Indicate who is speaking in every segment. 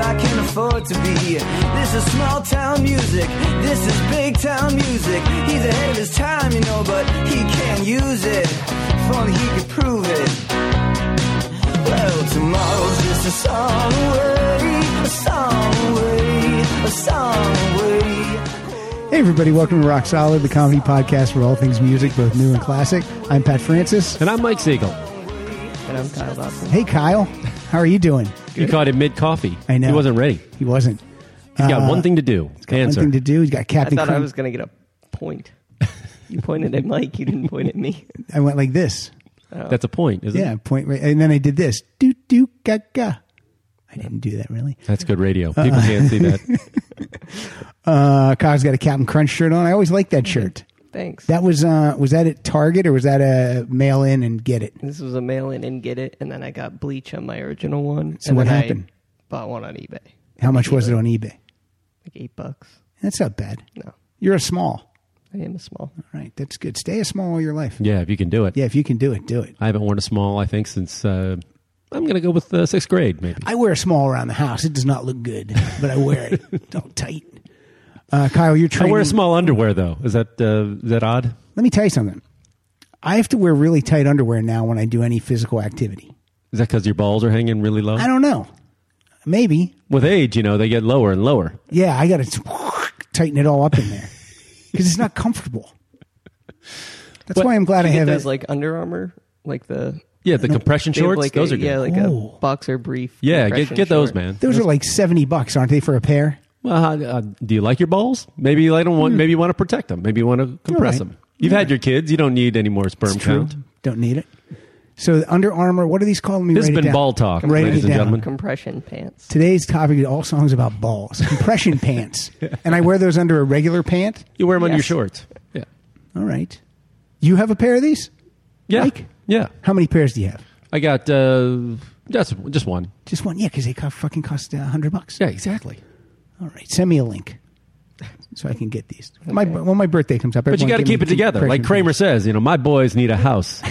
Speaker 1: afford to be. This is small town music. This is big town music. He's ahead of his time, you know, but he can't use it. If only he could prove it. Well, tomorrow's just a song away, a song away, a song away.
Speaker 2: Hey, everybody, welcome to Rock Solid, the comedy podcast for all things music, both new and classic. I'm Pat Francis.
Speaker 3: And I'm Mike Siegel.
Speaker 4: And I'm Kyle Dawson.
Speaker 2: Hey, Kyle, how are you doing?
Speaker 3: He caught it mid coffee.
Speaker 2: I know.
Speaker 3: He wasn't ready.
Speaker 2: He wasn't.
Speaker 3: He's got one thing to do.
Speaker 2: Got
Speaker 3: answer.
Speaker 2: One thing to do. He's got
Speaker 4: I
Speaker 2: Captain
Speaker 4: thought I
Speaker 2: Crunch-
Speaker 4: was going to get a point. You pointed at Mike. You didn't point at me.
Speaker 2: I went like this.
Speaker 3: That's a point, isn't
Speaker 2: Yeah,
Speaker 3: it?
Speaker 2: point right. And then I did this. Do, do, ga, ga. I didn't do that, really.
Speaker 3: That's good radio.
Speaker 2: Uh-uh.
Speaker 3: People can't see that.
Speaker 2: Uh, Kyle's got a Captain Crunch shirt on. I always like that shirt.
Speaker 4: Thanks.
Speaker 2: That was, uh, was that at Target or was that a mail in and get it?
Speaker 4: this was a mail in and get it, and then I got bleach on my original one.
Speaker 2: So
Speaker 4: and
Speaker 2: what
Speaker 4: then I
Speaker 2: happened?
Speaker 4: bought one on eBay,
Speaker 2: How much was it on eBay?
Speaker 4: like eight bucks.
Speaker 2: That's not bad.
Speaker 4: No,
Speaker 2: You're a small.
Speaker 4: I am a small.
Speaker 2: All right, that's good. Stay a small all your life.
Speaker 3: Yeah, if you can do it.
Speaker 2: Yeah, if you can do it, do it.
Speaker 3: I haven't worn a small, I think, since uh, I'm going to go with uh, sixth grade, maybe.
Speaker 2: I wear a small around the house. It does not look good, but I wear it. It's all tight. Uh, Kyle, you're
Speaker 3: I
Speaker 2: training.
Speaker 3: wear small underwear, though. Is that, uh, is that odd?
Speaker 2: Let me tell you something. I have to wear really tight underwear now when I do any physical activity.
Speaker 3: Is that because your balls are hanging really low?
Speaker 2: I don't know. Maybe.
Speaker 3: With age, you know, they get lower and lower.
Speaker 2: Yeah, I got to tighten it all up in there because it's not comfortable. That's
Speaker 3: What-
Speaker 2: why I'm glad I
Speaker 4: You get
Speaker 2: have
Speaker 4: those
Speaker 2: it.
Speaker 4: like Under Armor, like the
Speaker 3: Yeah, the compression
Speaker 4: they have,
Speaker 3: shorts,
Speaker 4: like
Speaker 3: those
Speaker 4: a,
Speaker 3: are good.
Speaker 4: yeah, like
Speaker 2: Ooh.
Speaker 4: a boxer brief.
Speaker 3: Yeah, get,
Speaker 4: compression
Speaker 3: get those,
Speaker 4: short.
Speaker 3: man.
Speaker 2: Those are like 70 bucks, aren't they, for a pair?
Speaker 3: Well, how- uh, do you like your balls? Maybe you like them, want, maybe you want to protect them. Maybe you want to compress
Speaker 2: Hmm. right.
Speaker 3: them. You've had your kids. You don't need any more sperm count.
Speaker 2: Don't need it. So, Under Armour, what are these called? Let me
Speaker 3: This has
Speaker 2: write it
Speaker 3: been
Speaker 2: down.
Speaker 3: ball talk,
Speaker 2: Write it
Speaker 3: ladies and
Speaker 2: down.
Speaker 3: gentlemen.
Speaker 4: Compression pants.
Speaker 2: Today's topic is all songs about balls, compression pants, and I wear those under a regular pant.
Speaker 3: You wear them under your
Speaker 4: Yes.
Speaker 3: shorts. Yeah.
Speaker 2: All right, you have a pair of these.
Speaker 3: Yeah.
Speaker 2: Mike?
Speaker 3: Yeah.
Speaker 2: How many pairs do you have?
Speaker 3: I got uh, just just one.
Speaker 2: Just one, yeah, because they co- fucking cost uh, a hundred bucks.
Speaker 3: Yeah, exactly.
Speaker 2: All right, send me a link so I can get these. My when my birthday comes up,
Speaker 3: But you got to keep it together, like Kramer says. You know, my boys need a house.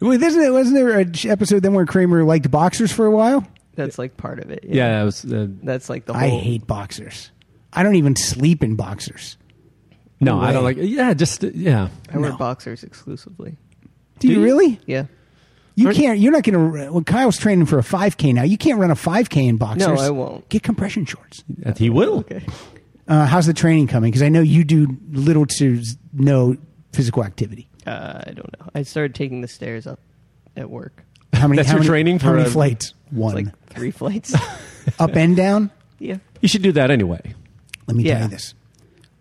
Speaker 2: Wait, isn't it, wasn't there an episode then where Kramer liked boxers for a while?
Speaker 4: That's like part of it.
Speaker 3: yeah, that was uh,
Speaker 4: That's like the whole.
Speaker 2: I hate boxers. I don't even sleep in boxers.
Speaker 3: no. I don't
Speaker 2: way.
Speaker 3: like. Yeah, just uh, yeah.
Speaker 4: I wear
Speaker 2: no.
Speaker 4: boxers exclusively.
Speaker 2: Do, you,
Speaker 3: you?
Speaker 2: really?
Speaker 4: Yeah.
Speaker 2: You
Speaker 3: Aren't-
Speaker 2: can't. You're not going to. Well, Kyle's training for a 5K now. You can't run a 5K in boxers.
Speaker 4: No, I won't.
Speaker 2: Get compression shorts.
Speaker 3: And he will.
Speaker 4: Okay.
Speaker 2: Uh, how's the training coming? Because I know you do little to s- no physical activity.
Speaker 4: Uh, I don't know. I started taking the stairs up at work.
Speaker 2: How many?
Speaker 3: That's
Speaker 2: how
Speaker 3: your
Speaker 2: many-
Speaker 3: training
Speaker 2: how
Speaker 3: for
Speaker 2: many
Speaker 3: a-
Speaker 2: flights? One.
Speaker 4: It's like three flights.
Speaker 2: Up and down.
Speaker 4: yeah.
Speaker 3: You should do that anyway.
Speaker 2: Let me tell
Speaker 4: Yeah.
Speaker 2: you this.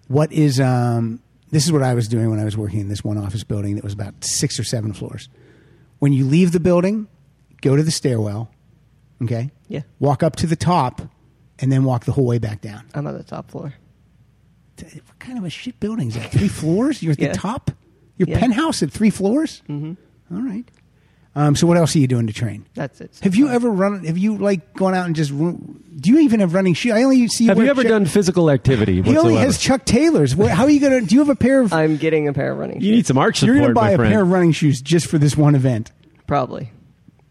Speaker 2: What is um? This is what I was doing when I was working in this one office building that was about six or seven floors. When you leave the building, go to the stairwell. Okay.
Speaker 4: Yeah.
Speaker 2: Walk up to the top, and then walk the whole way back down.
Speaker 4: I'm on the top floor.
Speaker 2: T- What kind of a shit building is that? Three floors? You're at
Speaker 4: Yeah.
Speaker 2: the top. Your
Speaker 4: Yeah.
Speaker 2: penthouse at three floors. Mm-hmm. right. Um, so what else are you doing to train?
Speaker 4: That's it.
Speaker 2: Have you ever run? Have you like gone out and just? Run, do you even have running shoes? I only see.
Speaker 3: Have
Speaker 2: wear
Speaker 3: you ever
Speaker 2: Chuck-
Speaker 3: done physical activity
Speaker 2: He
Speaker 3: whatsoever?
Speaker 2: only has Chuck Taylors. Where, how are you gonna? Do you have a pair of?
Speaker 4: I'm getting a pair of running.
Speaker 3: you
Speaker 4: shoes.
Speaker 3: need some arch support,
Speaker 2: you're gonna buy
Speaker 3: my
Speaker 2: a
Speaker 3: friend.
Speaker 2: pair of running shoes just for this one event.
Speaker 4: Probably.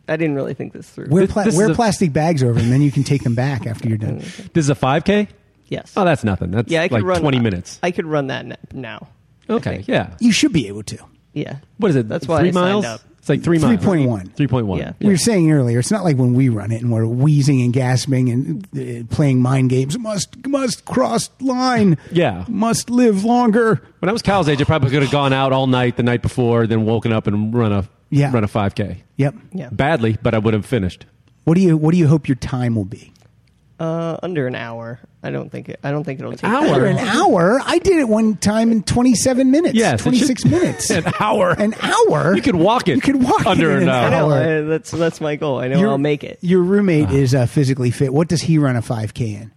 Speaker 4: I didn't really think this through.
Speaker 2: Wear,
Speaker 3: This-
Speaker 2: pla-
Speaker 3: this is
Speaker 2: wear
Speaker 3: a-
Speaker 2: plastic bags over, them, and then you can take them back after you're done.
Speaker 3: this is a five k.
Speaker 4: yes.
Speaker 3: Oh, that's nothing. That's
Speaker 4: yeah. I could
Speaker 3: like
Speaker 4: run
Speaker 3: twenty minutes.
Speaker 4: I could run that n- now. I
Speaker 3: okay.
Speaker 4: think.
Speaker 3: Yeah.
Speaker 2: You should be able to.
Speaker 4: Yeah.
Speaker 3: What is it?
Speaker 4: That's why
Speaker 3: three
Speaker 4: I signed
Speaker 3: miles.
Speaker 4: up.
Speaker 3: It's like three miles.
Speaker 2: 3.1.
Speaker 3: Three point one.
Speaker 4: Yeah.
Speaker 2: We were saying earlier, it's not like when we run it and we're wheezing and gasping and uh, playing mind games. Must must cross line.
Speaker 3: Yeah.
Speaker 2: Must live longer.
Speaker 3: When I was Kyle's age, I probably could have gone out all night the night before, then woken up and run a
Speaker 2: Yeah.
Speaker 3: run a five k.
Speaker 2: Yep.
Speaker 4: Yeah.
Speaker 3: Badly, but I would have finished.
Speaker 2: What do you What do you hope your time will be?
Speaker 4: Uh, under an hour. I don't think. It, I don't think it'll take.
Speaker 3: hour?
Speaker 2: Under an hour. I did it one time in 27 minutes.
Speaker 3: Yes, it
Speaker 2: 26
Speaker 3: should-
Speaker 2: minutes.
Speaker 3: An hour.
Speaker 2: An hour.
Speaker 3: You could walk it
Speaker 2: You could walk
Speaker 3: under
Speaker 2: it in
Speaker 3: an
Speaker 2: an
Speaker 4: I
Speaker 3: hour.
Speaker 4: know.
Speaker 2: hour.
Speaker 4: I, that's that's my goal. I know
Speaker 2: Your-
Speaker 4: I'll make it.
Speaker 2: Your
Speaker 3: Ah.
Speaker 2: roommate is uh, physically fit. What does he run a 5K in?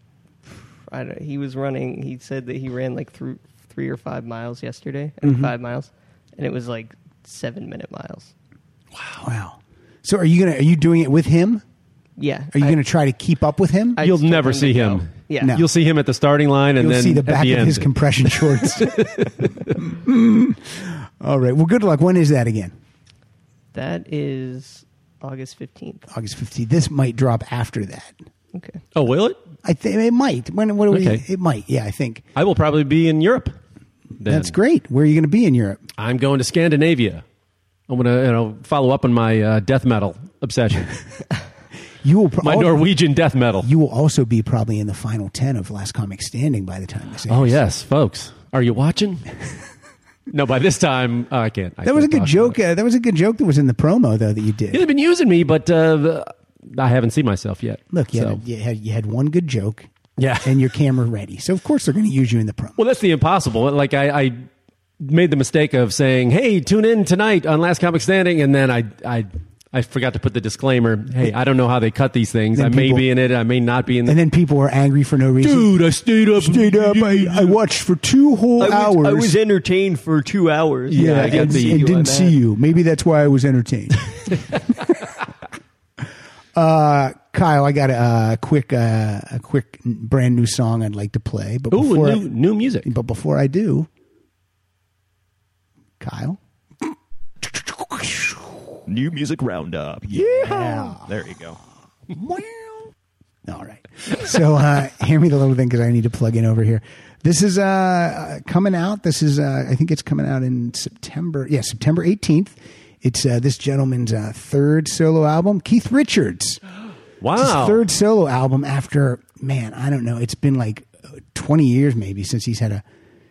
Speaker 4: I don't, he was running. He said that he ran like through three or five miles yesterday. I think
Speaker 3: Mm-hmm.
Speaker 4: Five miles, and it was like seven minute miles.
Speaker 2: Wow. So are you gonna Are you doing it with him?
Speaker 4: Yeah.
Speaker 2: Are you
Speaker 4: I-
Speaker 2: gonna try to keep up with him?
Speaker 4: I
Speaker 3: You'll
Speaker 4: just told
Speaker 3: never
Speaker 4: him to
Speaker 3: see
Speaker 4: go.
Speaker 3: him.
Speaker 4: Yeah.
Speaker 2: No.
Speaker 3: You'll see him at the starting line, and
Speaker 2: You'll
Speaker 3: then
Speaker 2: see the
Speaker 3: at
Speaker 2: back
Speaker 3: the
Speaker 2: of
Speaker 3: end.
Speaker 2: his compression shorts. All right. Well, good luck. When is that again?
Speaker 4: That is August 15th.
Speaker 2: August 15th. This might drop after that.
Speaker 4: Okay.
Speaker 3: Oh, will it?
Speaker 2: I think it might. When what do
Speaker 3: Okay.
Speaker 2: we? It might. Yeah, I think
Speaker 3: I will probably be in Europe. then.
Speaker 2: that's great. Where are you going to be in Europe?
Speaker 3: I'm going to Scandinavia. I'm gonna you know follow up on my uh, death metal obsession,
Speaker 2: You will. Pro-
Speaker 3: my
Speaker 2: al-
Speaker 3: Norwegian death metal.
Speaker 2: Oh. you will also be probably in the final ten of Last Comic Standing by the time this.
Speaker 3: Oh
Speaker 2: airs.
Speaker 3: yes, folks, are you watching? no, by this time uh, I can't. I
Speaker 2: that was a
Speaker 3: can't
Speaker 2: good
Speaker 3: talk
Speaker 2: joke.
Speaker 3: about it.
Speaker 2: Uh, that was a good joke that was in the promo though that you did.
Speaker 3: Yeah, they've been using me, but uh, I haven't seen myself yet.
Speaker 2: Look, you,
Speaker 3: So-
Speaker 2: had, you had you had one good joke.
Speaker 3: Yeah.
Speaker 2: and your camera ready. So of course they're going to use you in the promo.
Speaker 3: Well, that's the impossible. Like I, I made the mistake of saying, "Hey, tune in tonight on Last Comic Standing," and then I, I, I forgot to put the disclaimer. Hey, I don't know how they cut these things.
Speaker 2: Then
Speaker 3: I may
Speaker 2: people-
Speaker 3: be in it. I may not be in
Speaker 2: and
Speaker 3: it.
Speaker 2: then people were angry for no reason.
Speaker 3: Dude, I stayed up.
Speaker 2: Stayed up. I, I watched for two whole hours.
Speaker 4: entertained for two hours.
Speaker 3: Yeah, I got
Speaker 2: and,
Speaker 3: the-
Speaker 2: and
Speaker 3: you
Speaker 2: didn't see you. Maybe that's why I was entertained. uh, Kyle, I got a, uh quick, uh, a quick brand new song I'd like to play, but
Speaker 3: Ooh,
Speaker 2: before,
Speaker 3: new, new music.
Speaker 2: I, but before I do, Kyle,
Speaker 5: New music roundup. Yeah. There you go.
Speaker 2: All right. So uh, hand me the little thing because I need to plug in over here. This is uh, coming out. This is uh, I think it's coming out in September. Yeah, September eighteenth. It's uh, this gentleman's uh, third solo album, Keith Richards. It's his
Speaker 3: Wow.
Speaker 2: third solo album after man, I don't know. It's been like uh, twenty years maybe since he's had a.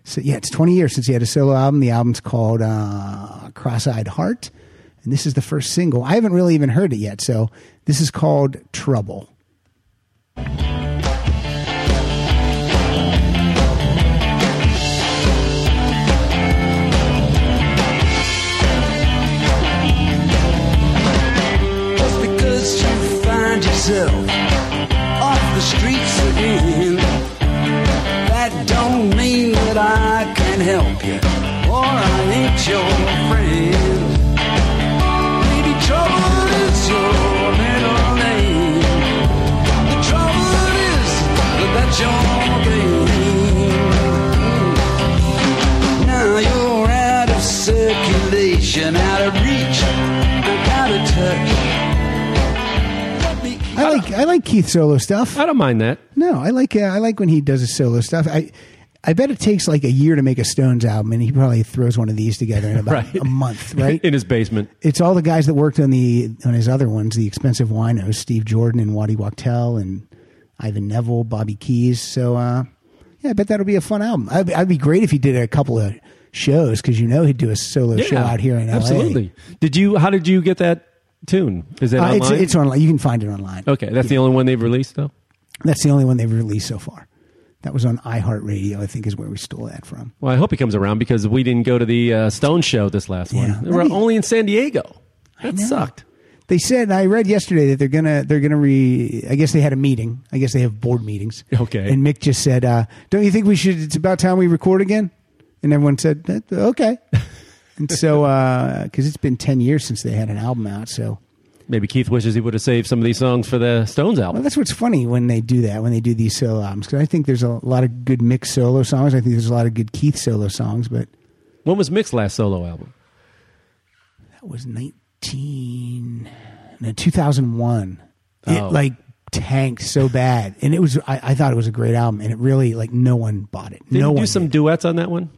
Speaker 2: So, yeah, it's twenty years since he had a solo album. The album's called uh, Cross-eyed Heart, and this is the first single. I haven't really even heard it yet, so this is called Trouble.
Speaker 6: Just because you find yourself off the streets again, that don't mean that I can help you or I ain't your friend. Maybe trouble is your middle name. The trouble is that that's your game. Now you're out of circulation, out of reach, and out of touch. Let me keep
Speaker 2: I like I like Keith solo stuff.
Speaker 3: I don't mind that.
Speaker 2: No, I like uh, I like when he does his solo stuff. I I bet it takes like a year to make a Stones album, and he probably throws one of these together in about
Speaker 3: Right.
Speaker 2: a month, right?
Speaker 3: In his basement.
Speaker 2: it's all the guys that worked on the on his other ones, the expensive winos, Steve Jordan and Waddy Wachtel and Ivan Neville, Bobby Keys. So uh, yeah, I bet that'll be a fun album. I'd, I'd be great if he did a couple of shows because you know he'd do a solo show out here in LA.
Speaker 3: absolutely. Did you? How did you get that tune? Is it
Speaker 2: Uh, it's,
Speaker 3: online?
Speaker 2: it's online. You can find it online.
Speaker 3: okay, that's the only one they've released though.
Speaker 2: That's the only one they've released so far. That was on iHeartRadio, I think, is where we stole that from.
Speaker 3: Well, I hope he comes around because we didn't go to the uh, Stone show this last
Speaker 2: Yeah.
Speaker 3: one. We were
Speaker 2: Right.
Speaker 3: only in San Diego. That
Speaker 2: know.
Speaker 3: sucked.
Speaker 2: They said I read yesterday that they're gonna they're gonna re. I guess they had a meeting. I guess they have board meetings.
Speaker 3: Okay.
Speaker 2: And Mick just said, uh, "Don't you think we should? It's about time we record again." And everyone said, "That- "Okay." and so, because it's been ten years since they had an album out, so
Speaker 3: Maybe Keith wishes he would have saved some of these songs for the Stones
Speaker 2: well,
Speaker 3: album.
Speaker 2: that's what's funny when they do that when they do these solo albums because I think there's a lot of good Mick solo songs. I think there's a lot of good Keith solo songs, but
Speaker 3: When was Mick's last solo album?
Speaker 2: that was 19 no, 2001 it
Speaker 3: Oh.
Speaker 2: like tanked so bad and it was I, I thought it was a great album and it really like no one bought it
Speaker 3: Did
Speaker 2: no
Speaker 3: he
Speaker 2: one
Speaker 3: do some
Speaker 2: did.
Speaker 3: duets on that one?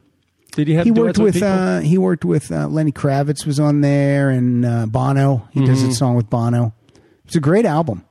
Speaker 3: Did he have
Speaker 2: he worked
Speaker 3: duets
Speaker 2: with
Speaker 3: people?
Speaker 2: uh, he worked with uh, Lenny Kravitz was on there and uh, Bono he does
Speaker 3: Mm-hmm.
Speaker 2: that song with Bono it's a great album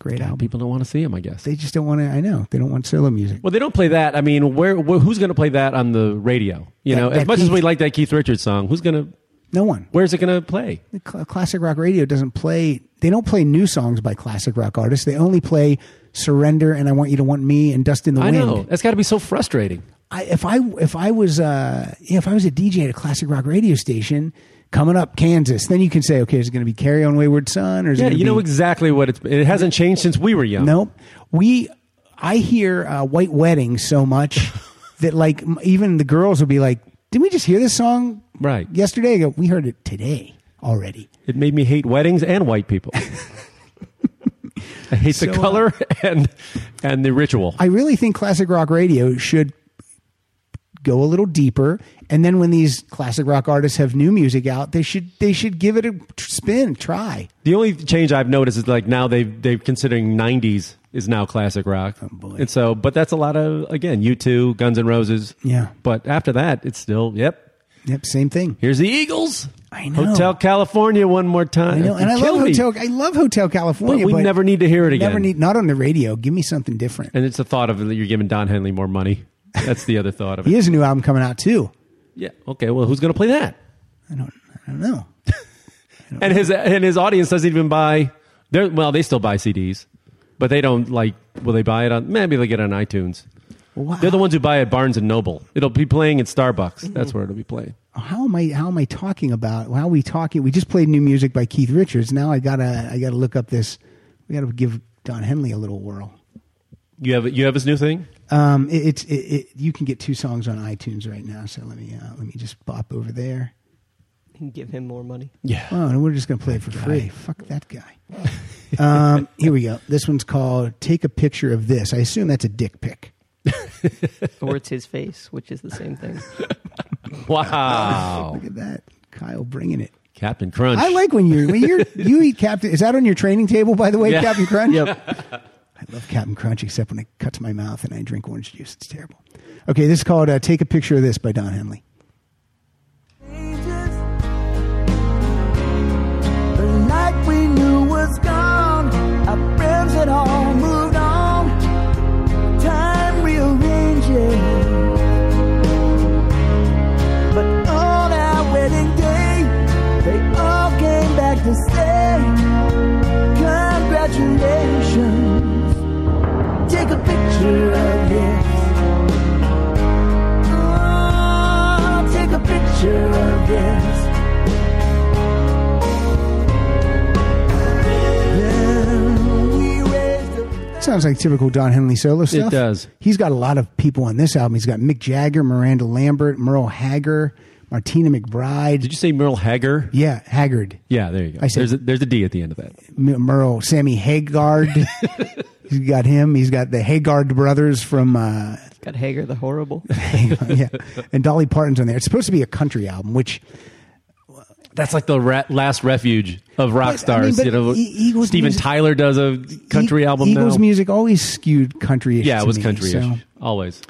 Speaker 2: great album
Speaker 3: people don't want to see him, I guess.
Speaker 2: they just don't want to I know they don't want solo music
Speaker 3: Well, they don't play that. I mean, where, wh- who's going to play that on the radio? You
Speaker 2: That-
Speaker 3: know,
Speaker 2: that
Speaker 3: as much as
Speaker 2: Keith-
Speaker 3: we like that Keith Richards song, who's going to?
Speaker 2: no one
Speaker 3: Where's it going to play?
Speaker 2: The cl- classic rock radio doesn't play they don't play new songs by classic rock artists they only play surrender and i want you to want me and dust in the
Speaker 3: I
Speaker 2: wind
Speaker 3: know that's got to be so frustrating.
Speaker 2: I, if i if i was uh yeah, if i was a dj at a classic rock radio station coming up kansas then you can say okay is it going to be carry on wayward son or is it
Speaker 3: Yeah,
Speaker 2: gonna
Speaker 3: you know
Speaker 2: be-
Speaker 3: exactly what it's. It hasn't changed since we were young.
Speaker 2: Nope. We, I hear uh, White Wedding so much that like m- even the girls will be like, "Didn't we just hear this song
Speaker 3: Right.
Speaker 2: yesterday?" I go, "We heard it today already."
Speaker 3: It made me hate weddings and white people. I hate
Speaker 2: So,
Speaker 3: the
Speaker 2: uh,
Speaker 3: color and and the ritual.
Speaker 2: I really think classic rock radio should go a little deeper. And then when these classic rock artists have new music out, they should they should give it a spin, try.
Speaker 3: The only change I've noticed is like now they they're considering '90s is now classic rock,
Speaker 2: Oh, boy.
Speaker 3: and so but that's a lot of again U2, Guns N' Roses,
Speaker 2: Yeah.
Speaker 3: But after that, it's still yep.
Speaker 2: Yep, same thing.
Speaker 3: Here's the Eagles.
Speaker 2: I know.
Speaker 3: Hotel California one more time.
Speaker 2: I know, and
Speaker 3: You
Speaker 2: I
Speaker 3: kill
Speaker 2: love
Speaker 3: me.
Speaker 2: Hotel. I love Hotel California,
Speaker 3: But we never need to hear it
Speaker 2: Never
Speaker 3: again.
Speaker 2: need not on the radio. Give me something different.
Speaker 3: And it's the thought of that you're giving Don Henley more money. That's the other thought of
Speaker 2: he
Speaker 3: it.
Speaker 2: has a new album coming out too.
Speaker 3: Yeah. Okay. Well, who's going to play that?
Speaker 2: I don't. I don't know.
Speaker 3: And his and his audience doesn't even buy. Their, well, they still buy CDs, but they don't like. Will they buy it on? Maybe they get it on iTunes.
Speaker 2: Wow. Mm-hmm.
Speaker 3: They're the ones who buy at Barnes and Noble. It'll be playing at Starbucks. That's where it'll be playing.
Speaker 2: How am I? How am I talking about? How are we talking? We just played new music by Keith Richards. Now I gotta. I gotta look up this. We gotta give Don Henley a little whirl.
Speaker 3: You have you have his new thing.
Speaker 2: Um, it, it's it, it. You can get two songs on iTunes right now. So let me uh, let me just bop over there.
Speaker 4: and give him more money.
Speaker 3: Yeah.
Speaker 2: Oh, and we're just going to play it for free. Fuck that guy. um, here we go. This one's called Take a Picture of This. I assume that's a dick pic.
Speaker 4: Or it's his face, which is the same thing.
Speaker 3: Wow.
Speaker 2: Look at that. Kyle bringing it.
Speaker 3: Captain Crunch.
Speaker 2: I like when you're, when you're, you eat Captain. Is that on your training table, by the way,
Speaker 3: Yeah.
Speaker 2: Captain Crunch?
Speaker 3: Yep.
Speaker 2: I love Captain Crunch, except when it cuts my mouth and I drink orange juice. It's terrible. Okay, this is called uh, Take a Picture of This by Don Henley.
Speaker 6: pages. The light we knew was gone. Our friends had all moved on. Time rearranges. But on our wedding day, they all came back to say, Congratulations. Take a picture of this. Oh, take a picture of this. Then we raised a
Speaker 2: Sounds like typical Don Henley solo stuff.
Speaker 3: does.
Speaker 2: He's got a lot of people on this album. He's got Mick Jagger, Miranda Lambert, Merle Haggard, Martina McBride.
Speaker 3: Did you say Merle Haggard?
Speaker 2: Yeah, Haggard,
Speaker 3: Yeah. There you go.
Speaker 2: I said-
Speaker 3: there's a, there's a D at the end of that.
Speaker 2: M- Merle, Sammy Haggard. He's got him. He's got the Haggard brothers from uh,
Speaker 4: Got Hager the horrible.
Speaker 2: yeah, and Dolly Parton's on there. It's supposed to be a country album, which
Speaker 3: That's like the ra- last refuge of rock
Speaker 2: But, I
Speaker 3: stars.
Speaker 2: mean, but
Speaker 3: you know,
Speaker 2: E- Eagles
Speaker 3: Steven
Speaker 2: music-
Speaker 3: Tyler does a country
Speaker 2: E-
Speaker 3: album
Speaker 2: Eagles
Speaker 3: now.
Speaker 2: music always skewed countryish.
Speaker 3: yeah,
Speaker 2: to
Speaker 3: it was
Speaker 2: me,
Speaker 3: country
Speaker 2: so-
Speaker 3: always.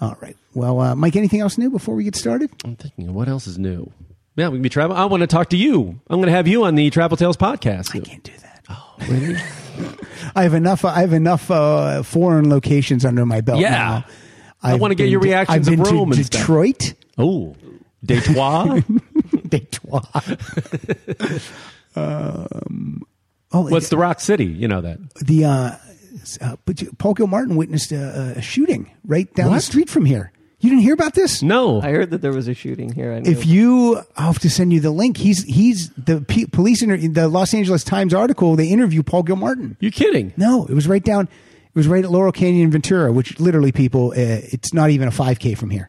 Speaker 2: All right. Well, uh, Mike, anything else new before we get started?
Speaker 3: I'm thinking, what else is new? Yeah, we can be travel. I want to talk to you. I'm going to have you on the Travel Tales podcast.
Speaker 2: I can't do that.
Speaker 3: Oh.
Speaker 2: I have enough. I have enough uh, foreign locations under my belt.
Speaker 3: Yeah.
Speaker 2: now.
Speaker 3: I
Speaker 2: I've
Speaker 3: wanna get
Speaker 2: been
Speaker 3: your
Speaker 2: to-
Speaker 3: reactions
Speaker 2: I've been
Speaker 3: of
Speaker 2: to
Speaker 3: Rome and stuff.
Speaker 2: Detroit.
Speaker 3: Oh, Detroit.
Speaker 2: Detroit. Um, oh,
Speaker 3: What's the Rock City? You know that.
Speaker 2: the uh, uh, but you- Paul Gilmartin witnessed a, a shooting right down the
Speaker 3: What?
Speaker 2: street from here. You didn't hear about this?
Speaker 3: No,
Speaker 4: I heard that there was a shooting here. I knew.
Speaker 2: If you, I'll have to send you the link. He's he's the pe police inter- the Los Angeles Times article. They interview Paul Gilmartin.
Speaker 3: you're kidding.
Speaker 2: No, it was right down. It was right at Laurel Canyon and Ventura, which literally people. Uh, it's not even a 5K from here.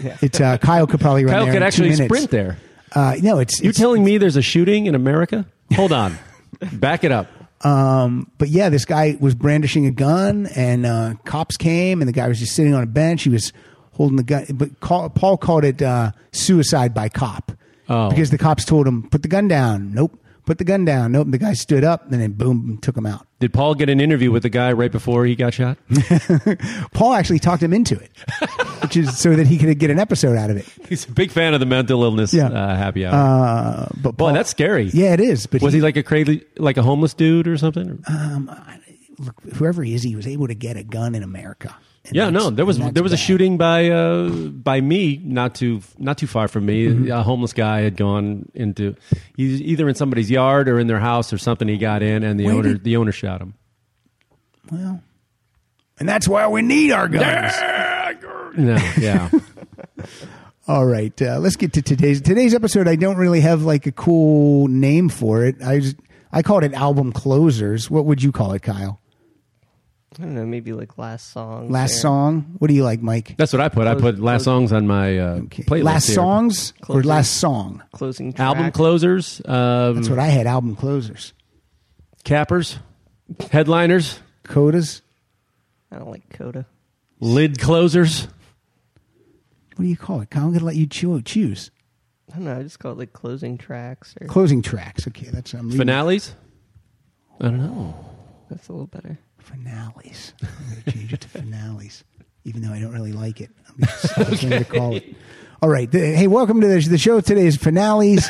Speaker 2: It's uh, Kyle could probably run
Speaker 3: Kyle
Speaker 2: there
Speaker 3: could
Speaker 2: in two
Speaker 3: actually
Speaker 2: minutes.
Speaker 3: sprint there.
Speaker 2: Uh, no, it's,
Speaker 3: You're
Speaker 2: it's
Speaker 3: telling me there's a shooting in America? Hold on, back it up.
Speaker 2: but yeah, this guy was brandishing a gun, and uh, cops came, and the guy was just sitting on a bench. He was holding the gun, but call, Paul called it uh, suicide by cop
Speaker 3: Oh.
Speaker 2: because the cops told him put the gun down. Nope, put the gun down. Nope. The guy stood up, and then boom, took him out.
Speaker 3: Did Paul get an interview with the guy right before he got shot?
Speaker 2: Paul actually talked him into it, which is so that he could get an episode out of it.
Speaker 3: He's a big fan of the mental illness
Speaker 2: Yeah.
Speaker 3: uh, happy hour.
Speaker 2: Uh, but
Speaker 3: Boy,
Speaker 2: Paul-
Speaker 3: that's scary.
Speaker 2: Yeah, it is. But
Speaker 3: Was he like a crazy, like a homeless dude or something?
Speaker 2: look, whoever he is, he was able to get a gun in America. And
Speaker 3: yeah,
Speaker 2: that's-
Speaker 3: no. There was
Speaker 2: and that's
Speaker 3: there was a
Speaker 2: bad.
Speaker 3: shooting by uh, by me, not too not too far from me.
Speaker 2: Mm-hmm.
Speaker 3: A homeless guy had gone into he's either in somebody's yard or in their house or something. He got in, and the
Speaker 2: Where
Speaker 3: owner
Speaker 2: did-
Speaker 3: the owner shot him.
Speaker 2: Well, and that's why we need our guns.
Speaker 3: No, yeah.
Speaker 2: All right, uh, let's get to today's today's episode. I don't really have like a cool name for it. I just, I called it album closers. What would you call it, Kyle?
Speaker 4: I don't know, maybe like last song.
Speaker 2: Last
Speaker 4: there.
Speaker 2: song. What do you like, Mike?
Speaker 3: That's what I put. I put last songs on my uh, playlist.
Speaker 2: last
Speaker 3: here.
Speaker 2: songs or last song.
Speaker 4: Closing track.
Speaker 3: album closers, um,
Speaker 2: That's what I had. Album closers,
Speaker 3: cappers, headliners,
Speaker 2: codas.
Speaker 4: I don't like Coda.
Speaker 3: lid closers.
Speaker 2: what do you call it? I'm going to let you choo- choose.
Speaker 4: I don't know. I just call it like closing tracks or
Speaker 2: Closing tracks. Okay, that's um,
Speaker 3: Finales? I don't know.
Speaker 4: that's a little better.
Speaker 2: finales. I'm going to change it to finales, even though I don't really like it. I'm just going to call it. All right. The- hey, welcome to the, the show. Today is finales.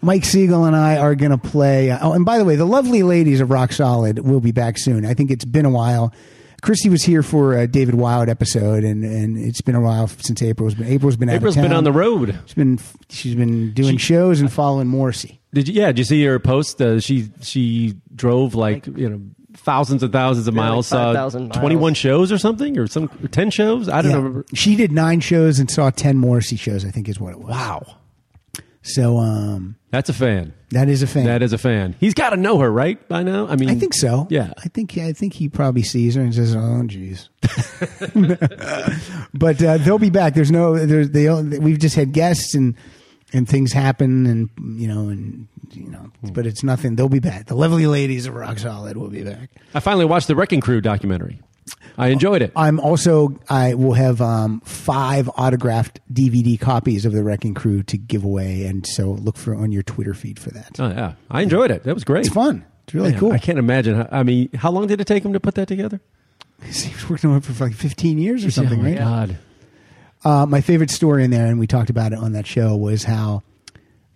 Speaker 2: Mike Siegel and I are going to play. Oh, and by the way, the lovely ladies of Rock Solid will be back soon. I think it's been a while. Christy was here for a David Wild episode, and, and it's been a while since April's been. April's been out
Speaker 3: April's
Speaker 2: of
Speaker 3: been
Speaker 2: town.
Speaker 3: on the road.
Speaker 2: She's been she's been doing shows and following Morrissey.
Speaker 3: Did you? Yeah. Did you see her post? Uh, she she drove like, you know thousands and thousands of
Speaker 4: Yeah, like
Speaker 3: miles. uh,
Speaker 4: 5,000 miles.
Speaker 3: 21 shows or something, or some or 10 shows. I don't
Speaker 2: Yeah.
Speaker 3: remember.
Speaker 2: She did nine shows and saw ten Morrissey shows. I think is what it was.
Speaker 3: Wow,
Speaker 2: So um,
Speaker 3: that's a fan.
Speaker 2: that is a fan.
Speaker 3: That is a fan. He's got to know her, right? By now, I mean,
Speaker 2: I think so.
Speaker 3: Yeah,
Speaker 2: I think I think he probably sees her and says, "Oh, geez." but uh, they'll be back. There's no. There's they. all- We've just had guests and and things happen and you know and you know. But it's nothing. They'll be back. The lovely ladies of Rock Solid will be back.
Speaker 3: I finally watched the Wrecking Crew documentary. I enjoyed it. Oh,
Speaker 2: I'm also. I will have um, five autographed DVD copies of the Wrecking Crew to give away, and so look for on your Twitter feed for that.
Speaker 3: Oh yeah, I enjoyed it. That was great.
Speaker 2: It's fun. It's really
Speaker 3: Man,
Speaker 2: cool.
Speaker 3: I can't imagine. How, I mean, how long did it take him to put that together?
Speaker 2: He was working on it for like 15 years or something,
Speaker 3: oh my
Speaker 2: right?
Speaker 3: God.
Speaker 2: Uh, my favorite story in there, and we talked about it on that show, was how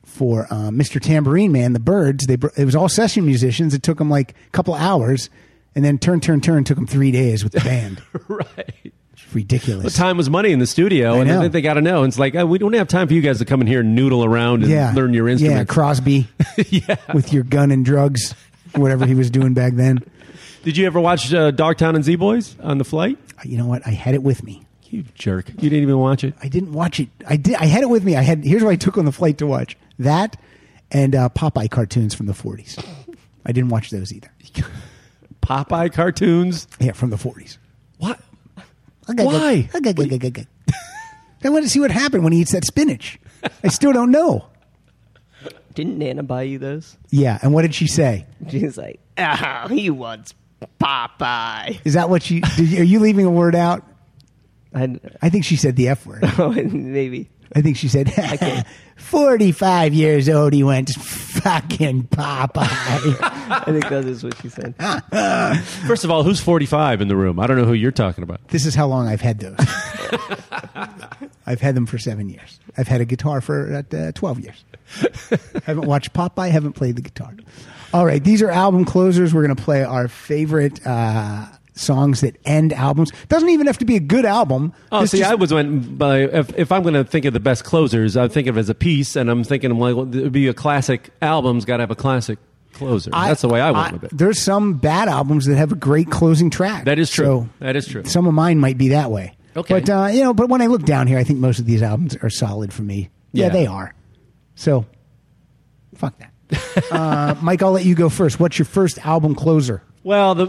Speaker 2: for uh, Mr. Tambourine Man, the Birds, they br- it was all session musicians. It took them like a couple hours, and then Turn Turn Turn took them three days with the band.
Speaker 3: right.
Speaker 2: It's ridiculous.
Speaker 3: Time was money in the studio,
Speaker 2: I
Speaker 3: and
Speaker 2: know.
Speaker 3: I think they got to know. And it's like, oh, we don't have time for you guys to come in here and noodle around and
Speaker 2: yeah,
Speaker 3: learn your
Speaker 2: Yeah,
Speaker 3: instrument.
Speaker 2: Crosby, with your gun and drugs, whatever he was doing back then.
Speaker 3: Did you ever watch uh, Dogtown and Z Boys on the flight?
Speaker 2: Uh, You know what? I had it with me.
Speaker 3: You jerk! You didn't even watch it.
Speaker 2: I didn't watch it. I did. I had it with me. I had. Here's what I took on the flight to watch that, and uh, Popeye cartoons from the 40s. I didn't watch those either.
Speaker 3: Popeye cartoons.
Speaker 2: Yeah, from the 40s.
Speaker 3: What?
Speaker 2: Okay,
Speaker 3: Why?
Speaker 2: Good. Okay, good, good, good, good. I want to see what happened when he eats that spinach. I still don't know.
Speaker 4: Didn't Nana buy you those?
Speaker 2: Yeah, and what did she say?
Speaker 4: She's like, ah, he wants Popeye.
Speaker 2: Is that what she? Did you, are you leaving a word out?
Speaker 4: I,
Speaker 2: I think she said the F word.
Speaker 4: oh, maybe.
Speaker 2: I think she said,
Speaker 4: can't.
Speaker 2: "45 years old, he went fucking Popeye."
Speaker 4: I think that is what she said.
Speaker 3: First of all, who's forty-five in the room? I don't know who you're talking about.
Speaker 2: this is how long I've had those. I've had them for seven years. I've had a guitar for uh, 12 years. haven't watched Popeye, haven't played the guitar. All right, these are album closers. We're going to play our favorite uh, songs that end albums. Doesn't even have to be a good album.
Speaker 3: Oh,
Speaker 2: This
Speaker 3: see,
Speaker 2: just-
Speaker 3: I was went by if, if I'm going to think of the best closers, I think of it as a piece, and I'm thinking like well, it'd be a classic album's got to have a classic closer. That's the way I went with it.
Speaker 2: There's some bad albums that have a great closing track.
Speaker 3: That is true.
Speaker 2: So
Speaker 3: That is true.
Speaker 2: Some of mine might be that way.
Speaker 3: Okay.
Speaker 2: But uh, you know, but when I look down here, I think most of these albums are solid for me. Yeah,
Speaker 3: Yeah.
Speaker 2: they are. So, fuck that. uh, Mike, I'll let you go first. What's your first album closer?
Speaker 3: Well, the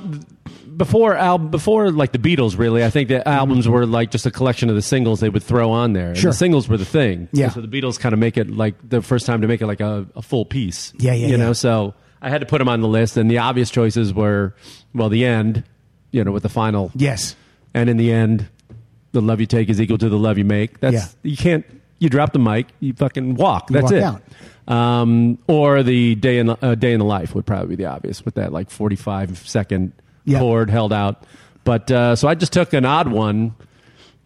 Speaker 3: before al- before like the Beatles, really, I think the albums were like just a collection of the singles they would throw on there. And
Speaker 2: Mm-hmm. Sure.
Speaker 3: the singles were the thing.
Speaker 2: Yeah.
Speaker 3: So the Beatles kind of make it like the first time to make it like a, a full piece.
Speaker 2: Yeah, yeah,
Speaker 3: You
Speaker 2: yeah.
Speaker 3: know, so I had to put them on the list, and the obvious choices were, well, the end, you know, with the final
Speaker 2: Yes.
Speaker 3: and in the end, the love you take is equal to the love you make. That's
Speaker 2: Yeah.
Speaker 3: you can't. You drop the mic, you fucking walk. That's
Speaker 2: walk
Speaker 3: it.
Speaker 2: out.
Speaker 3: Um, or the day in uh, day in the life would probably be the obvious with that like forty five second
Speaker 2: Yeah.
Speaker 3: chord held out. But uh, so I just took an odd one.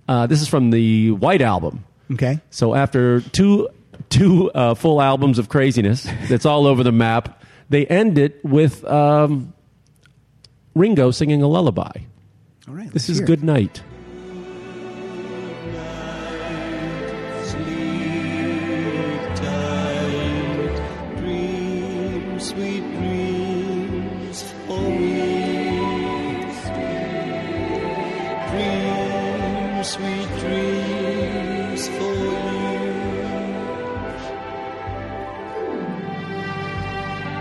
Speaker 3: Uh, this is from the White album.
Speaker 2: Okay.
Speaker 3: So after two two uh, full albums of craziness that's all over the map, they end it with um, Ringo singing a lullaby.
Speaker 2: All right. let's
Speaker 3: This is
Speaker 2: hear it.
Speaker 3: good night.
Speaker 6: Sweet dreams for me. Dream, sweet dreams for you.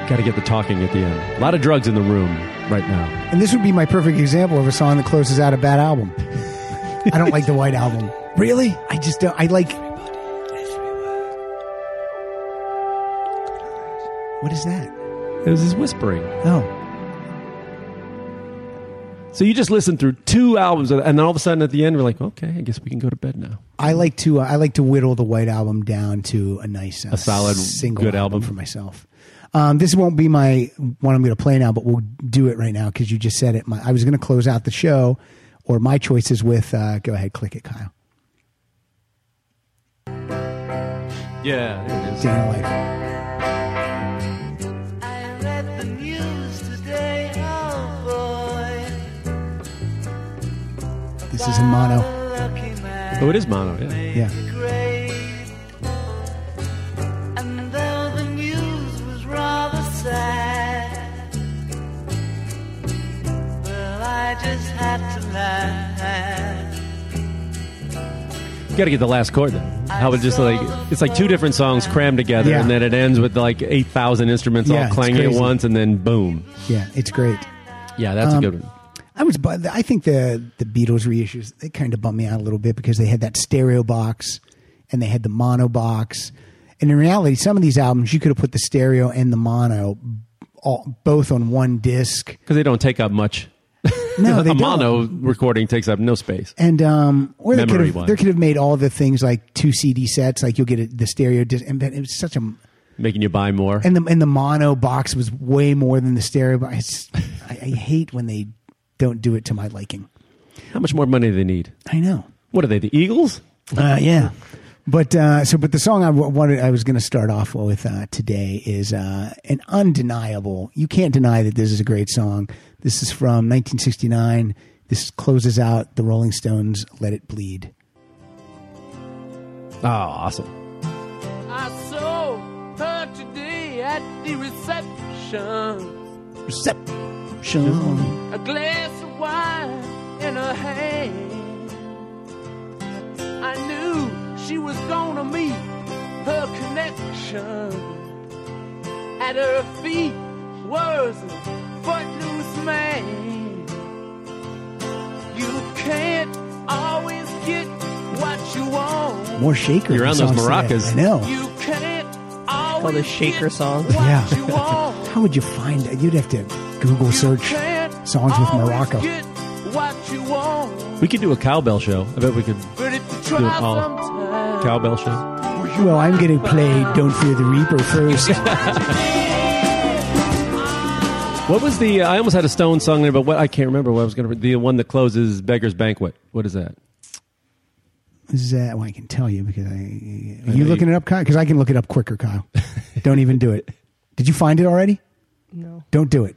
Speaker 3: Got to get the talking at the end. A lot of drugs in the room right now.
Speaker 2: And this would be my perfect example of a song that closes out a bad album. I don't like the White Album. Really? I just don't. I like. What is that?
Speaker 3: It was his whispering.
Speaker 2: Oh.
Speaker 3: So you just listen through two albums, and then all of a sudden at the end, we're like, okay, I guess we can go to bed now.
Speaker 2: I like to uh, I like to whittle the White Album down to a nice, uh,
Speaker 3: A solid,
Speaker 2: single
Speaker 3: good album.
Speaker 2: for myself. Um, this won't be my one I'm going to play now, but we'll do it right now because you just said it. My, I was going to close out the show, or my choices with. Uh, go ahead, click it, Kyle.
Speaker 3: Yeah, there it is.
Speaker 2: Dan Life.
Speaker 7: I read the news today, oh boy.
Speaker 2: This is in mono.
Speaker 7: Lucky man.
Speaker 3: Oh, it is mono.
Speaker 2: Yeah,
Speaker 3: Yeah.
Speaker 7: Great. And though the news was rather sad, well, I just had to laugh.
Speaker 3: You got to get the last chord. Then. How it just like it's like two different songs crammed together,
Speaker 2: Yeah.
Speaker 3: and then it ends with like eight thousand instruments
Speaker 2: Yeah,
Speaker 3: all
Speaker 2: it's
Speaker 3: clanging at
Speaker 2: crazy. Um,
Speaker 3: once, and then boom.
Speaker 2: yeah, it's great.
Speaker 3: Yeah, that's a good one.
Speaker 2: I was, but I think the the Beatles reissues they kind of bummed me out a little bit because they had that stereo box and they had the mono box, and in reality, some of these albums you could have put the stereo and the mono all, both on one disc.
Speaker 3: because they don't take up much.
Speaker 2: No, they
Speaker 3: a
Speaker 2: don't.
Speaker 3: mono recording takes up no space.
Speaker 2: And um, or they could have
Speaker 3: Memory-wise.
Speaker 2: they could have made all the things like two CD sets, like you'll get a, the stereo disc, and then it was such a
Speaker 3: making you buy more.
Speaker 2: and the and the mono box was way more than the stereo box. I, I hate when they don't do it to my liking.
Speaker 3: How much more money do they need?
Speaker 2: I know.
Speaker 3: What are they, the Eagles?
Speaker 2: Uh, yeah. But uh, so, but the song I wa- wanted, I was going to start off with uh, today is uh, an undeniable. You can't deny that this is a great song. This is from 1969. This closes out the Rolling Stones' "Let It Bleed."
Speaker 3: Oh, awesome.
Speaker 6: I saw her today at the reception.
Speaker 2: Sean.
Speaker 6: A glass of wine in her hand. I knew she was gonna meet her connection. At her feet was a footloose man. You can't always get what you want.
Speaker 2: More shaker.
Speaker 3: You're
Speaker 2: than
Speaker 3: on those
Speaker 2: songs today.
Speaker 3: maracas.
Speaker 2: I know.
Speaker 6: You can't
Speaker 4: All the
Speaker 6: always
Speaker 4: shaker
Speaker 6: get
Speaker 4: songs.
Speaker 6: what
Speaker 2: Yeah.
Speaker 6: you want.
Speaker 2: How would you find that? You'd have to Google search songs with Morocco.
Speaker 3: We could do a cowbell show. I bet we could do an all cowbell show.
Speaker 2: Well, I'm going to play "Don't Fear the Reaper" first.
Speaker 3: What was the? I almost had a Stone song there, but what I can't remember what I was going to. The one that closes "Beggar's Banquet." What is that?
Speaker 2: Is that? Well, I can tell you because I. Are
Speaker 3: know
Speaker 2: you looking
Speaker 3: you-
Speaker 2: it up, Kyle? Because I can look it up quicker, Kyle. Don't even do it. Did you find it already?
Speaker 4: No.
Speaker 2: Don't do it.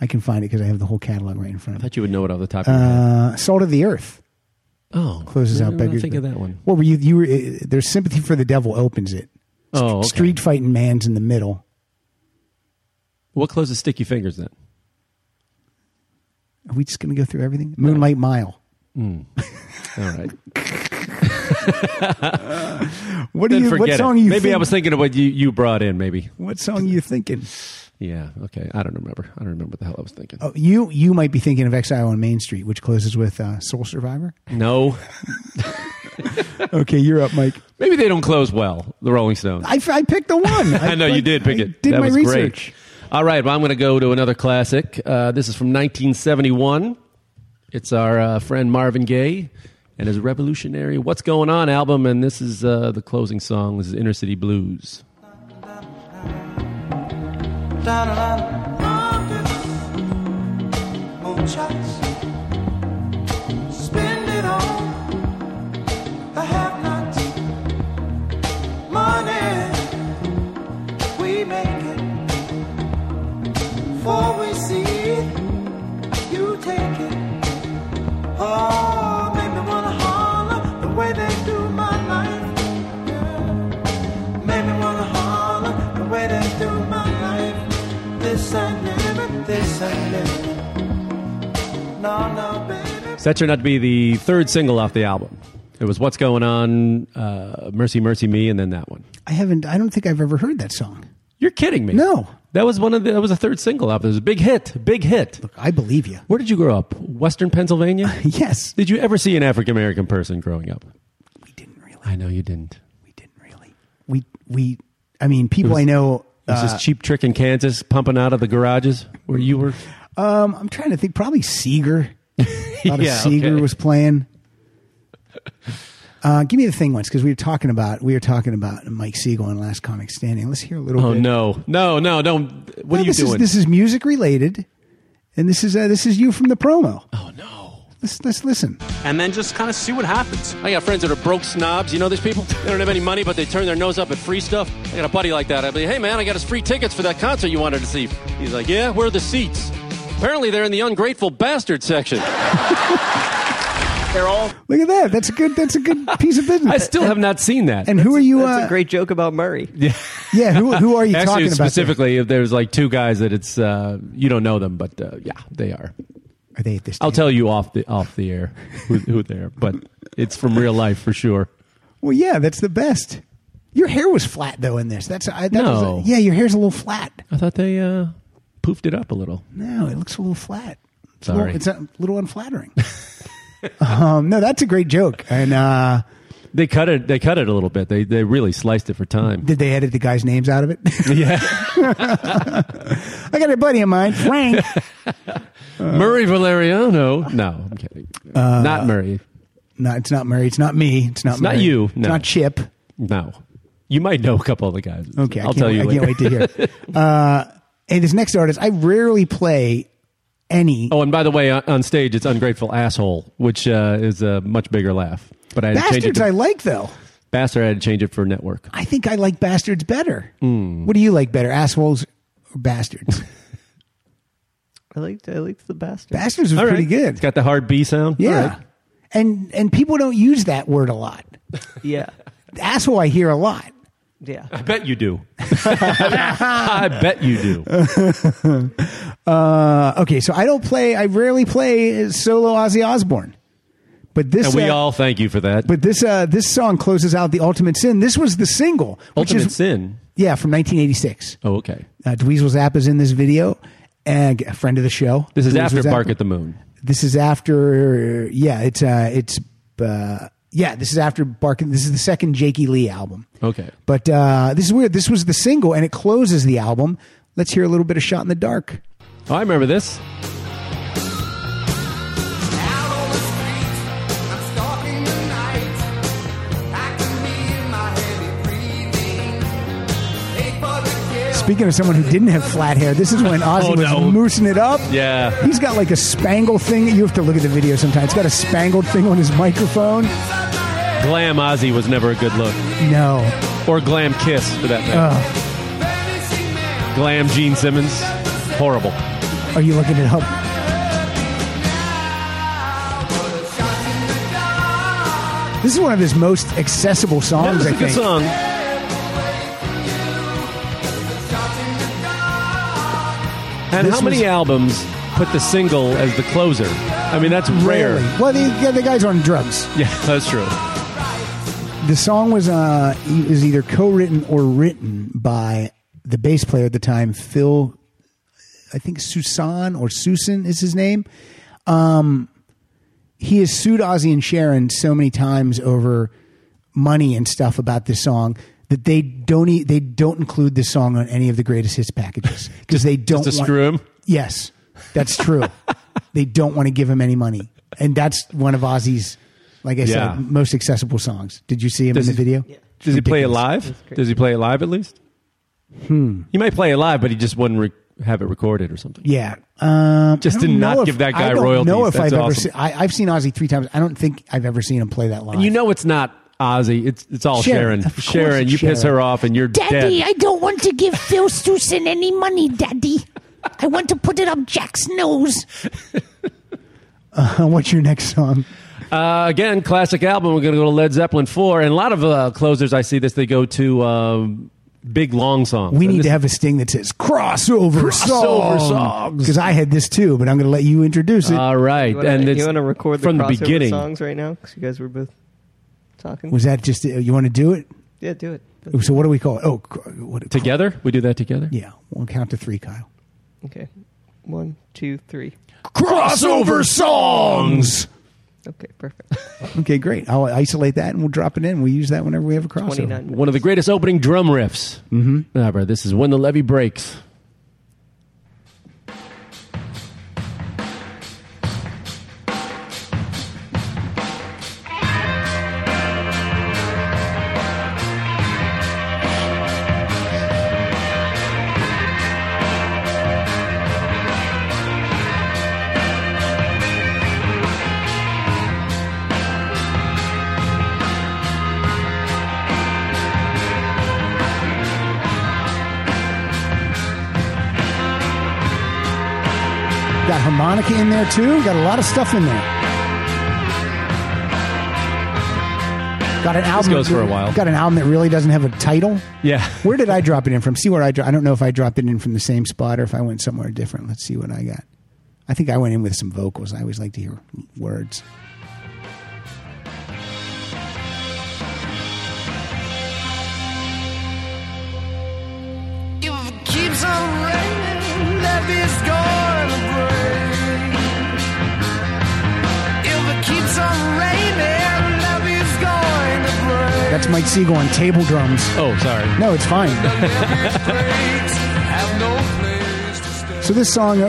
Speaker 2: I can find it because I have the whole catalog right in front
Speaker 3: I
Speaker 2: of me.
Speaker 3: thought you would know it off the top of your head.
Speaker 2: Uh, Salt of the Earth
Speaker 3: Oh,
Speaker 2: closes
Speaker 3: I
Speaker 2: out
Speaker 3: don't
Speaker 2: Beggar's
Speaker 3: Think of
Speaker 2: Banquet.
Speaker 3: that one.
Speaker 2: What were you? You were. Uh, there's Sympathy for the Devil opens it.
Speaker 3: Oh, okay.
Speaker 2: Street Fighting Man's in the middle.
Speaker 3: What closes "Sticky Fingers"? Then
Speaker 2: Are we just going to go through everything? Moonlight Mile.
Speaker 3: all right.
Speaker 2: What do
Speaker 3: then
Speaker 2: you?
Speaker 3: forget
Speaker 2: What
Speaker 3: it.
Speaker 2: song are you?
Speaker 3: maybe
Speaker 2: think-
Speaker 3: I was thinking of what you, you brought in. Maybe.
Speaker 2: What song are you thinking?
Speaker 3: Yeah. Okay. I don't remember. I don't remember what the hell I was thinking.
Speaker 2: Oh, you you might be thinking of Exile on Main Street, which closes with uh, Soul Survivor.
Speaker 3: No.
Speaker 2: Okay, you're up, Mike.
Speaker 3: Maybe they don't close well, the Rolling Stones.
Speaker 2: I, I picked the one.
Speaker 3: I, know you did pick
Speaker 2: I
Speaker 3: it.
Speaker 2: Did
Speaker 3: that
Speaker 2: my
Speaker 3: was
Speaker 2: research.
Speaker 3: Great. All right, well, I'm going to go to another classic. Uh, this is from 1971. It's our uh, friend Marvin Gaye and his revolutionary "What's Going On" album, and this is uh, the closing song. This is "Inner City Blues."
Speaker 7: Spend it on the have-nots. Money, we make it. Before we see it, you take it. Oh, make me wanna holler the way they do my life. Yeah. Make me wanna holler the way they do my life. This ain't living, this ain't living. No, no, baby.
Speaker 3: So that turned out to be the third single off the album. It was "What's Going On," uh, "Mercy, Mercy Me," and then that one.
Speaker 2: I haven't. I don't think I've ever heard that song.
Speaker 3: You're kidding me?
Speaker 2: No.
Speaker 3: that was one of the, that was a third single off. It was a big hit, big hit.
Speaker 2: I believe you.
Speaker 3: Where did you grow up? Western Pennsylvania.
Speaker 2: Yes,
Speaker 3: Did you ever see an African American person growing up?
Speaker 2: we didn't really.
Speaker 3: I know you didn't.
Speaker 2: We didn't really. We we. I mean, people I know.
Speaker 3: It was
Speaker 2: uh,
Speaker 3: this cheap trick in Kansas pumping out of the garages where you were.
Speaker 2: um, I'm trying to think. Probably Seeger. A lot
Speaker 3: Yeah,
Speaker 2: of Seeger
Speaker 3: okay.
Speaker 2: was playing. Uh, give me the thing once because we were talking about we were talking about Mike Siegel and Last Comic Standing. Let's hear a little.
Speaker 3: Oh
Speaker 2: bit.
Speaker 3: no, no, no, don't.
Speaker 2: No,
Speaker 3: What are you
Speaker 2: this Is,
Speaker 3: doing?
Speaker 2: this is music related, and this is uh, this is you from the promo.
Speaker 3: oh no.
Speaker 2: Let's let's listen.
Speaker 8: and then just kind of see what happens.
Speaker 3: I got friends that are broke snobs. You know these people? They don't have any money, but they turn their nose up at free stuff. I got a buddy like that. I'd be, hey man, I got us free tickets for that concert you wanted to see. He's like, yeah, where are the seats? Apparently they're in the ungrateful bastard section.
Speaker 8: They're all
Speaker 2: Look at that. That's a good. That's a good piece of business.
Speaker 3: I still have not seen that.
Speaker 2: and who are you?
Speaker 4: That's
Speaker 2: uh,
Speaker 4: a great joke about Murray.
Speaker 2: yeah. Who who are you
Speaker 3: Actually,
Speaker 2: talking about? there?
Speaker 3: specifically, if there's like two guys that it's uh, you don't know them, but uh, yeah, they are.
Speaker 2: Are they at this?
Speaker 3: I'll
Speaker 2: table?
Speaker 3: tell you off the off the air who, who they are, but it's from real life for sure.
Speaker 2: Well, yeah, that's the best. Your hair was flat though in this. That's I, that
Speaker 3: No.
Speaker 2: Was a- yeah, your hair's a little flat.
Speaker 3: I thought they uh, poofed it up a little.
Speaker 2: No, it looks a little flat. It's
Speaker 3: Sorry.
Speaker 2: a little, it's a little unflattering. um, no, that's a great joke. And uh,
Speaker 3: They cut it. They cut it a little bit. They they really sliced it for time.
Speaker 2: did they edit the guys' names out of it?
Speaker 3: Yeah,
Speaker 2: I got a buddy of mine, Frank.
Speaker 3: Murray Valeriano. No, I'm kidding.
Speaker 2: Uh,
Speaker 3: not Murray.
Speaker 2: no, it's not Murray. It's not me. It's not.
Speaker 3: It's not
Speaker 2: Murray.
Speaker 3: you,
Speaker 2: It's
Speaker 3: no.
Speaker 2: not Chip.
Speaker 3: No, you might know a couple of the guys.
Speaker 2: Okay, I
Speaker 3: I'll
Speaker 2: can't,
Speaker 3: tell you.
Speaker 2: I can't
Speaker 3: later.
Speaker 2: wait to hear. Uh, and this next artist, I rarely play any.
Speaker 3: Oh, and by the way, on, on stage it's ungrateful asshole, which uh, is a much bigger laugh. But I had to change it
Speaker 2: Bastards,
Speaker 3: to
Speaker 2: I like though.
Speaker 3: bastard. I had to change it for network.
Speaker 2: I think I like bastards better.
Speaker 3: Hmm.
Speaker 2: What do you like better, assholes or bastards?
Speaker 4: I liked I liked the bastard.
Speaker 2: bastards was
Speaker 3: All right.
Speaker 2: pretty good.
Speaker 3: It's got the hard B sound.
Speaker 2: yeah,
Speaker 3: All right.
Speaker 2: and and people don't use that word a lot.
Speaker 4: yeah,
Speaker 2: Asshole, I hear a lot.
Speaker 4: yeah.
Speaker 3: I bet you do. I bet you do.
Speaker 2: Uh, okay, so I don't play. I rarely play solo Ozzy Osbourne, but this
Speaker 3: And we
Speaker 2: uh,
Speaker 3: all thank you for that.
Speaker 2: But this uh, this song closes out the Ultimate Sin. This was the single, which
Speaker 3: Ultimate
Speaker 2: is
Speaker 3: Sin.
Speaker 2: yeah from 1986.
Speaker 3: Oh, okay.
Speaker 2: Uh, Dweezil Zappa's in this video, and a friend of the show.
Speaker 3: This is
Speaker 2: Dweezil
Speaker 3: after
Speaker 2: Zappa.
Speaker 3: Bark at the Moon.
Speaker 2: This is after yeah, it's uh, it's uh, yeah, this is after Bark. This is the second Jakey Lee album.
Speaker 3: Okay.
Speaker 2: But uh, this is weird. This was the single, and it closes the album. Let's hear a little bit of "Shot in the Dark."
Speaker 3: Oh, I remember this.
Speaker 2: Speaking of someone who didn't have flat hair, this is when Ozzy
Speaker 3: Oh,
Speaker 2: was
Speaker 3: no.
Speaker 2: moosing it up.
Speaker 3: Yeah.
Speaker 2: He's got like a spangle thing. You have to look at the video sometimes. He's got a spangled thing on his microphone.
Speaker 3: Glam Ozzy was never a good look.
Speaker 2: No.
Speaker 3: Or Glam Kiss, for that matter. Glam Gene Simmons. Horrible.
Speaker 2: Are you looking it up? This is one of his most accessible
Speaker 3: That
Speaker 2: songs,
Speaker 3: was
Speaker 2: I
Speaker 3: a good
Speaker 2: think.
Speaker 3: song. And
Speaker 2: This
Speaker 3: how many
Speaker 2: was-
Speaker 3: albums put the single as the closer? I mean, that's rare.
Speaker 2: Rarely. Well, the, yeah, the guy's on drugs.
Speaker 3: Yeah, that's true.
Speaker 2: The song was uh, it was either co-written or written by the bass player at the time, Phil. I think Susan or Susan is his name. Um, he has sued Ozzy and Sharon so many times over money and stuff about this song that they don't e- they don't include this song on any of the greatest hits packages because they don't
Speaker 3: Just to
Speaker 2: want-
Speaker 3: screw him.
Speaker 2: Yes, that's true. they don't want to give him any money, and that's one of Ozzy's, like I
Speaker 3: Yeah.
Speaker 2: said, most accessible songs. Did you see him
Speaker 3: Does
Speaker 2: in the
Speaker 3: he-
Speaker 2: video?
Speaker 3: Does he play it
Speaker 2: Ridiculous.
Speaker 3: live? Does he play it live at least? Hmm. He might play it live, but he just wouldn't re- have it recorded or something.
Speaker 2: Yeah. Um,
Speaker 3: Just
Speaker 2: I don't
Speaker 3: did not
Speaker 2: know if-
Speaker 3: give that guy
Speaker 2: I don't
Speaker 3: royalties.
Speaker 2: Know if
Speaker 3: That's
Speaker 2: I've ever
Speaker 3: awesome.
Speaker 2: seen, I, have seen Ozzy three times. I don't think I've ever seen him play that live.
Speaker 3: And you know it's not Ozzy. It's it's all
Speaker 2: Sharon.
Speaker 3: Sharon.
Speaker 2: Of course
Speaker 3: Sharon,
Speaker 2: it's
Speaker 3: you piss
Speaker 2: Sharon.
Speaker 3: her off, and you're
Speaker 9: Daddy,
Speaker 3: dead.
Speaker 9: I don't want to give Phil Susan any money, Daddy. I want to put it up Jack's nose.
Speaker 2: Uh, what's your next song?
Speaker 3: Uh, again, classic album. We're going to go to Led Zeppelin four, and a lot of uh, closers. I see this. They go to um, big long songs.
Speaker 2: We
Speaker 3: And
Speaker 2: need
Speaker 3: this-
Speaker 2: to have a sting that says crossover,
Speaker 3: Crossover songs. Uh,
Speaker 2: Because I had this too, but I'm going to let you introduce it.
Speaker 3: All right,
Speaker 4: You wanna,
Speaker 3: and it's
Speaker 4: you want to record the
Speaker 3: from the
Speaker 4: crossover
Speaker 3: beginning.
Speaker 4: songs right now because you guys were both talking.
Speaker 2: Was that just uh, you want to do it?
Speaker 4: yeah, do it.
Speaker 2: So what do we call it? Oh, cr- what,
Speaker 3: together. We do that together.
Speaker 2: Yeah, we'll count to three, Kyle.
Speaker 4: Okay, one, two, three.
Speaker 2: Crossover songs.
Speaker 4: Okay, perfect.
Speaker 2: Okay, great. I'll isolate that and we'll drop it in. We'll use that whenever we have a crossover.
Speaker 4: Twenty nine.
Speaker 3: One of the greatest opening drum riffs mm-hmm. ever. This is when the levee breaks.
Speaker 2: got harmonica in there too. Got a lot of stuff in there. Got an album.
Speaker 3: goes
Speaker 2: that-
Speaker 3: for a while.
Speaker 2: Got an album that really doesn't have a title.
Speaker 3: Yeah.
Speaker 2: Where did I drop it in from? See where I. Dro- I don't know if I dropped it in from the same spot or if I went somewhere different. Let's see what I got. I think I went in with some vocals. I always like to hear words.
Speaker 10: If it keeps on raining, that beer's gonna break. If it keeps on raining, that beer's going to break.
Speaker 2: That's Mike Siegel on table drums.
Speaker 3: Oh, sorry.
Speaker 2: No, it's fine.
Speaker 10: Breaks have no place to stay.
Speaker 2: So this song, uh,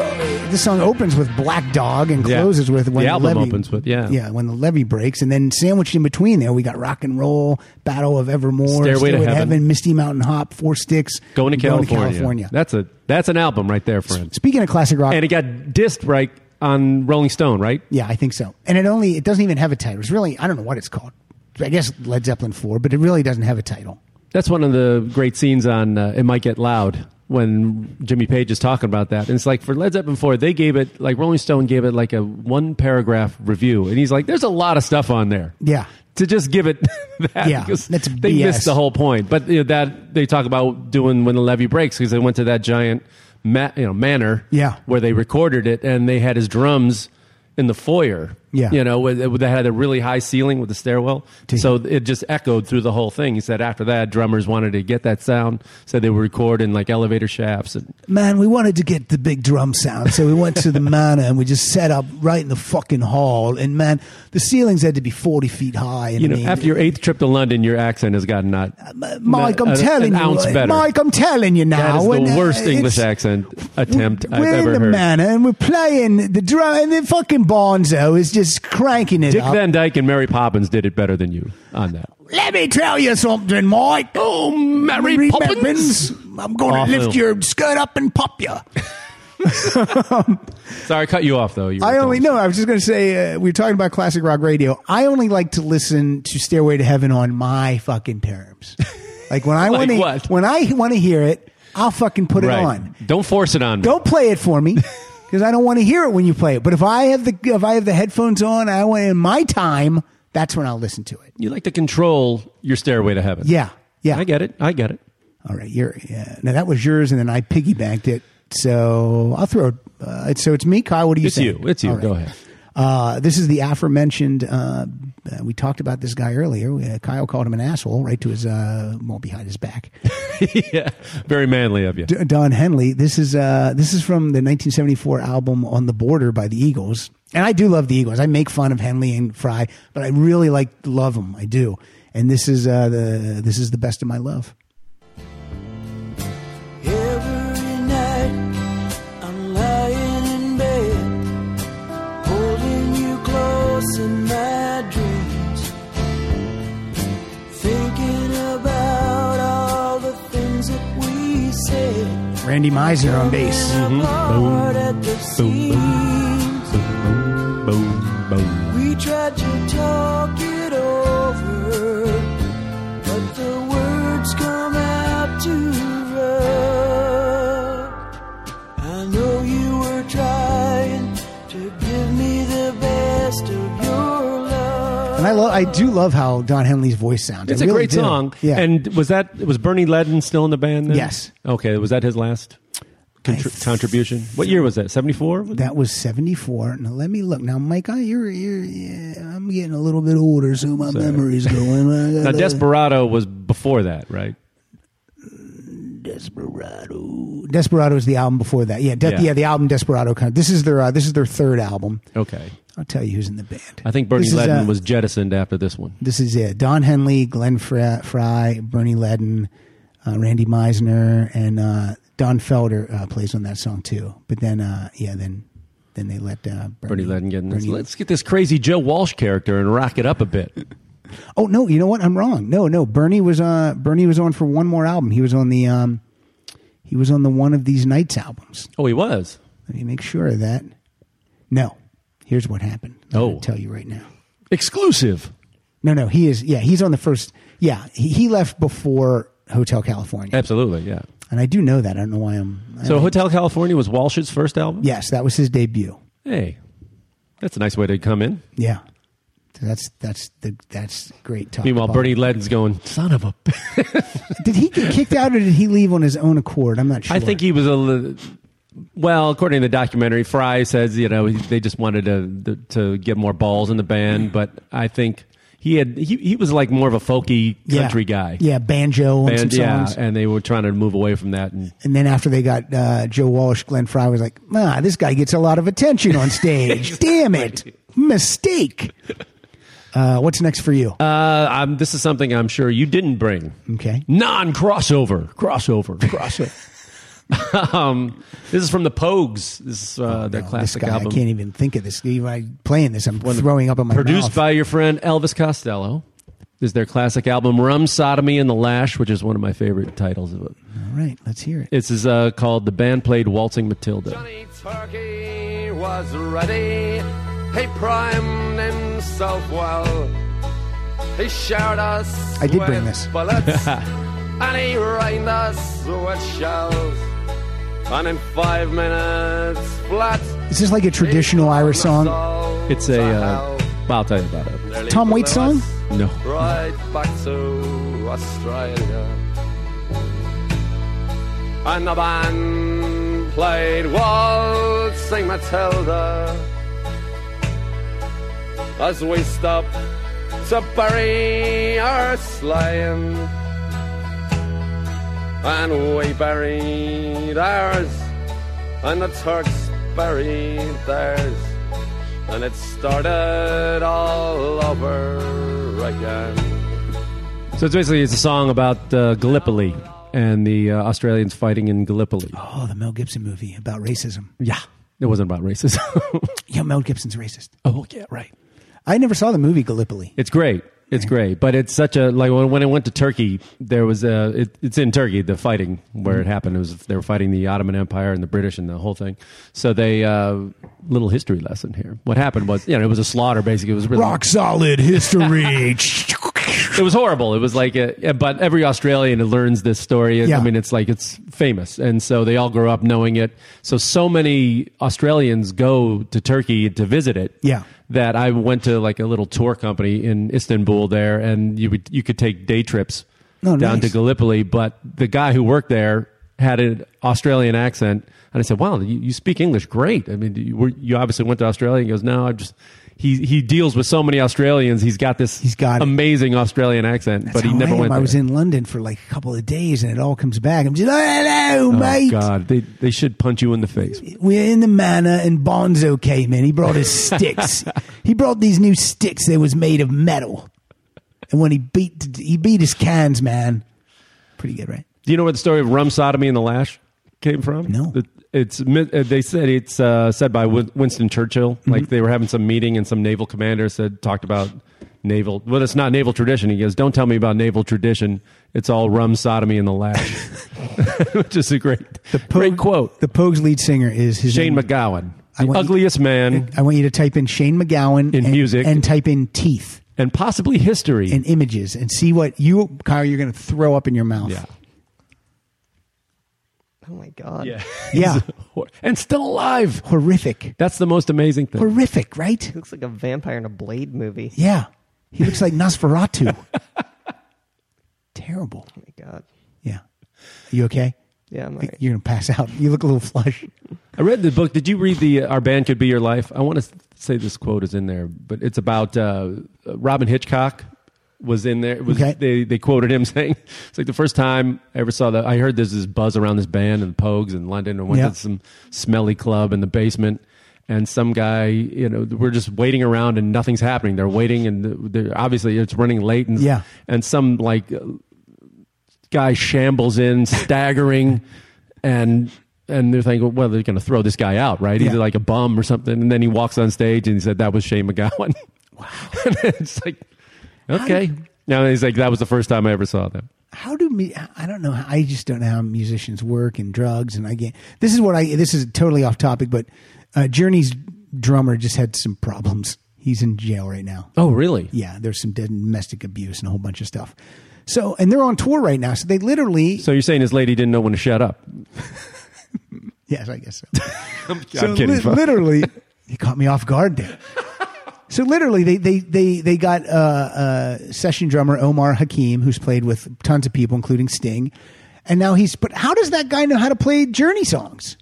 Speaker 2: this song opens with Black Dog and
Speaker 3: Yeah.
Speaker 2: closes with when the,
Speaker 3: The album
Speaker 2: levee,
Speaker 3: opens with, yeah.
Speaker 2: yeah when the levee breaks, and then sandwiched in between there we got rock and roll, Battle of Evermore,
Speaker 3: Stairway to Heaven.
Speaker 2: Misty Mountain Hop, Four Sticks,
Speaker 3: Going to California.
Speaker 2: California.
Speaker 3: That's a that's an album right there, friends.
Speaker 2: Speaking of classic rock,
Speaker 3: And it got dissed right on Rolling Stone, right?
Speaker 2: yeah, I think so. And it only it doesn't even have a title. It's really I don't know what it's called. I guess Led Zeppelin Four, but it really doesn't have a title.
Speaker 3: That's one of the great scenes on uh, It Might Get Loud when Jimmy Page is talking about that. And it's like for Led Zeppelin 4, they gave it, like Rolling Stone gave it like a one paragraph review. And he's like, there's a lot of stuff on there.
Speaker 2: Yeah.
Speaker 3: To just give it that.
Speaker 2: Yeah,
Speaker 3: because
Speaker 2: that's
Speaker 3: they
Speaker 2: BS.
Speaker 3: missed the whole point. But you know, that they talk about doing when the levee breaks because they went to that giant ma- you know, manor
Speaker 2: Yeah.
Speaker 3: where they recorded it and they had his drums in the foyer.
Speaker 2: Yeah.
Speaker 3: You know, where they where they had a really high ceiling with the stairwell.
Speaker 2: Damn.
Speaker 3: So it just echoed through the whole thing. He said after that, drummers wanted to get that sound, so they would record in like elevator shafts. And
Speaker 2: Man, we wanted to get the big drum sound, so we went to the manor and we just set up right in the fucking hall. And man, the ceilings had to be forty feet high. And
Speaker 3: you
Speaker 2: I
Speaker 3: know,
Speaker 2: mean-
Speaker 3: after your eighth trip to London, your accent has gotten not
Speaker 2: Mike, I'm
Speaker 3: not- an
Speaker 2: telling
Speaker 3: ounce
Speaker 2: you,
Speaker 3: better.
Speaker 2: Mike, I'm telling you
Speaker 3: That
Speaker 2: now.
Speaker 3: is the
Speaker 2: and, uh,
Speaker 3: worst
Speaker 2: it's-
Speaker 3: English accent attempt
Speaker 2: We're
Speaker 3: I've
Speaker 2: in
Speaker 3: ever
Speaker 2: the
Speaker 3: heard.
Speaker 2: manor and we're playing the drum, and the fucking Bonzo is just cranking it
Speaker 3: Dick
Speaker 2: up.
Speaker 3: Van Dyke and Mary Poppins did it better than you on that.
Speaker 2: Let me tell you something, Mike. Oh,
Speaker 3: Mary Poppins.
Speaker 2: I'm going
Speaker 3: Awful.
Speaker 2: to lift your skirt up and pop you.
Speaker 3: Sorry, I cut you off though. You were
Speaker 2: I only
Speaker 3: telling us.
Speaker 2: no. I was just going to say uh, we were talking about classic rock radio. I only like to listen to Stairway to Heaven on my fucking terms. Like when I
Speaker 3: Like
Speaker 2: want
Speaker 3: what?
Speaker 2: to when I want to hear it, I'll fucking put
Speaker 3: Right.
Speaker 2: it on.
Speaker 3: Don't force it on me.
Speaker 2: Don't play it for me because I don't want to hear it when you play it. But if I have the if I have the headphones on, I want in my time. That's when I'll listen to it.
Speaker 3: You like to control your stairway to heaven.
Speaker 2: Yeah, yeah.
Speaker 3: I get it. I get it.
Speaker 2: All right, you're yeah. Now that was yours, and then I piggy banked it. So I'll throw. it. Uh, it's- so it's me, Kyle. What do you
Speaker 3: It's
Speaker 2: say?
Speaker 3: you. It's you.
Speaker 2: All right.
Speaker 3: Go ahead.
Speaker 2: Uh, this is the aforementioned. Uh, uh, we talked about this guy earlier. Uh, Kyle called him an asshole, right to his uh, well behind his back.
Speaker 3: yeah, very manly of you.
Speaker 2: D- Don Henley. This is uh, this is from the 1974 album On the Border by the Eagles. And I do love the Eagles. I make fun of Henley and Fry, but I really like love them. I do. And this is uh, the this is the best of my love.
Speaker 6: Every night I'm lying in bed, holding you close in my dreams, thinking about all the things that we said.
Speaker 2: Randy Meisner on bass.
Speaker 6: Apart at the
Speaker 3: Boom, boom.
Speaker 6: seams.
Speaker 3: Boom, boom.
Speaker 6: We tried to talk it over, but the words come out too rough. I know you were trying to give me the best of your love.
Speaker 2: And I love I do love how Don Henley's voice sounds.
Speaker 3: It's
Speaker 2: I
Speaker 3: a
Speaker 2: really
Speaker 3: great
Speaker 2: do.
Speaker 3: song.
Speaker 2: Yeah.
Speaker 3: And was that was Bernie Ledden still in the band? Then?
Speaker 2: Yes.
Speaker 3: Okay. Was that his last contr- contribution? What year was that? Seventy four.
Speaker 2: That was seventy four. Now let me look. Now, Mike, I, you're you're yeah, I'm getting a little bit older, so my memory's going.
Speaker 3: Now Desperado was before that, right?
Speaker 2: Desperado. Desperado is the album before that. Yeah, De-
Speaker 3: Yeah.
Speaker 2: yeah. the album Desperado. Kind of, this is their uh, this is their third album.
Speaker 3: Okay.
Speaker 2: I'll tell you who's in the band.
Speaker 3: I think Bernie
Speaker 2: This is,
Speaker 3: Ledden
Speaker 2: uh,
Speaker 3: was jettisoned after this one.
Speaker 2: This is it. Don Henley, Glenn Fry, Fry Bernie Ledden, uh, Randy Meisner, and uh, Don Felder uh, plays on that song too. But then, uh, yeah, then then they let uh,
Speaker 3: Bernie Ledden getting this.
Speaker 2: Bernie-
Speaker 3: Let's get this crazy Joe Walsh character and rock it up a bit.
Speaker 2: Oh no, you know what? I'm wrong. No, no, Bernie was uh, Bernie was on for one more album. He was on the um, he was on the one of these nights albums.
Speaker 3: Oh, he was.
Speaker 2: Let me make sure of that. No, here's what happened. I'm
Speaker 3: Oh.
Speaker 2: gonna tell you right now.
Speaker 3: Exclusive.
Speaker 2: No, no, he is. Yeah, he's on the first. Yeah, he, he left before Hotel California.
Speaker 3: Absolutely. Yeah.
Speaker 2: and I do know that. I don't know why I'm. I
Speaker 3: So,
Speaker 2: don't-
Speaker 3: Hotel California was Walsh's first album.
Speaker 2: yes, that was his debut.
Speaker 3: Hey, that's a nice way to come in.
Speaker 2: Yeah, so that's that's the that's great. Talk
Speaker 3: Meanwhile,
Speaker 2: about.
Speaker 3: Bernie Ledden's going. Son of a. bitch."
Speaker 2: did he get kicked out or did he leave on his own accord? I'm not sure.
Speaker 3: I think he was a. li- Well, according to the documentary, Fry says you know he- they just wanted to to get more balls in the band, but I think he had he, he was like more of a folky
Speaker 2: Yeah.
Speaker 3: country guy.
Speaker 2: Yeah, banjo and some
Speaker 3: And, yeah,
Speaker 2: songs.
Speaker 3: and they were trying to move away from that. And
Speaker 2: And then after they got uh, Joe Walsh, Glenn Fry was like, "Ah, this guy gets a lot of attention on stage. Damn it, mistake." Uh, what's next for you?
Speaker 3: uh, I'm, this is something I'm sure you didn't bring.
Speaker 2: Okay.
Speaker 3: Non crossover, crossover, crossover. um, this is from the Pogues. This is uh, their
Speaker 2: this
Speaker 3: classic
Speaker 2: guy,
Speaker 3: album.
Speaker 2: I can't even think of this. Even I playing this, I'm throwing up in my
Speaker 3: produced
Speaker 2: mouth.
Speaker 3: by your friend Elvis Costello. This is their classic album Rum Sodomy and the Lash, which is one of my favorite titles of it.
Speaker 2: All right, let's hear it.
Speaker 3: This is uh, called The Band Played Waltzing Matilda.
Speaker 11: Johnny Turkey was ready. He primed himself well. He showered us.
Speaker 2: I did
Speaker 11: with
Speaker 2: bring this.
Speaker 11: Bullets, and he rained us with shells. And in five minutes flat,
Speaker 2: Is this like a traditional Irish song?
Speaker 3: It's a. Uh, well, I'll tell you about it.
Speaker 11: nearly
Speaker 2: Tom Waits
Speaker 11: blew
Speaker 2: song?
Speaker 11: us
Speaker 3: No.
Speaker 11: Right back to Australia. And the band played Waltzing Matilda as we stopped to bury our slain. And we buried ours, and the Turks buried theirs. And it started all over again.
Speaker 3: So it's basically it's a song about uh, Gallipoli and the uh, Australians fighting in Gallipoli.
Speaker 2: Oh, the Mel Gibson movie about racism.
Speaker 3: Yeah. It wasn't about racism.
Speaker 2: Yeah, Mel Gibson's racist.
Speaker 3: oh, yeah, right.
Speaker 2: I never saw the movie Gallipoli.
Speaker 3: It's great. It's great, but it's such a like when, when I went to Turkey, there was a it, it's in Turkey the fighting where it happened. It was they were fighting the Ottoman Empire and the British and the whole thing. So they uh, little history lesson here. What happened was you know it was a slaughter basically. It was really
Speaker 2: Rock solid history.
Speaker 3: it was horrible. It was like, a, but every Australian who learns this story.
Speaker 2: Yeah.
Speaker 3: I mean, it's like it's famous, and so they all grow up knowing it. So so many Australians go to Turkey to visit it.
Speaker 2: Yeah.
Speaker 3: that I went to like a little tour company in Istanbul there, and you would you could take day trips
Speaker 2: Oh,
Speaker 3: down to
Speaker 2: nice.
Speaker 3: Gallipoli. But the guy who worked there had an Australian accent, and I said, "Wow, you, you speak English great. I mean, you, were, you obviously went to Australia." He goes, "No, I just." He, he deals with so many Australians. He's got this
Speaker 2: He's got it.
Speaker 3: amazing Australian accent,
Speaker 2: That's
Speaker 3: but he
Speaker 2: how
Speaker 3: never
Speaker 2: I am.
Speaker 3: went.
Speaker 2: I
Speaker 3: there.
Speaker 2: was in London for like a couple of days, and it all comes back. I'm just, oh, hello,
Speaker 3: Oh
Speaker 2: mate.
Speaker 3: God, they they should punch you in the face.
Speaker 2: We're in the manor, and Bonzo came in. He brought his sticks. he brought these new sticks that was made of metal. And when he beat he beat his cans, man. Pretty good, right?
Speaker 3: Do you know where the story of rum sodomy and the lash came from?
Speaker 2: No.
Speaker 3: The- It's mi- uh, they said it's uh, said by Win- Winston Churchill.
Speaker 2: Mm-hmm.
Speaker 3: Like they were having some meeting and some naval commander said talked about naval. Well, it's not naval tradition. He goes, "Don't tell me about naval tradition. It's all rum sodomy and the lash," which is a great great quote.
Speaker 2: The Pogues lead singer is his
Speaker 3: Shane
Speaker 2: name-
Speaker 3: McGowan,
Speaker 2: I
Speaker 3: the
Speaker 2: want-
Speaker 3: ugliest man,
Speaker 2: I want you to type in Shane McGowan
Speaker 3: In
Speaker 2: and,
Speaker 3: music.
Speaker 2: and type in teeth
Speaker 3: and possibly history.
Speaker 2: and images and see what you, Kyle, you're going to throw up in your mouth.
Speaker 3: yeah.
Speaker 4: Oh my god.
Speaker 3: Yeah.
Speaker 2: Yeah.
Speaker 3: and still alive.
Speaker 2: Horrific.
Speaker 3: That's the most amazing thing.
Speaker 2: Horrific, right?
Speaker 4: He looks like a vampire in a Blade movie.
Speaker 2: Yeah. He looks like Nosferatu. Terrible.
Speaker 4: Oh my god.
Speaker 2: Yeah. you okay?
Speaker 4: Yeah,
Speaker 2: I
Speaker 4: I'm all
Speaker 2: think
Speaker 4: right.
Speaker 2: You're going to pass out. You look a little flush.
Speaker 3: I read the book. Did you read the uh, "Our Band Could Be Your Life"? I want to say this quote is in there, but it's about uh, Robin Hitchcock was in there. It was-
Speaker 2: Okay.
Speaker 3: They they quoted him saying, "It's like the first time I ever saw that. I heard there's this buzz around this band and the Pogues in London, and went
Speaker 2: Yeah.
Speaker 3: to some smelly club in the basement." And some guy, you know, we're just waiting around and nothing's happening. They're waiting and they're, obviously it's running late. And,
Speaker 2: Yeah.
Speaker 3: and some like guy shambles in, staggering, and and they're thinking, well, they're going to throw this guy out, right? He's
Speaker 2: Yeah.
Speaker 3: like a bum or something. And then he walks on stage and he said, "That was Shane McGowan." Wow. and it's like, okay. Now he's like, that was the first time I ever saw them.
Speaker 2: How do me? I don't know. how- I just don't know how musicians work and drugs. And I get this is what I. This is totally off topic, but uh, Journey's drummer just had some problems. He's in jail right now.
Speaker 3: Oh, really?
Speaker 2: Yeah, there's some domestic abuse and a whole bunch of stuff. So, and they're on tour right now. So they literally,
Speaker 3: So you're saying his lady didn't know when to shut up?
Speaker 2: yes, I guess so.
Speaker 3: I'm,
Speaker 2: so li- literally, he caught me off guard there. so literally, they they they they got uh, uh, session drummer Omar Hakim, who's played with tons of people, including Sting, and now he's. But how does that guy know how to play Journey songs?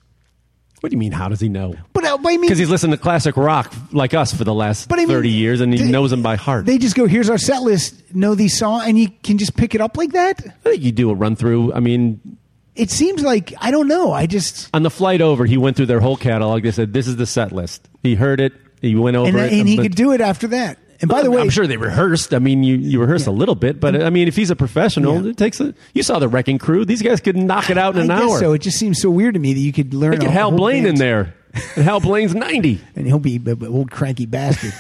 Speaker 3: What do you mean? How does he know?
Speaker 2: But, uh, but I mean,
Speaker 3: Because he's listened to classic rock like us for the last
Speaker 2: But I mean,
Speaker 3: thirty years, and he
Speaker 2: d-
Speaker 3: knows them by heart.
Speaker 2: they just go, "Here's our set list. Know these songs," and you can just pick it up like that.
Speaker 3: I think you do a run through. I mean,
Speaker 2: It seems like I don't know. I just
Speaker 3: on the flight over, he went through their whole catalog. They said, "This is the set list." He heard it. He went over
Speaker 2: and,
Speaker 3: it.
Speaker 2: and he
Speaker 3: but-
Speaker 2: could do it after that. And by the
Speaker 3: I'm
Speaker 2: way,
Speaker 3: sure they rehearsed. I mean, you, you rehearse a little bit, but I mean, if he's a professional, it takes a. You saw the Wrecking Crew; these guys could knock it out
Speaker 2: I
Speaker 3: in an
Speaker 2: guess
Speaker 3: hour.
Speaker 2: so. It just seems so weird to me that you could learn.
Speaker 3: They get
Speaker 2: a
Speaker 3: Hal
Speaker 2: whole
Speaker 3: Blaine in
Speaker 2: band.
Speaker 3: there. And Hal Blaine's ninety.
Speaker 2: and he'll be an old cranky bastard.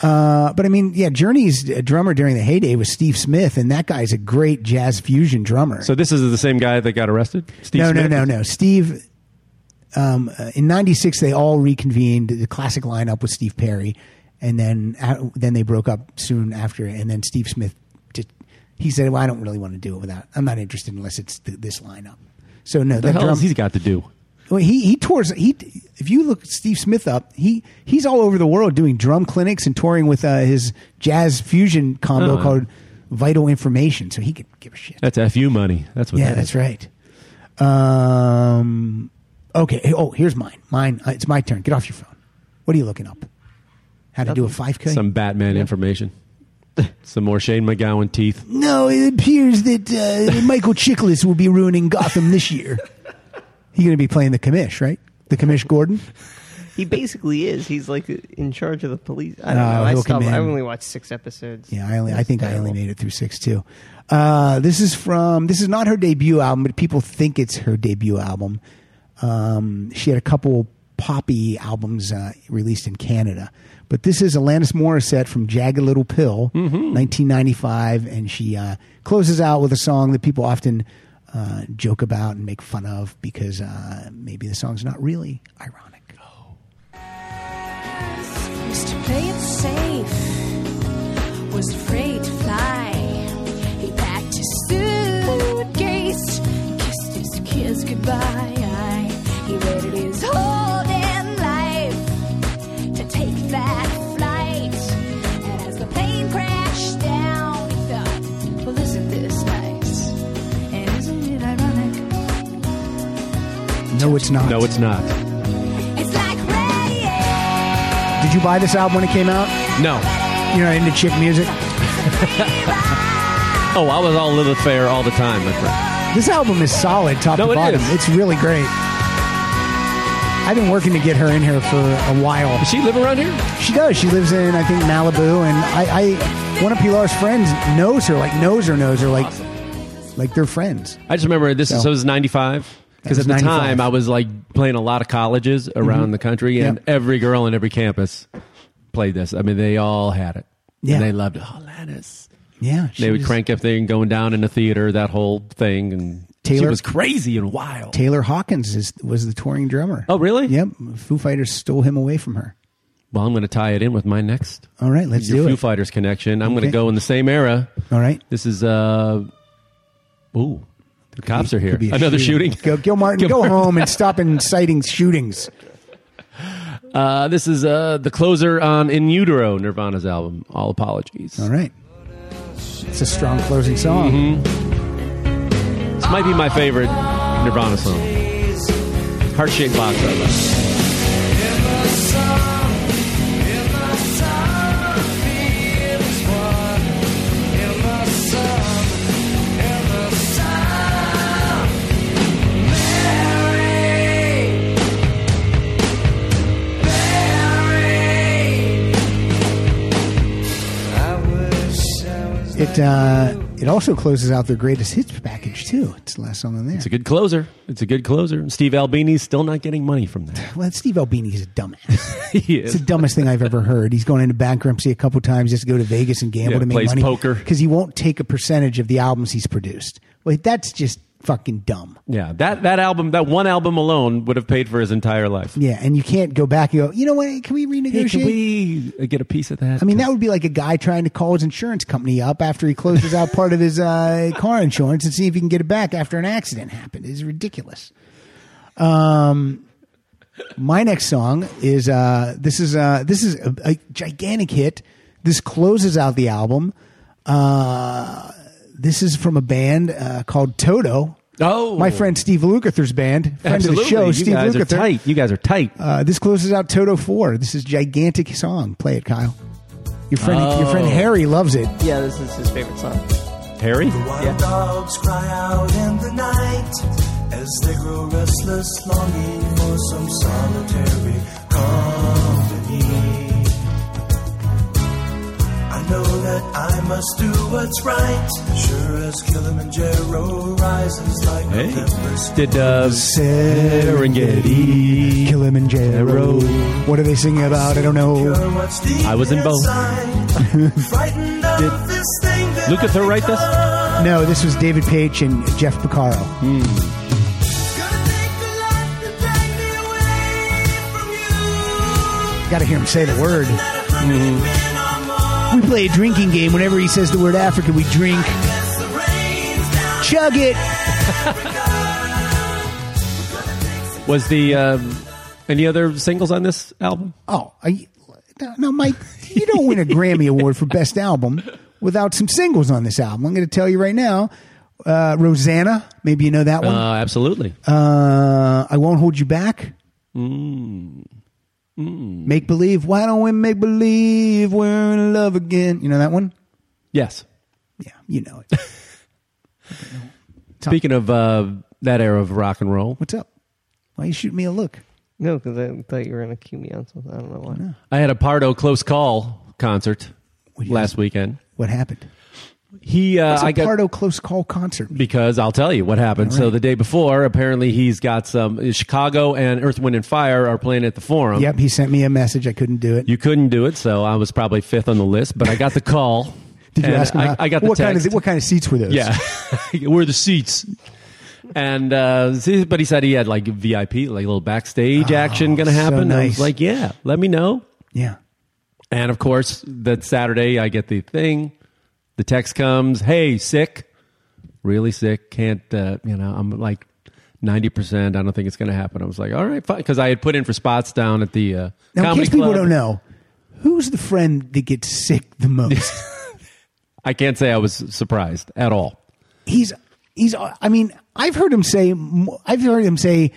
Speaker 2: uh, but I mean, yeah, Journey's uh, drummer during the heyday was Steve Smith, and that guy's a great jazz fusion drummer.
Speaker 3: So this is the same guy that got arrested. Steve
Speaker 2: no,
Speaker 3: Smith?
Speaker 2: no, no, no. Steve, um, uh, in '96, they all reconvened the classic lineup with Steve Perry, and then uh, then they broke up soon after. And then Steve Smith, just, he said, "Well, I don't really want to do it without. I'm not interested unless it's th- this lineup." So no,
Speaker 3: The
Speaker 2: that
Speaker 3: hell
Speaker 2: drum,
Speaker 3: has he got to do?
Speaker 2: well, he he tours. He if you look Steve Smith up, he he's all over the world doing drum clinics and touring with uh, his jazz fusion combo
Speaker 3: Oh.
Speaker 2: called Vital Information. So he could give a shit.
Speaker 3: That's fu money. That's what.
Speaker 2: yeah,
Speaker 3: that
Speaker 2: that's
Speaker 3: is.
Speaker 2: right. Um, okay. Hey, Oh, here's mine. Mine. Uh, it's my turn. Get off your phone. What are you looking up? How to do a five k?
Speaker 3: Some Batman information. Some more Shane McGowan teeth.
Speaker 2: No, it appears that uh, Michael Chiklis will be ruining Gotham this year. He's going to be playing the commish, right? The commish Gordon.
Speaker 4: He basically is. He's like in charge of the police. I don't
Speaker 2: Oh,
Speaker 4: know. I
Speaker 2: he'll
Speaker 4: stopped.
Speaker 2: come in.
Speaker 4: I only watched six episodes.
Speaker 2: Yeah, I only I think I only made it through six too. Uh, this is from this is not her debut album, but people think it's her debut album. Um, she had a couple poppy albums uh, released in Canada, but this is Alanis Morissette from Jagged Little Pill,
Speaker 3: Mm-hmm.
Speaker 2: 1995, and she uh, closes out with a song that people often uh, joke about and make fun of because uh, maybe the song's not really ironic.
Speaker 12: used to play it safe, was afraid to fly. He packed his suitcase, kissed his kids goodbye. He waited his whole damn life to take that flight. And as the plane crashed down, he thought, well, isn't this nice? And isn't it ironic?
Speaker 2: No, it's not.
Speaker 3: Oh, No, it's not.
Speaker 12: It's like radiation.
Speaker 2: Did you buy this album when it came out?
Speaker 3: No.
Speaker 2: You're not into chick music.
Speaker 3: Oh, I was all Lilith Fair all the time, my friend.
Speaker 2: This album is solid, top
Speaker 3: No,
Speaker 2: to
Speaker 3: it
Speaker 2: bottom.
Speaker 3: is.
Speaker 2: It's really great. I've been working to get her in here for a while.
Speaker 3: Does she live around here?
Speaker 2: She does. She lives in, I think, Malibu, and I, I one of Pilar's friends knows her, like knows her, knows her, like, like they're friends.
Speaker 3: I just remember this is
Speaker 2: So-
Speaker 3: so it was ninety five. Because
Speaker 2: That
Speaker 3: at
Speaker 2: was Mm-hmm.
Speaker 3: the
Speaker 2: 95.
Speaker 3: time I was like playing a lot of colleges around the country, and
Speaker 2: Yep.
Speaker 3: every girl in every campus played this. I mean, they all had it.
Speaker 2: Yeah.
Speaker 3: and they loved it. Oh, Alanis.
Speaker 2: Yeah, she
Speaker 3: They would
Speaker 2: was-
Speaker 3: crank up there and going down in the theater, that whole thing, and she
Speaker 2: Taylor-
Speaker 3: was crazy and wild.
Speaker 2: Taylor Hawkins is, was the touring drummer.
Speaker 3: Oh, really?
Speaker 2: Yep, Foo Fighters stole him away from her.
Speaker 3: Well, I'm going to tie it in with my next.
Speaker 2: All right, let's
Speaker 3: your
Speaker 2: do
Speaker 3: Foo
Speaker 2: it.
Speaker 3: Fighters connection. I'm going
Speaker 2: Okay.
Speaker 3: to go in the same era.
Speaker 2: All right,
Speaker 3: This is uh, ooh, the cops are here.
Speaker 2: Could be a
Speaker 3: Another shooting.
Speaker 2: Go, Gil Martin, go home and stop inciting shootings.
Speaker 3: Uh, this is uh, the closer on In Utero, Nirvana's album. All apologies.
Speaker 2: All right, it's a strong closing song.
Speaker 3: This might be my favorite Nirvana song. Heart shaped box. I love.
Speaker 2: It uh, it also closes out their greatest hits package too. It's the last song on there.
Speaker 3: It's a good closer. It's a good closer. Steve Albini's still not getting money from that.
Speaker 2: well, Steve Albini is a dumbass.
Speaker 3: he
Speaker 2: it's the
Speaker 3: is.
Speaker 2: dumbest thing I've ever heard. He's gone into bankruptcy a couple times just to go to Vegas and gamble
Speaker 3: Yeah,
Speaker 2: to make
Speaker 3: plays
Speaker 2: money.
Speaker 3: poker.
Speaker 2: because he won't take a percentage of the albums he's produced, Like that's just fucking dumb.
Speaker 3: Yeah, that that album, that one album alone would have paid for his entire life.
Speaker 2: Yeah, and you can't go back and go. You know what? Can we renegotiate?
Speaker 3: Hey, can we uh, get a piece of that?
Speaker 2: I mean, that would be like a guy trying to call his insurance company up after he closes out part of his uh, car insurance and see if he can get it back after an accident happened. It's ridiculous. Um, my next song is uh, this is uh, this is a, a gigantic hit. This closes out the album. Uh, this is from a band uh, called Toto.
Speaker 3: Oh,
Speaker 2: My friend Steve Lukather's band, friend
Speaker 3: Absolutely.
Speaker 2: of the show,
Speaker 3: you
Speaker 2: Steve
Speaker 3: guys are
Speaker 2: Lukather.
Speaker 3: tight. You guys are tight.
Speaker 2: Uh, this closes out Toto Four. This is a gigantic song. Play it, Kyle. Your friend, your friend
Speaker 4: Oh.
Speaker 2: Harry loves it.
Speaker 4: Yeah, this is his favorite song.
Speaker 3: Harry?
Speaker 7: Wild dogs cry out in the night as they grow restless, longing for some solitary company. I know that I must do what's right, sure as Kilimanjaro rises like a
Speaker 3: Hey,
Speaker 7: tempest.
Speaker 3: did uh, Serengeti?
Speaker 2: Kilimanjaro. What are they singing about? I don't know.
Speaker 3: I was in both.
Speaker 7: Frightened of this thing that
Speaker 3: Lukather write this?
Speaker 2: No, this was David Page and Jeff Picaro. Got to hear him say the word. We play a drinking game. Whenever he says the word Africa, we drink. Chug it.
Speaker 3: Was the um, any other singles on this album?
Speaker 2: Oh, are you, no, no, Mike, you don't win a Grammy Award for Best Album without some singles on this album. I'm going to tell you right now. Uh, Rosanna, maybe you know that
Speaker 3: Uh,
Speaker 2: one.
Speaker 3: absolutely.
Speaker 2: Uh, I won't hold you back.
Speaker 3: Mm. Mm.
Speaker 2: Make believe. Why don't we make believe we're in love again? You know that one?
Speaker 3: Yes.
Speaker 2: Yeah, you know it. Tom.
Speaker 3: Speaking of uh, that era of rock and roll,
Speaker 2: what's up? Why you shoot me a look?
Speaker 4: No, because I thought you were gonna cue me on something. I don't know why.
Speaker 3: I had a Pardo close call concert last weekend.
Speaker 2: What happened?
Speaker 3: He, uh,
Speaker 2: What's a
Speaker 3: I got
Speaker 2: Pardo close call concert.
Speaker 3: because I'll tell you what happened. So the day before, apparently he's got some Chicago and Earth, Wind and Fire are playing at the Forum.
Speaker 2: Yep, he sent me a message. I couldn't do it.
Speaker 3: You couldn't do it, so I was probably fifth on the list, but I got the call.
Speaker 2: Did you
Speaker 3: and
Speaker 2: ask him?
Speaker 3: I,
Speaker 2: how-
Speaker 3: I got the
Speaker 2: what kind
Speaker 3: text.
Speaker 2: of what kind of seats were those?
Speaker 3: Yeah, where are the seats? And uh, see, but he said he had like VIP, like a little backstage action going to
Speaker 2: Oh, so
Speaker 3: happen. I
Speaker 2: nice.
Speaker 3: was like, yeah, let me know.
Speaker 2: Yeah.
Speaker 3: And of course, that Saturday I get the thing. The text comes, "Hey, sick, really sick. Can't uh, you know? I'm like ninety percent. I don't think it's going to happen." I was like, "All right, fine," because I had put in for spots down at the uh,
Speaker 2: Now, in
Speaker 3: comedy
Speaker 2: case people
Speaker 3: club.
Speaker 2: don't know, who's the friend that gets sick the most?
Speaker 3: I can't say I was surprised at all.
Speaker 2: he's he's. I mean, I've heard him say. mo- I've heard him say.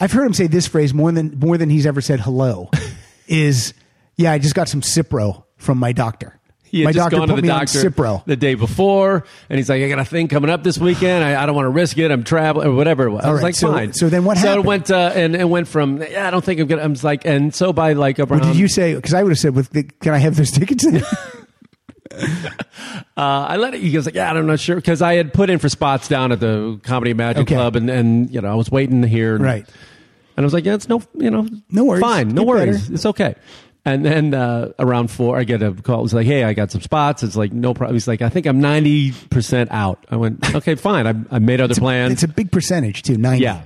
Speaker 2: I've heard him say this phrase more than more than he's ever said hello. is yeah, I just got some Cipro from my doctor.
Speaker 3: He had
Speaker 2: my
Speaker 3: just
Speaker 2: doctor
Speaker 3: gone
Speaker 2: put
Speaker 3: to the
Speaker 2: me
Speaker 3: doctor
Speaker 2: on Cipro.
Speaker 3: the day before, and he's like, "I got a thing coming up this weekend. I, I don't want to risk it. I'm traveling or whatever." it was. I
Speaker 2: All
Speaker 3: was
Speaker 2: right,
Speaker 3: like,
Speaker 2: so-
Speaker 3: "Fine."
Speaker 2: so then what
Speaker 3: So
Speaker 2: happened?
Speaker 3: it went uh, and it went from yeah, I don't think I'm gonna. I'm just like, and so by like around,
Speaker 2: What did you say? Because I would have said, "With the, can I have those tickets?"
Speaker 3: uh, I let it. He goes like, "Yeah, I'm not sure," because I had put in for spots down at the Comedy Magic
Speaker 2: Okay.
Speaker 3: Club, and and you know I was waiting to hear and-
Speaker 2: Right.
Speaker 3: And I was like, "Yeah, it's no, you know,
Speaker 2: No worries.
Speaker 3: fine, no
Speaker 2: Get
Speaker 3: worries,
Speaker 2: better."
Speaker 3: it's okay." And then uh, around four, I get a call. It's like, "Hey, I got some spots." It's like, "No problem." He's like, "I think I'm ninety percent out." I went, "Okay, fine." I, I made other plans.
Speaker 2: it's a big percentage too. Ninety.
Speaker 3: Yeah.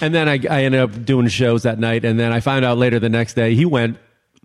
Speaker 3: And then I, I ended up doing shows that night. And then I found out later the next day he went,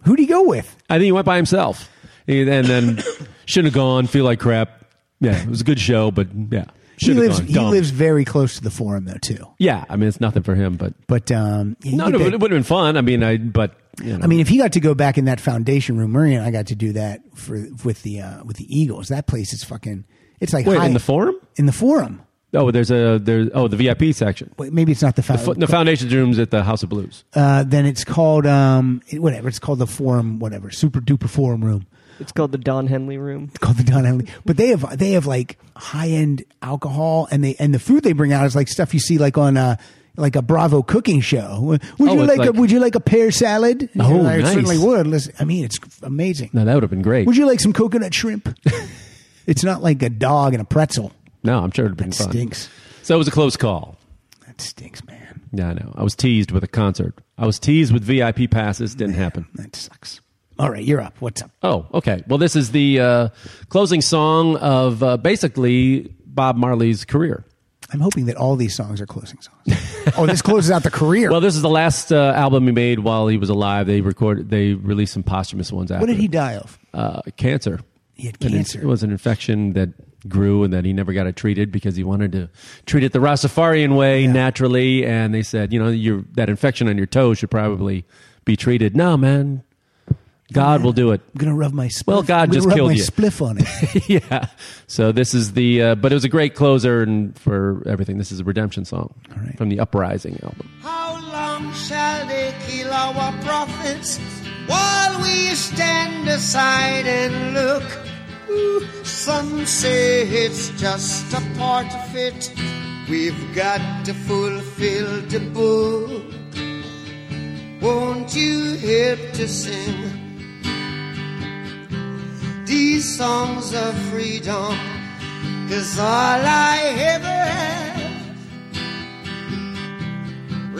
Speaker 2: Who'd he go with?
Speaker 3: I think he went by himself. He- And then shouldn't have gone, feel like crap. Yeah, it was a good show, but yeah.
Speaker 2: He
Speaker 3: Should have
Speaker 2: lives.
Speaker 3: gone.
Speaker 2: He
Speaker 3: Dumb.
Speaker 2: lives very close to the forum though too.
Speaker 3: yeah, I mean, it's nothing for him, but.
Speaker 2: But um, yeah,
Speaker 3: No,
Speaker 2: you
Speaker 3: no,
Speaker 2: bet.
Speaker 3: it would have been fun. I mean, I, but, you know.
Speaker 2: I mean, if he got to go back in that foundation room, Murray and I got to do that for with the uh, with the Eagles. That place is fucking. It's like
Speaker 3: wait,
Speaker 2: high,
Speaker 3: in the forum?
Speaker 2: in the forum.
Speaker 3: Oh, there's a, there's, oh, the VIP section.
Speaker 2: Wait, maybe it's not the
Speaker 3: The, fo-
Speaker 2: fountain.
Speaker 3: the foundations room's at the House of Blues.
Speaker 2: uh, then it's called um, it- whatever. It's called the forum, whatever. Super duper forum room.
Speaker 4: It's called the Don Henley Room.
Speaker 2: It's called the Don Henley. But they have they have like high end alcohol, and they and the food they bring out is like stuff you see like on. Uh, like a Bravo cooking show. Would
Speaker 3: Oh,
Speaker 2: you like,
Speaker 3: it's
Speaker 2: a
Speaker 3: like-
Speaker 2: Would you like a pear salad? And
Speaker 3: Oh,
Speaker 2: I
Speaker 3: nice.
Speaker 2: certainly would. Listen, I mean, it's amazing.
Speaker 3: No, that would have been great.
Speaker 2: Would you like some coconut shrimp? it's not like a dog and a pretzel.
Speaker 3: no, I'm sure it would have been fun.
Speaker 2: Stinks.
Speaker 3: So it was a close call.
Speaker 2: That stinks, man.
Speaker 3: Yeah, I know. I was teased with a concert. I was teased with VIP passes. Didn't happen.
Speaker 2: That sucks. All right, you're up. What's up?
Speaker 3: Oh, okay. Well, this is the uh, closing song of uh, basically Bob Marley's career.
Speaker 2: I'm hoping that all these songs are closing songs. oh, this closes out the career.
Speaker 3: Well, this is the last uh, album he made while he was alive. They recorded, they released some posthumous ones after.
Speaker 2: What did he die of?
Speaker 3: Uh, cancer.
Speaker 2: He had
Speaker 3: An inf-
Speaker 2: cancer.
Speaker 3: it was an infection that grew and that he never got it treated because he wanted to treat it the Rastafarian way naturally. And they said, you know, your that infection on your toe should probably be treated. No, man, God will do it.
Speaker 2: I'm gonna rub my spliff.
Speaker 3: Well, God
Speaker 2: I'm gonna
Speaker 3: just
Speaker 2: rub
Speaker 3: killed
Speaker 2: my
Speaker 3: you.
Speaker 2: spliff on it.
Speaker 3: yeah. So this is the, uh, but it was a great closer and for everything. This is a redemption song from the Uprising album.
Speaker 13: How long shall they kill our prophets while we stand aside and look? Ooh, some say it's just a part of it. We've got to fulfill the book. Won't you help to sing these songs of freedom? Cause all I ever had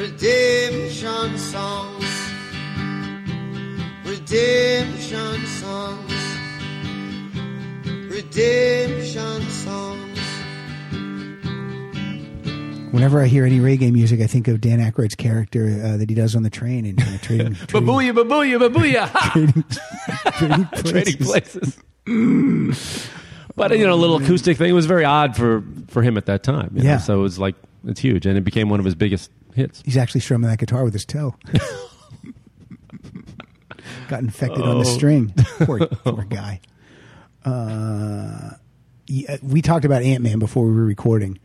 Speaker 13: redemption songs, redemption songs, redemption songs.
Speaker 2: Whenever I hear any reggae music, I think of Dan Aykroyd's character uh, that he does on the train in uh, trading,
Speaker 3: Babooya, babooya, babooya. ha!
Speaker 2: Trading
Speaker 3: Trading places. But you know, a little acoustic thing was very odd for for him at that time. you know?
Speaker 2: Yeah.
Speaker 3: So it was like it's huge, and it became one of his biggest hits.
Speaker 2: He's actually strumming that guitar with his toe. Got infected on the
Speaker 3: Oh.
Speaker 2: string. Poor, poor guy. Uh, yeah, we talked about Ant Man before we were recording.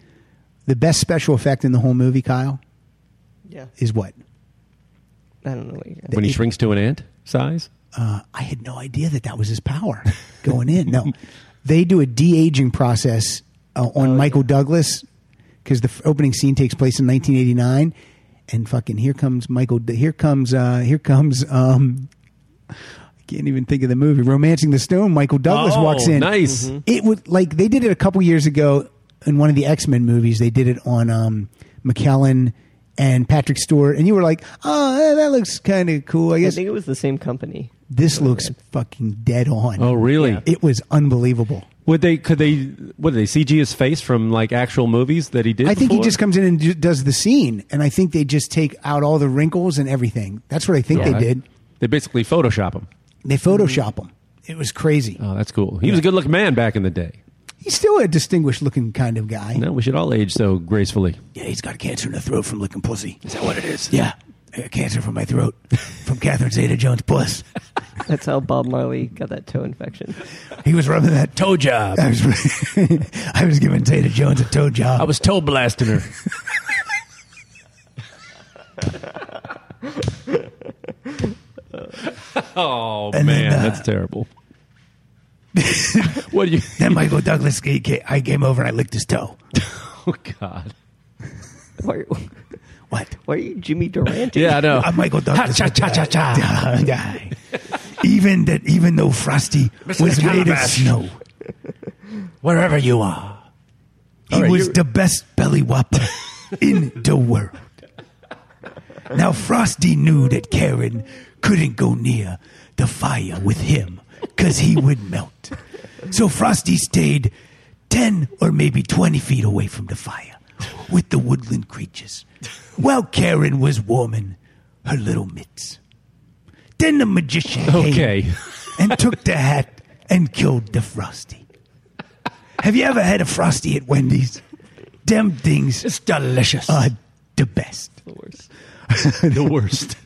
Speaker 2: The best special effect in the whole movie, Kyle,
Speaker 4: Yeah.
Speaker 2: is what?
Speaker 4: I don't know what you
Speaker 3: When he shrinks to an ant size.
Speaker 2: uh, I had no idea that that was his power going in. No, they do a de aging process uh,
Speaker 3: Oh,
Speaker 2: on Michael Douglas because the f- opening scene takes place in 1989, and fucking here comes Michael. Here comes uh, here comes. Um, I can't even think of the movie. Romancing the Stone. Michael Douglas
Speaker 3: Oh,
Speaker 2: walks in. Mm-hmm.
Speaker 3: nice. Mhm.
Speaker 2: It would like they did it a couple years ago in one of the X Men movies. They did it on um, McKellen. And Patrick Stewart, and you were like, "Oh, eh, that looks kind of cool." I
Speaker 4: I
Speaker 2: guess
Speaker 4: think it was the same company.
Speaker 2: this looks fucking dead on.
Speaker 3: Oh, really? Yeah.
Speaker 2: It was unbelievable.
Speaker 3: Would they? Could they? What did they CG his face from like actual movies that he did?
Speaker 2: I think he
Speaker 3: before?
Speaker 2: just comes in and do, does the scene, and I think they just take out all the wrinkles and everything. That's what I think
Speaker 3: Yeah.
Speaker 2: they did.
Speaker 3: They basically Photoshop him.
Speaker 2: They Photoshop him. It was crazy.
Speaker 3: Oh, that's cool. He was a good looking man back in the day.
Speaker 2: He's still a distinguished looking kind of guy.
Speaker 3: No, we should all age so gracefully.
Speaker 2: Yeah, he's got cancer in the throat from licking pussy. Is
Speaker 3: that what it is?
Speaker 2: Yeah, I got cancer from my throat from Catherine Zeta-Jones' puss.
Speaker 4: That's how Bob Marley got that toe infection.
Speaker 2: He was rubbing that toe job. I was, I was giving Zeta-Jones a toe job. I
Speaker 3: was toe blasting her. Oh
Speaker 2: And
Speaker 3: man,
Speaker 2: then, uh,
Speaker 3: that's terrible. what do you?
Speaker 2: then Michael Douglas, he ca- I came over and I licked his toe.
Speaker 3: Oh God.
Speaker 4: Why,
Speaker 2: what?
Speaker 4: Why are you Jimmy Durant?
Speaker 3: Yeah, I know.
Speaker 2: I'm Michael Douglas.
Speaker 4: Ha, cha, cha, cha, cha.
Speaker 2: Die. even that, even though Frosty
Speaker 4: Mr.
Speaker 2: was made of
Speaker 4: Calabash.
Speaker 2: snow, wherever you are, he was the best belly whopper in the world. Now Frosty knew that Karen couldn't go near the fire with him because he would melt. So Frosty stayed ten or maybe twenty feet away from the fire with the woodland creatures, while Karen was warming her little mitts. Then the magician came
Speaker 3: Okay.
Speaker 2: and took the hat and killed the Frosty. Have you ever had a Frosty at Wendy's? Them things it's delicious.
Speaker 3: Uh,
Speaker 2: Are Uh, the best. The
Speaker 4: worst.
Speaker 3: the worst.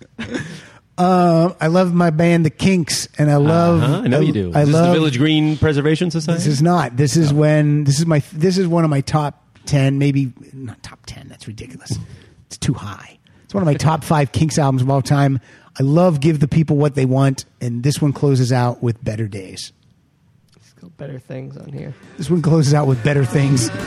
Speaker 2: Um, I love my band, The Kinks, and I love.
Speaker 3: Uh-huh, I know you do.
Speaker 2: Uh, I
Speaker 3: is this
Speaker 2: love.
Speaker 3: the Village Green Preservation Society.
Speaker 2: this is not. This is when. This is my. This is one of my top ten, maybe not top ten. That's ridiculous. It's too high. It's one of my top five Kinks albums of all time. I love "Give the People What They Want," and this one closes out with "Better Days."
Speaker 4: Got better things on here.
Speaker 2: This one closes out with "Better Things."
Speaker 10: days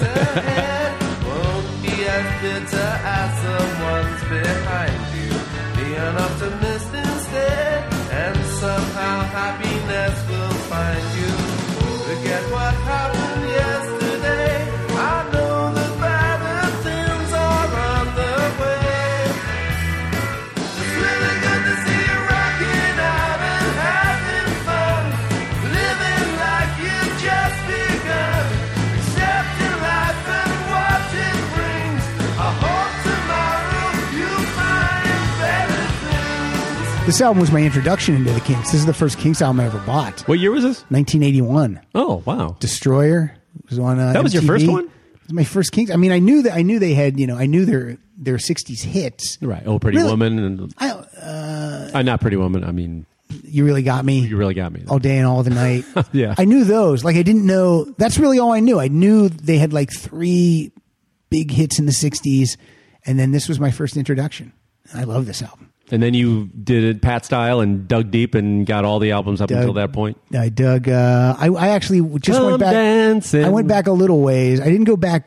Speaker 10: ahead won't be as bitter as the ones behind you. Be an optimist instead, and somehow happiness will find you. Forget what happened yesterday. I know the better things are on the way. It's really good to see you rocking out and having fun, living like you've just begun. Accept
Speaker 2: This album was my introduction into the Kinks. This is the first Kinks album I ever bought.
Speaker 3: What year was this?
Speaker 2: 1981.
Speaker 3: Oh wow,
Speaker 2: Destroyer was on. Uh,
Speaker 3: That was your
Speaker 2: MTV.
Speaker 3: first one?
Speaker 2: It was my first Kinks. I mean, I knew that I knew they had. You know, I knew their their 60s hits.
Speaker 3: right? Oh, Pretty
Speaker 2: Really?
Speaker 3: Woman and
Speaker 2: I, uh,
Speaker 3: uh, not Pretty Woman. I mean,
Speaker 2: you really got me.
Speaker 3: you really got me.
Speaker 2: all day and all the night.
Speaker 3: Yeah.
Speaker 2: I knew those. Like I didn't know. That's really all I knew. I knew they had like three big hits in the '60s, and then this was my first introduction. I love this album.
Speaker 3: And then you did it Pat style and dug deep and got all the albums up
Speaker 2: Dug-
Speaker 3: until that point.
Speaker 2: I dug. Uh, I, I actually just
Speaker 3: Come
Speaker 2: went back.
Speaker 3: dancing.
Speaker 2: I went back a little ways. I didn't go back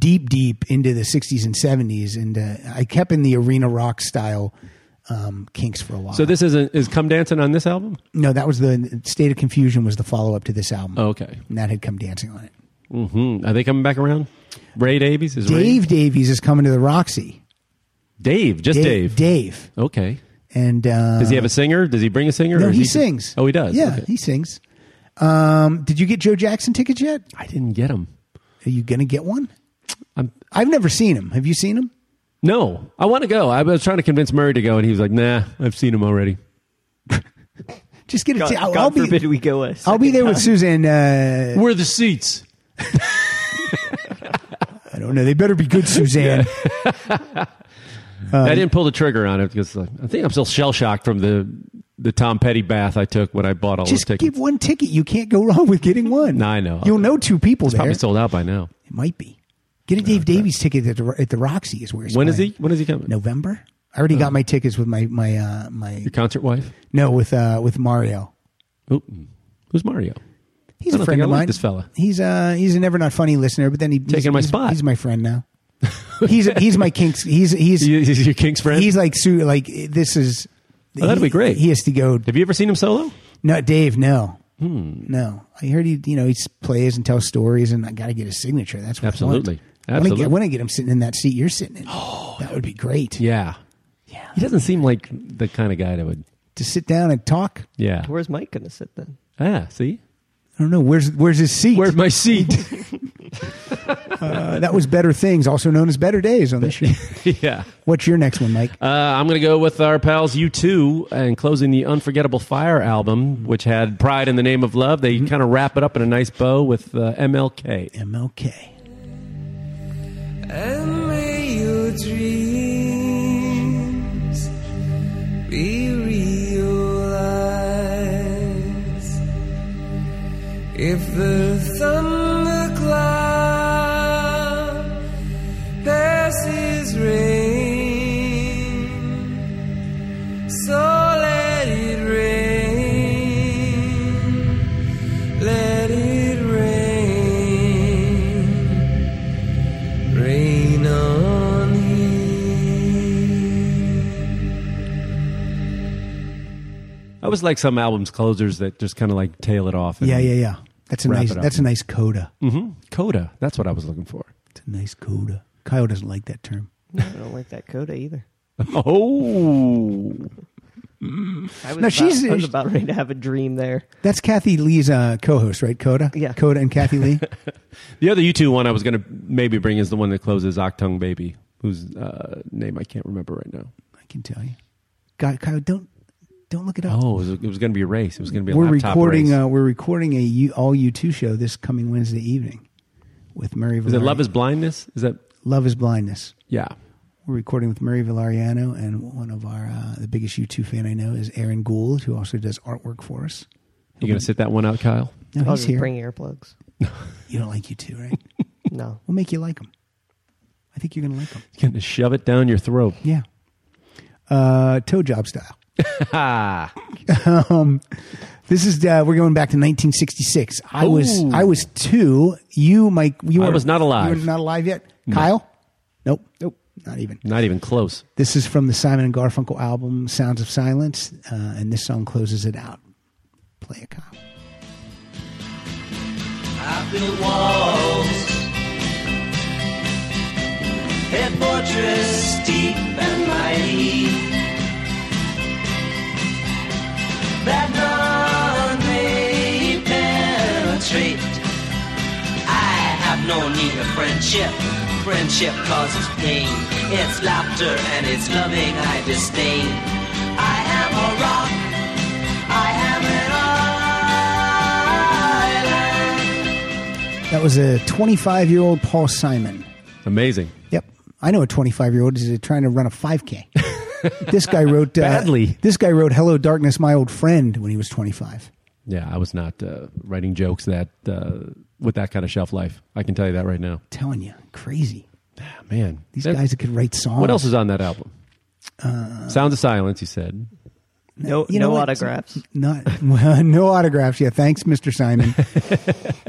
Speaker 2: deep, deep into the '60s and '70s, and uh, I kept in the arena rock style um, Kinks for a while.
Speaker 3: So this isn't is Come Dancing on this album?
Speaker 2: no, that was the State of Confusion was the follow up to this album,
Speaker 3: Oh, okay.
Speaker 2: and that had come dancing on it.
Speaker 3: hmm Are they coming back around? Ray Davies is Ray-
Speaker 2: Dave Davies is coming to the Roxy.
Speaker 3: Dave, just
Speaker 2: Dave.
Speaker 3: Dave.
Speaker 2: Dave.
Speaker 3: Okay.
Speaker 2: And uh,
Speaker 3: Does he have a singer? Does he bring a singer?
Speaker 2: No,
Speaker 3: or is
Speaker 2: he
Speaker 3: just-
Speaker 2: sings.
Speaker 3: oh, he does.
Speaker 2: Yeah,
Speaker 3: Okay.
Speaker 2: he sings. Um, did you get Joe Jackson tickets yet?
Speaker 3: I didn't get them.
Speaker 2: Are you gonna get one? i have never seen him. Have you seen him?
Speaker 3: No, I want to go. I was trying to convince Murray to go, and he was like, "Nah, I've seen him already."
Speaker 2: Just get a
Speaker 4: God,
Speaker 2: ti- I'll,
Speaker 4: God
Speaker 2: I'll be.
Speaker 4: forbid we go. A
Speaker 2: I'll be
Speaker 4: second
Speaker 2: there with
Speaker 4: time.
Speaker 2: Susan. Uh,
Speaker 3: Where are the seats?
Speaker 2: I don't know. They better be good, Suzanne. Um,
Speaker 3: I didn't pull the trigger on it because like, I think I'm still shell shocked from the the Tom Petty bath I took when I bought all
Speaker 2: Just
Speaker 3: those tickets.
Speaker 2: give one ticket. You can't go wrong with getting one.
Speaker 3: No, I know.
Speaker 2: You'll know two people
Speaker 3: It's
Speaker 2: there.
Speaker 3: probably sold out by now.
Speaker 2: It might be. Get a Dave Davies ticket at the, at the Roxy is where he's
Speaker 3: When is
Speaker 2: playing.
Speaker 3: he? Oh. When is he coming?
Speaker 2: November. I already got my tickets with my my uh, my
Speaker 3: Your concert wife?
Speaker 2: no with uh, with Mario.
Speaker 3: Oop. Who's Mario?
Speaker 2: He's
Speaker 3: I
Speaker 2: a
Speaker 3: don't
Speaker 2: friend
Speaker 3: think I
Speaker 2: of
Speaker 3: like
Speaker 2: mine.
Speaker 3: this fella.
Speaker 2: He's uh he's a never not funny listener, but then he he's-
Speaker 3: Taking my
Speaker 2: he's-
Speaker 3: spot.
Speaker 2: He's my friend now. he's he's my kinks. He's he's
Speaker 3: He- He's your King's friend.
Speaker 2: he's like Sue. Like this is.
Speaker 3: Oh, that'd
Speaker 2: he-
Speaker 3: be great.
Speaker 2: He has to go.
Speaker 3: Have you ever seen him solo?
Speaker 2: No, Dave. No.
Speaker 3: Hmm.
Speaker 2: No, I heard he. You know, he plays and tells stories, and I got to get his signature. That's what
Speaker 3: Absolutely.
Speaker 2: I want.
Speaker 3: Absolutely.
Speaker 2: I want to get him sitting in that seat you're sitting in. Oh, that would be great
Speaker 3: Yeah. Yeah. He doesn't seem like the kind of guy that would.
Speaker 2: to sit down and talk.
Speaker 3: Yeah.
Speaker 4: Where's Mike gonna sit then?
Speaker 3: Ah, see?
Speaker 2: I don't know where's where's his seat.
Speaker 3: Where's my seat?
Speaker 2: Uh, that was better things, also known as better days on this show.
Speaker 3: yeah.
Speaker 2: What's your next one, Mike?
Speaker 3: Uh, I'm going to go with our pals U2 and closing the Unforgettable Fire album, which had Pride in the Name of Love. They kind of wrap it up in a nice bow with uh, MLK.
Speaker 2: MLK.
Speaker 10: And may your dreams be realized. If the thundercloud passes rain, so let it rain. Let it rain rain on
Speaker 3: I was like some albums closers that just kind of like tail it off. and-
Speaker 2: Yeah, yeah, yeah. That's a
Speaker 3: Wrap
Speaker 2: nice.
Speaker 3: it up.
Speaker 2: That's a nice coda.
Speaker 3: Mhm. Coda. That's what I was looking for.
Speaker 2: It's a nice coda. Kyle doesn't like that term.
Speaker 4: No, I don't like that coda either.
Speaker 3: Oh.
Speaker 4: I was,
Speaker 2: No,
Speaker 4: about,
Speaker 2: she's-
Speaker 4: I was about ready to have a dream there.
Speaker 2: That's Kathy Lee's uh, co-host, right? Coda.
Speaker 4: Yeah.
Speaker 2: Coda and Kathy Lee.
Speaker 3: The other U2 one I was going to maybe bring is the one that closes Octung Baby, whose uh, name I can't remember right now.
Speaker 2: I can tell you. God, Kyle, don't don't look it up.
Speaker 3: Oh, it was, it was going to be a race. It was going to be a
Speaker 2: we're
Speaker 3: laptop
Speaker 2: recording.
Speaker 3: race.
Speaker 2: Uh, we're recording a U, all U two show this coming Wednesday evening with Murray.
Speaker 3: is it
Speaker 2: Valerian.
Speaker 3: Love is Blindness? Is that
Speaker 2: Love is blindness?
Speaker 3: yeah?
Speaker 2: We're recording with Murray Valeriano and one of our uh, the biggest U two fan I know is Aaron Gould, who also does artwork for us.
Speaker 3: You going to sit that one out, Kyle?
Speaker 2: No,
Speaker 4: I'll
Speaker 2: he's
Speaker 4: just
Speaker 2: here.
Speaker 4: Oh, bring earplugs.
Speaker 2: You don't like U two, right?
Speaker 4: No.
Speaker 2: we'll make you like him. I think you're going to like him.
Speaker 3: Going to shove it down your throat?
Speaker 2: Yeah. Uh, toe job style.
Speaker 3: Ah,
Speaker 2: um, this is uh, we're going back to 1966. I was
Speaker 3: Ooh.
Speaker 2: I was two. You, Mike, you
Speaker 3: I
Speaker 2: were
Speaker 3: was not alive.
Speaker 2: You were not alive yet. Kyle, nope, nope, not even.
Speaker 3: not even close.
Speaker 2: This is from the Simon and Garfunkel album Sounds of Silence, uh, and this song closes it out. Play it, Kyle.
Speaker 10: I built walls, a fortress deep and mighty, that none may penetrate. I have no need of friendship. Friendship causes pain. It's laughter and it's loving I disdain. I am a rock. I am an island.
Speaker 2: That was a 25 year old Paul Simon.
Speaker 3: Amazing.
Speaker 2: Yep. I know a 25 year old is trying to run a 5K. this guy wrote uh,
Speaker 3: Badly.
Speaker 2: This guy wrote "Hello, Darkness, My Old Friend" when he was 25.
Speaker 3: Yeah, I was not uh, writing jokes that uh, with that kind of shelf life. I can tell you that right now.
Speaker 2: telling you, crazy.
Speaker 3: Man,
Speaker 2: These
Speaker 3: That-
Speaker 2: guys that could write songs.
Speaker 3: What else is on that album?
Speaker 2: Uh,
Speaker 3: Sounds of Silence. You said
Speaker 4: No,
Speaker 2: You know
Speaker 4: no
Speaker 2: what?
Speaker 4: autographs.
Speaker 2: Not well, no autographs. Yeah, thanks, Mr. Simon.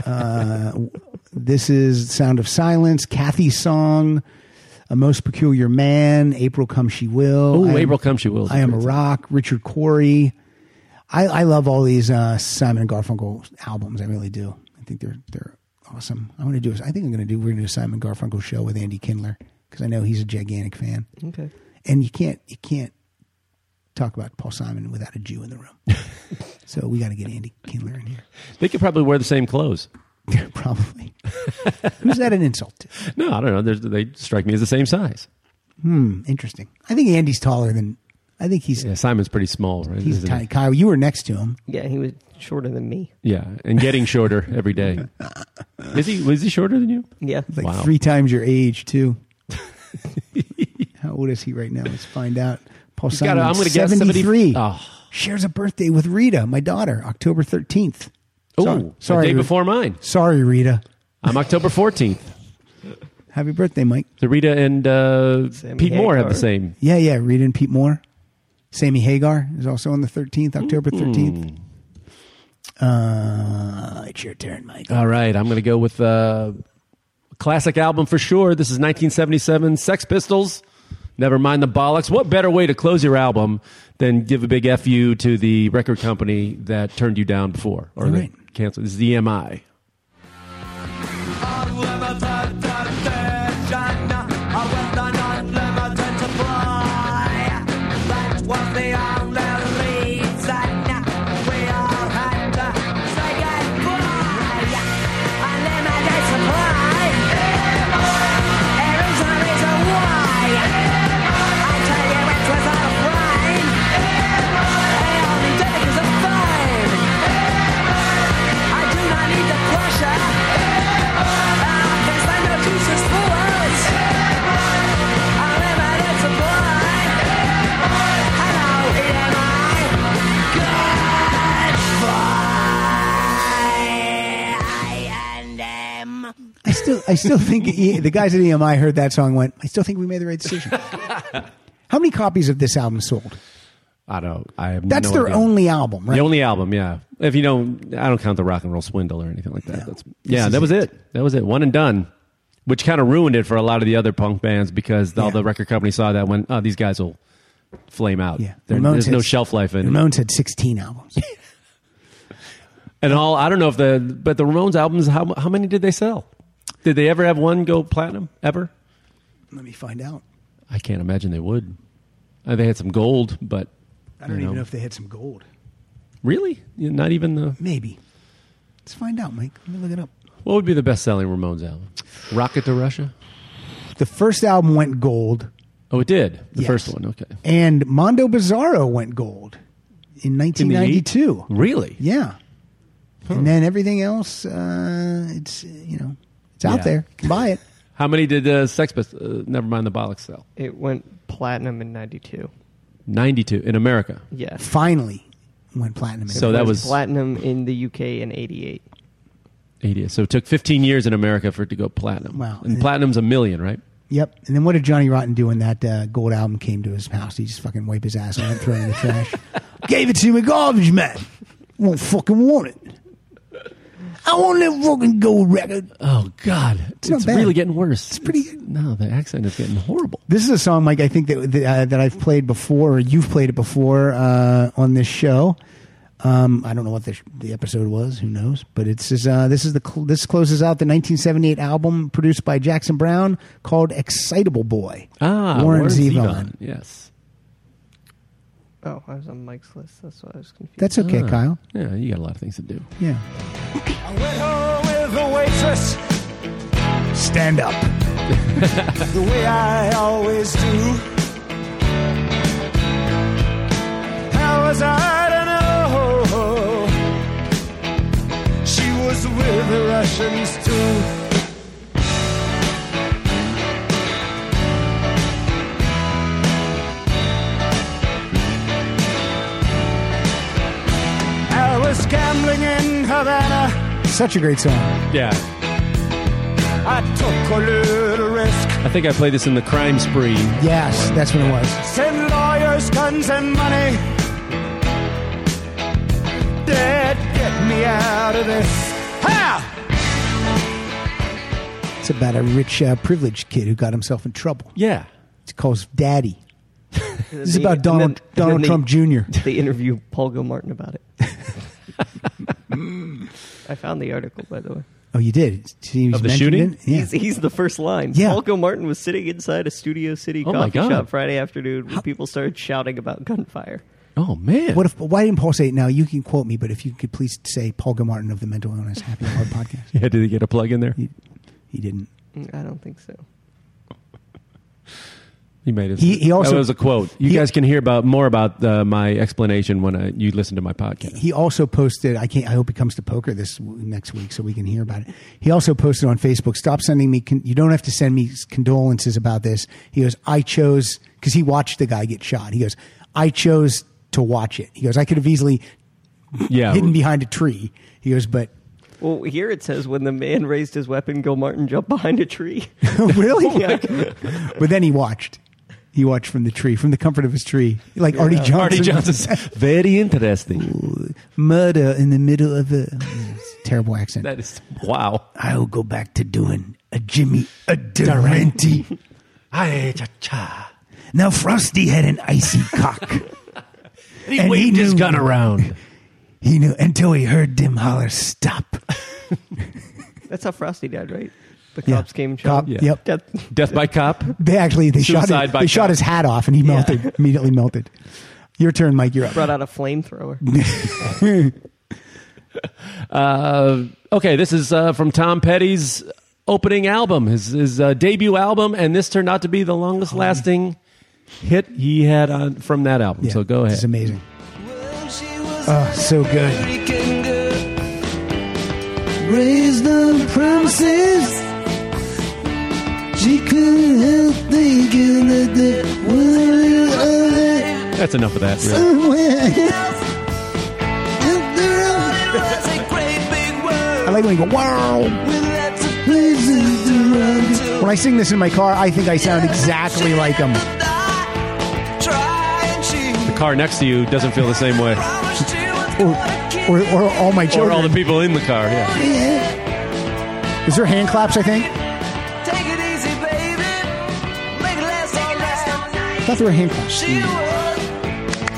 Speaker 2: uh, w- this is Sound of Silence, Kathy's song, A Most Peculiar Man, April Come She Will. Oh,
Speaker 3: Ooh,
Speaker 2: I Am-
Speaker 3: Oh, April Come She Will is a
Speaker 2: I Am a
Speaker 3: great song.
Speaker 2: Rock, Richard Corey. I, I love all these uh, Simon and Garfunkel albums. I really do. I think they're they're awesome. I want to do. I think I'm going to do. We're going to do a Simon Garfunkel show with Andy Kindler because I know he's a gigantic fan.
Speaker 4: Okay.
Speaker 2: And you can't you can't talk about Paul Simon without a Jew in the room. so we got to get Andy Kindler in here.
Speaker 3: they could probably wear the same clothes.
Speaker 2: Probably. Who's that an insult to?
Speaker 3: No, I don't know. There's, they strike me as the same size.
Speaker 2: Hmm, interesting. I think Andy's taller than I think he's
Speaker 3: Yeah, Simon's pretty small, right?
Speaker 2: he's
Speaker 3: Isn't
Speaker 2: tiny.
Speaker 3: he?
Speaker 2: Kyle, you were next to him.
Speaker 4: Yeah, he was shorter than me.
Speaker 3: Yeah, and getting shorter every day. Is he? Was he shorter than you?
Speaker 4: Yeah.
Speaker 2: Like
Speaker 3: wow.
Speaker 2: three times your age too. How old is he right now? Let's find out. Paul
Speaker 3: He's
Speaker 2: Simon,
Speaker 3: gotta- I'm gonna guess
Speaker 2: 73.
Speaker 3: 70 oh.
Speaker 2: Shares a birthday with Rita, my daughter, October 13th.
Speaker 3: oh. Ooh,
Speaker 2: Sorry-
Speaker 3: the
Speaker 2: sorry,
Speaker 3: day
Speaker 2: Rita.
Speaker 3: before mine.
Speaker 2: Sorry, Rita.
Speaker 3: I'm October 14th.
Speaker 2: Happy birthday, Mike.
Speaker 3: So Rita and uh,
Speaker 4: Sammy
Speaker 3: Pete Moore have the
Speaker 4: Hagar.
Speaker 3: same.
Speaker 2: Yeah, yeah. Rita and Pete Moore. Sammy Hagar is also on the 13th, October 13th.
Speaker 3: Hmm.
Speaker 2: Uh, it's your turn, Mike.
Speaker 3: All right, I'm going to go with uh, classic album for sure. This is 1977 Sex Pistols. Never mind the bollocks. What better way to close your album than give a big F you to the record company that turned you down before or
Speaker 2: All
Speaker 3: that
Speaker 2: right.
Speaker 3: canceled? This is E EMI.
Speaker 2: I still, I still think E- the guys at EMI heard that song. and Went, I still think we made the right decision. How many copies of this album sold?
Speaker 3: I don't. I have.
Speaker 2: That's
Speaker 3: no
Speaker 2: their
Speaker 3: idea.
Speaker 2: only album, right?
Speaker 3: The only album, yeah. If you don't, I don't count the Rock and Roll Swindle or anything like that. That's yeah.
Speaker 2: is
Speaker 3: That was it. That was it. One and done. Which kind of ruined it for a lot of the other punk bands because all the record companies saw that when oh, these guys will flame out.
Speaker 2: yeah,
Speaker 3: There-
Speaker 2: Ramones
Speaker 3: there's no
Speaker 2: had-
Speaker 3: shelf life in it.
Speaker 2: Ramones had sixteen albums.
Speaker 3: And all I don't know if the but the Ramones albums how how many did they sell? Did they ever have one go platinum ever?
Speaker 2: Let me find out.
Speaker 3: I can't imagine they would. Uh, they had some gold, but
Speaker 2: I don't
Speaker 3: you
Speaker 2: even know if they had some gold.
Speaker 3: really Yeah, not even the
Speaker 2: Maybe. Let's find out, Mike. Let me look it up.
Speaker 3: what would be the best selling Ramones album? Rocket to Russia.
Speaker 2: The first album went gold,
Speaker 3: Oh, it did. The
Speaker 2: Yes.
Speaker 3: first one. Okay.
Speaker 2: and Mondo Bizarro went gold in 1992.
Speaker 3: Really?
Speaker 2: Yeah, and then everything else, uh, it's you know, it's out
Speaker 3: Yeah.
Speaker 2: there. You can buy it.
Speaker 3: How many did uh, Sex Pistols? Uh, never mind the Bollocks sell.
Speaker 4: It went platinum in '92.
Speaker 3: 92 in America.
Speaker 4: Yeah.
Speaker 2: Finally, went platinum. in
Speaker 3: So
Speaker 4: It
Speaker 3: that was-
Speaker 4: platinum in the UK in '88.
Speaker 3: 80. So it took 15 years in America for it to go platinum.
Speaker 2: Wow.
Speaker 3: And platinum's a million, right?
Speaker 2: Yep. And then what did Johnny Rotten do when that uh, gold album came to his house? He just fucking wiped his ass on it, throw it in the trash. Gave it to me, garbage man. Won't fucking want it. I want that fucking gold record.
Speaker 3: Oh, God. It's,
Speaker 2: not bad.
Speaker 3: really getting worse. It's
Speaker 2: pretty
Speaker 3: no, the accent is getting horrible.
Speaker 2: This is a song, Mike. I think that that, uh, that I've played before, or you've played it before uh, on this show. Um, I don't know what the, sh- the episode was. Who knows? But it's just, uh, this is the cl- this closes out the 1978 album produced by Jackson Brown called "Excitable Boy."
Speaker 3: Ah,
Speaker 2: Warren, Zevon.
Speaker 3: Yes.
Speaker 4: Oh, I was on Mike's list. That's why I was confused.
Speaker 2: That's okay,
Speaker 3: Ah.
Speaker 2: Kyle.
Speaker 3: Yeah, you got a lot of things to do.
Speaker 2: Yeah.
Speaker 7: I went home with a waitress
Speaker 2: Stand up.
Speaker 7: the way I always do.
Speaker 10: Cause I don't know. She was with the Russians too. I was gambling in Havana.
Speaker 2: Such a great song.
Speaker 3: Yeah.
Speaker 10: I took a little risk.
Speaker 3: I think I played this in the crime spree.
Speaker 2: Yes, that's what it was.
Speaker 10: Send lawyers, guns, and money. Dad, get me out of this. Ha!
Speaker 2: It's about a rich, uh, privileged kid who got himself in trouble.
Speaker 3: Yeah.
Speaker 2: It's called Daddy. this is about
Speaker 4: And
Speaker 2: Donald
Speaker 4: then- and
Speaker 2: Donald
Speaker 4: then
Speaker 2: Trump Jr.
Speaker 4: they- They interview Paul Gilmartin about it. I found the article, by the way.
Speaker 2: Oh, you did. See, he's
Speaker 3: Of the
Speaker 2: mentioned
Speaker 3: shooting?
Speaker 2: it? Yeah.
Speaker 4: He's, he's the first line.
Speaker 2: Yeah.
Speaker 4: Paul Gilmartin was sitting inside a Studio City
Speaker 2: Oh, my
Speaker 4: coffee
Speaker 2: God.
Speaker 4: shop Friday afternoon when people started shouting about gunfire.
Speaker 3: Oh man!
Speaker 2: What if? Why didn't Paul say? Now you can quote me, but if you could please say Paul Gilmartin of the Mental Illness Happy Hour podcast.
Speaker 3: Yeah, did he get a plug in there?
Speaker 2: He, he didn't.
Speaker 4: Mm, I don't think so.
Speaker 3: He made it.
Speaker 2: He- he also-
Speaker 3: that was a quote. You
Speaker 2: he-
Speaker 3: guys can hear about more about uh, my explanation when I, you listen to my podcast.
Speaker 2: He also posted. I can't. I hope he comes to poker this w- next week so we can hear about it. He also posted on Facebook. Stop sending me. Con- you don't have to send me condolences about this. He goes. I chose because he watched the guy get shot. He goes. I chose to watch it. He goes. I could have easily
Speaker 3: Yeah.
Speaker 2: hidden behind a tree. He goes. But
Speaker 4: Well, here it says when the man raised his weapon, Gilmartin jumped behind a tree.
Speaker 2: really? but then he watched. He watched from the tree, from the comfort of his tree, like Artie Johnson.
Speaker 3: very interesting.
Speaker 2: murder in the middle of a terrible accent.
Speaker 3: That is wow.
Speaker 2: I will go back to doing a Jimmy a Durante.
Speaker 3: Hi, cha cha.
Speaker 2: Now Frosty had an icy cock.
Speaker 3: And he waved his gun around.
Speaker 2: He knew until he heard Dim holler stop.
Speaker 4: That's how Frosty died, right? The
Speaker 2: Yeah.
Speaker 4: cops came and shot
Speaker 2: Cop-
Speaker 4: him.
Speaker 2: yep.
Speaker 4: Death-
Speaker 3: Death by cop.
Speaker 2: They actually they shot
Speaker 3: Suicide
Speaker 2: his,
Speaker 3: by
Speaker 2: they shot
Speaker 3: cop.
Speaker 2: his hat off and he melted immediately melted. Your turn, Mike. You're up.
Speaker 4: Brought out a flamethrower.
Speaker 3: Uh, okay, this is uh, from Tom Petty's opening album, his, his uh, debut album, and this turned out to be the longest lasting hit he had on, from that album. so go ahead.
Speaker 2: It's amazing. Oh, so good.
Speaker 7: Raised on promises she couldn't help thinking that there was a little of that
Speaker 3: That's enough of that. really.
Speaker 7: somewhere else. After all,
Speaker 2: I like when you go wow. When I sing this in my car, I think I sound exactly like him.
Speaker 3: The car next to you doesn't feel the same way,
Speaker 2: Or, or all my
Speaker 3: or
Speaker 2: children.
Speaker 3: all the people in the car. Yeah.
Speaker 2: Is there hand claps? I think.
Speaker 10: Take it easy, baby. Make it last all
Speaker 2: I thought there were hand claps.
Speaker 10: She was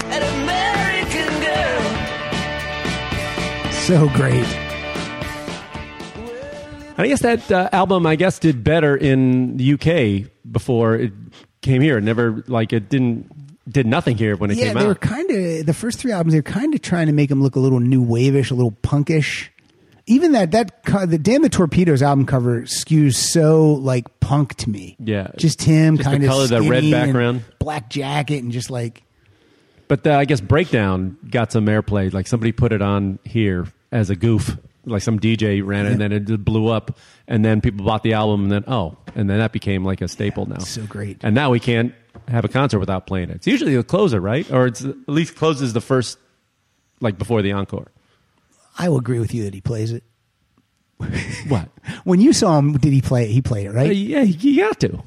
Speaker 10: an American girl.
Speaker 2: So great.
Speaker 3: And I guess that uh, album, I guess, did better in the UK before it came here. It never like it didn't did nothing here when it
Speaker 2: Yeah,
Speaker 3: came
Speaker 2: they were
Speaker 3: out.
Speaker 2: kind of the first three albums. They're kind of trying to make him look a little new waveish, a little punkish. Even that that co- the damn the torpedoes album cover skews so like punk to me.
Speaker 3: Yeah.
Speaker 2: just him
Speaker 3: Just the
Speaker 2: kind of
Speaker 3: color, the red background.
Speaker 2: black jacket, and just like
Speaker 3: But uh, I guess Breakdown got some airplay. Like somebody put it on here as a goof. Like some DJ ran it and then it just blew up. And then people bought the album and then, oh, and then that became like a staple now.
Speaker 2: so great.
Speaker 3: And now we can't have a concert without playing it. It's usually the closer, right? Or it's at least closes the first, like before the encore.
Speaker 2: I will agree with you that he plays it.
Speaker 3: What?
Speaker 2: When you saw him, did he play it? He played it,
Speaker 3: Uh,
Speaker 2: right?
Speaker 3: yeah, he- he got to.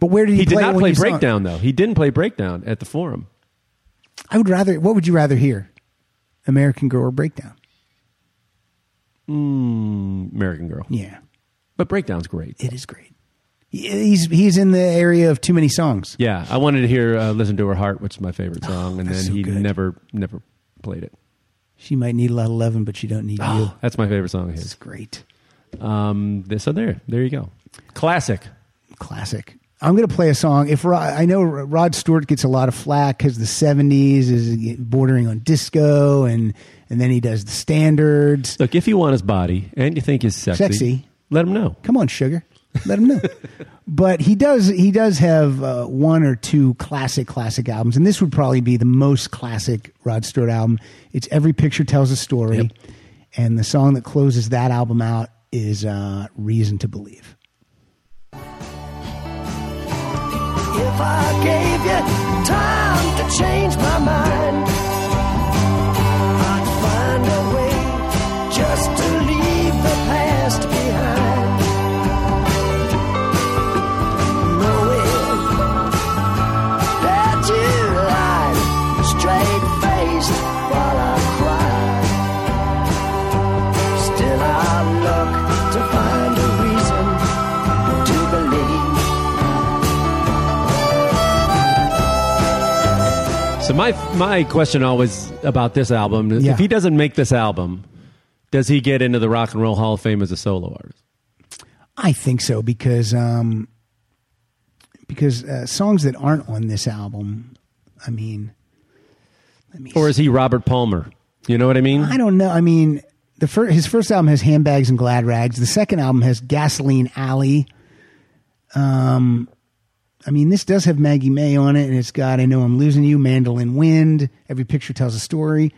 Speaker 2: But where did
Speaker 3: He,
Speaker 2: he,
Speaker 3: did
Speaker 2: play it
Speaker 3: not
Speaker 2: when
Speaker 3: play
Speaker 2: you saw it?
Speaker 3: Breakdown, though. He didn't play Breakdown at the Forum.
Speaker 2: I would rather. What would you rather hear? American Girl or Breakdown?
Speaker 3: Mm, American Girl.
Speaker 2: Yeah,
Speaker 3: But Breakdown's great.
Speaker 2: it is great. He- He's he's in the area of too many songs.
Speaker 3: Yeah, I wanted to hear uh, "Listen to Her Heart," which is my favorite song, and then
Speaker 2: Oh, that's so
Speaker 3: he
Speaker 2: good.
Speaker 3: never, never played it.
Speaker 2: She might need a lot of loving, but she don't need you.
Speaker 3: That's my favorite song of
Speaker 2: It's
Speaker 3: his.
Speaker 2: great.
Speaker 3: Um, th- so there, there you go. Classic.
Speaker 2: Classic. I'm going to play a song. If Rod, I know Rod Stewart gets a lot of flack because the '70s is bordering on disco, and and then he does the standards.
Speaker 3: Look, if you want his body and you think he's sexy,
Speaker 2: Sexy.
Speaker 3: let him know.
Speaker 2: Come on, sugar. Let him know. but he does. He does have uh, one or two classic, classic albums, and this would probably be the most classic Rod Stewart album. It's "Every Picture Tells a Story," and the song that closes that album out is uh, "Reason to Believe."
Speaker 14: If I gave you time to change my mind, I'd find a way just to leave the past behind. Knowing that you lied straight faced while I cried, still I look to find a reason to believe.
Speaker 3: So my my question always about this album: is
Speaker 2: Yeah.
Speaker 3: if he doesn't make this album, does he get into the Rock and Roll Hall of Fame as a solo artist?
Speaker 2: I think so because um, because uh, songs that aren't on this album, I mean,
Speaker 3: Or is he Robert Palmer? You know what I mean?
Speaker 2: I don't know. I mean, the first his first album has handbags and glad rags. The second album has gasoline alley. Um, I mean, this does have Maggie May on it, and it's got I know I'm losing you, mandolin wind. Every picture tells a story.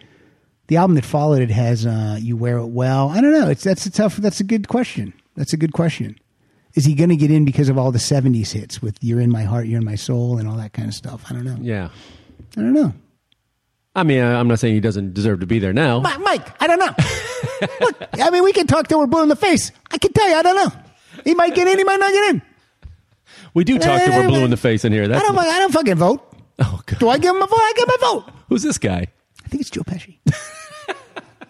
Speaker 2: The album that followed it has uh, you wear it well. I don't know. It's that's a tough. That's a good question. That's a good question. Is he going to get in because of all the '70s hits with "You're in My Heart, You're in My Soul" and all that kind of stuff? I don't know.
Speaker 3: Yeah.
Speaker 2: I don't know.
Speaker 3: I mean, I- I'm not saying he doesn't deserve to be there now.
Speaker 2: Mi- Mike, I don't know. Look, I mean, we can talk till we're blue in the face. I can tell you, I don't know. He might get in, he might not get in.
Speaker 3: We do talk till we're blue in the face in here.
Speaker 2: I
Speaker 3: That's
Speaker 2: don't. fuck- I don't fucking vote. Oh God. Do I give him a vote? I give him a vote.
Speaker 3: who's this guy?
Speaker 2: I think it's Joe Pesci.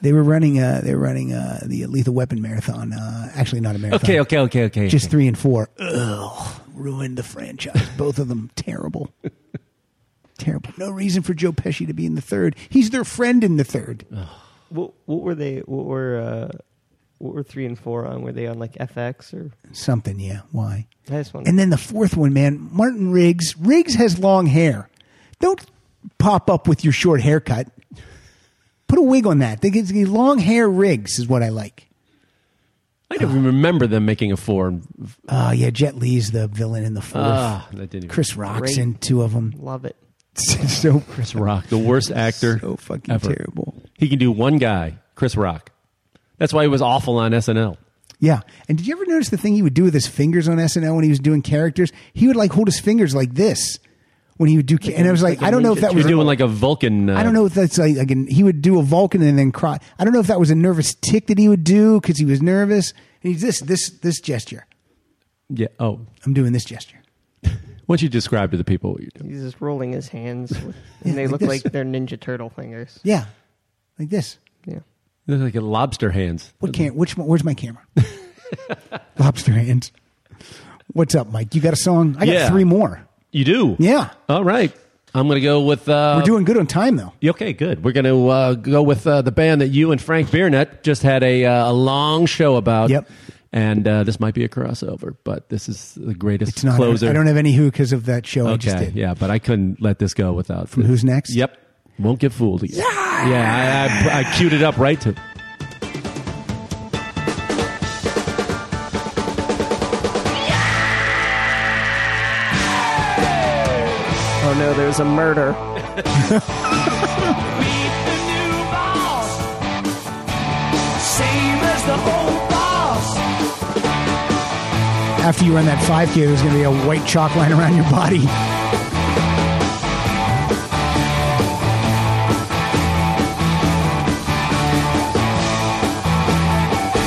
Speaker 2: they were running. Uh, they were running uh, the Lethal Weapon marathon. Uh, actually, not a marathon.
Speaker 3: Okay, okay, okay, okay.
Speaker 2: Just
Speaker 3: okay.
Speaker 2: three and four. Ugh, ruined the franchise. Both of them terrible. terrible. No reason for Joe Pesci to be in the third. He's their friend in the third.
Speaker 3: Uh.
Speaker 4: What what were they? What were uh, what were three and four on? Were they on like FX or?
Speaker 2: Something. Yeah. Why?
Speaker 4: I just wanted.
Speaker 2: And then the fourth one, man, Martin Riggs. Riggs has long hair. Don't pop up with your short haircut. Put a wig on that. They get the long hair Riggs is what I like.
Speaker 3: I don't even remember them making a four.
Speaker 2: Oh yeah, Jet Li's the villain in the fourth.
Speaker 3: Ah, that didn't even-
Speaker 2: Chris Rock's
Speaker 3: Great.
Speaker 2: in two of them.
Speaker 4: Love it.
Speaker 2: so
Speaker 3: Chris Rock, the worst actor. So
Speaker 2: fucking terrible.
Speaker 3: He can do one guy, Chris Rock. That's why he was awful on SNL.
Speaker 2: Yeah. And did you ever notice the thing he would do with his fingers on SNL when he was doing characters? He would like hold his fingers like this when he would do. ca- and I was like, I don't know if that was
Speaker 3: You're doing like a Vulcan. Uh,
Speaker 2: I don't know if that's like, like an, he would do a Vulcan and then cry. I don't know if that was a nervous tick that he would do because he was nervous. And he's this this this gesture.
Speaker 3: Yeah. Oh,
Speaker 2: I'm doing this gesture.
Speaker 3: why don't you describe to the people what you do?
Speaker 4: He's just rolling his hands, with, and they
Speaker 2: like
Speaker 4: look
Speaker 2: this.
Speaker 4: like they're Ninja Turtle fingers.
Speaker 2: Yeah, like this.
Speaker 4: Yeah.
Speaker 3: They're like lobster hands.
Speaker 2: What can which one- where's my camera? Lobster hands. What's up, Mike? You got a song? I got
Speaker 3: Yeah.
Speaker 2: three more.
Speaker 3: You do?
Speaker 2: Yeah.
Speaker 3: All right. I'm going to go with. Uh,
Speaker 2: We're doing good on time though.
Speaker 3: Yeah, Okay, good. We're going to uh, go with uh, the band that you and Frank Biernut just had a, uh, a long show about. Yep. And uh, this might be a crossover, but this is the greatest
Speaker 2: It's not.
Speaker 3: closer.
Speaker 2: I don't have any who because of that show I just
Speaker 3: Okay,
Speaker 2: did.
Speaker 3: yeah, but I couldn't let this go without.
Speaker 2: From
Speaker 3: the-
Speaker 2: Who's Next?
Speaker 3: Yep. Won't get fooled again. Yeah, I, I, I queued it up right to.
Speaker 4: Oh no, there's a murder.
Speaker 14: Same as the whole boss.
Speaker 2: After you run that 5K, there's going to be a white chalk line around your body.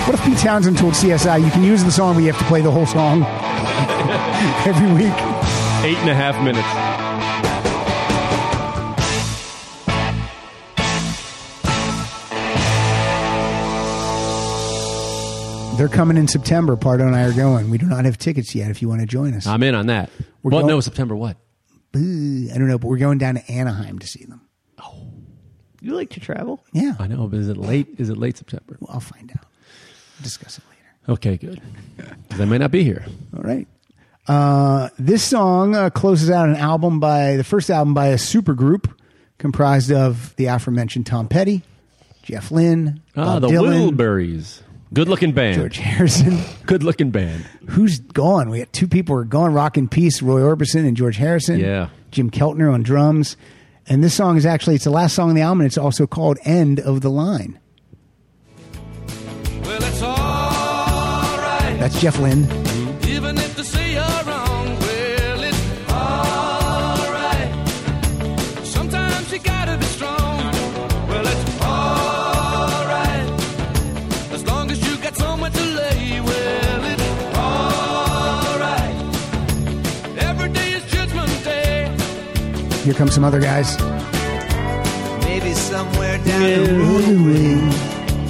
Speaker 2: What if Pete Townsend told CSI, you can use the song, but you have to play the whole song every week?
Speaker 3: Eight and a half minutes.
Speaker 2: They're coming in September. Pardo and I are going. We do not have tickets yet if you want to join us.
Speaker 3: I'm in on that.
Speaker 2: We're
Speaker 3: well,
Speaker 2: going-
Speaker 3: no, September what?
Speaker 2: Boo. I don't know, but we're going down to Anaheim to see them.
Speaker 4: You like to travel?
Speaker 2: Yeah.
Speaker 3: I know, but is it late? Is it late September?
Speaker 2: I'll find out. Discuss it later.
Speaker 3: Okay, good. Because I may not be here.
Speaker 2: All right. Uh, this song uh, closes out an album by the first album by a supergroup comprised of the aforementioned Tom Petty, Jeff Lynn,
Speaker 3: Ah,
Speaker 2: Bob
Speaker 3: the
Speaker 2: Dylan,
Speaker 3: Wilburys. Good looking band.
Speaker 2: George Harrison.
Speaker 3: Good looking band.
Speaker 2: Who's gone? We had two people who are gone. Rock in Peace, Roy Orbison and George Harrison.
Speaker 3: Yeah.
Speaker 2: Jim Keltner on drums. And this song is actually, it's the last song on the album, and it's also called End of the Line.
Speaker 15: Well, it's all right.
Speaker 2: That's Jeff Lynne.
Speaker 15: Even if they say you're wrong, well, it's all right. Sometimes you gotta be strong. Well, it's all right. As long as you got somewhere to lay, well, it's all right. Every day is judgment day.
Speaker 2: Here come some other guys.
Speaker 16: Maybe somewhere down the roadway,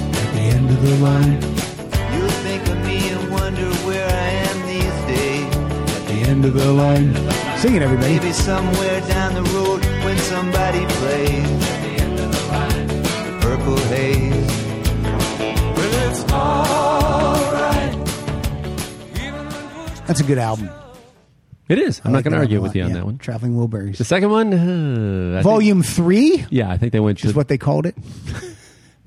Speaker 2: at the end of the line,
Speaker 16: you'll think of me and wonder where I am these days.
Speaker 2: at the end of the line. Sing it, everybody.
Speaker 16: Maybe somewhere down the road when somebody plays at the end of the line, the purple haze.
Speaker 15: Well, it's all right.
Speaker 2: That's a good album.
Speaker 3: It is. I'm
Speaker 2: I like
Speaker 3: not going
Speaker 2: that
Speaker 3: to argue
Speaker 2: album a
Speaker 3: with you
Speaker 2: lot,
Speaker 3: on
Speaker 2: yeah.
Speaker 3: that one.
Speaker 2: Traveling Wilburys.
Speaker 3: The second one, uh, I think-
Speaker 2: Volume 3,
Speaker 3: yeah, I think they went
Speaker 2: which is
Speaker 3: to
Speaker 2: what they called it.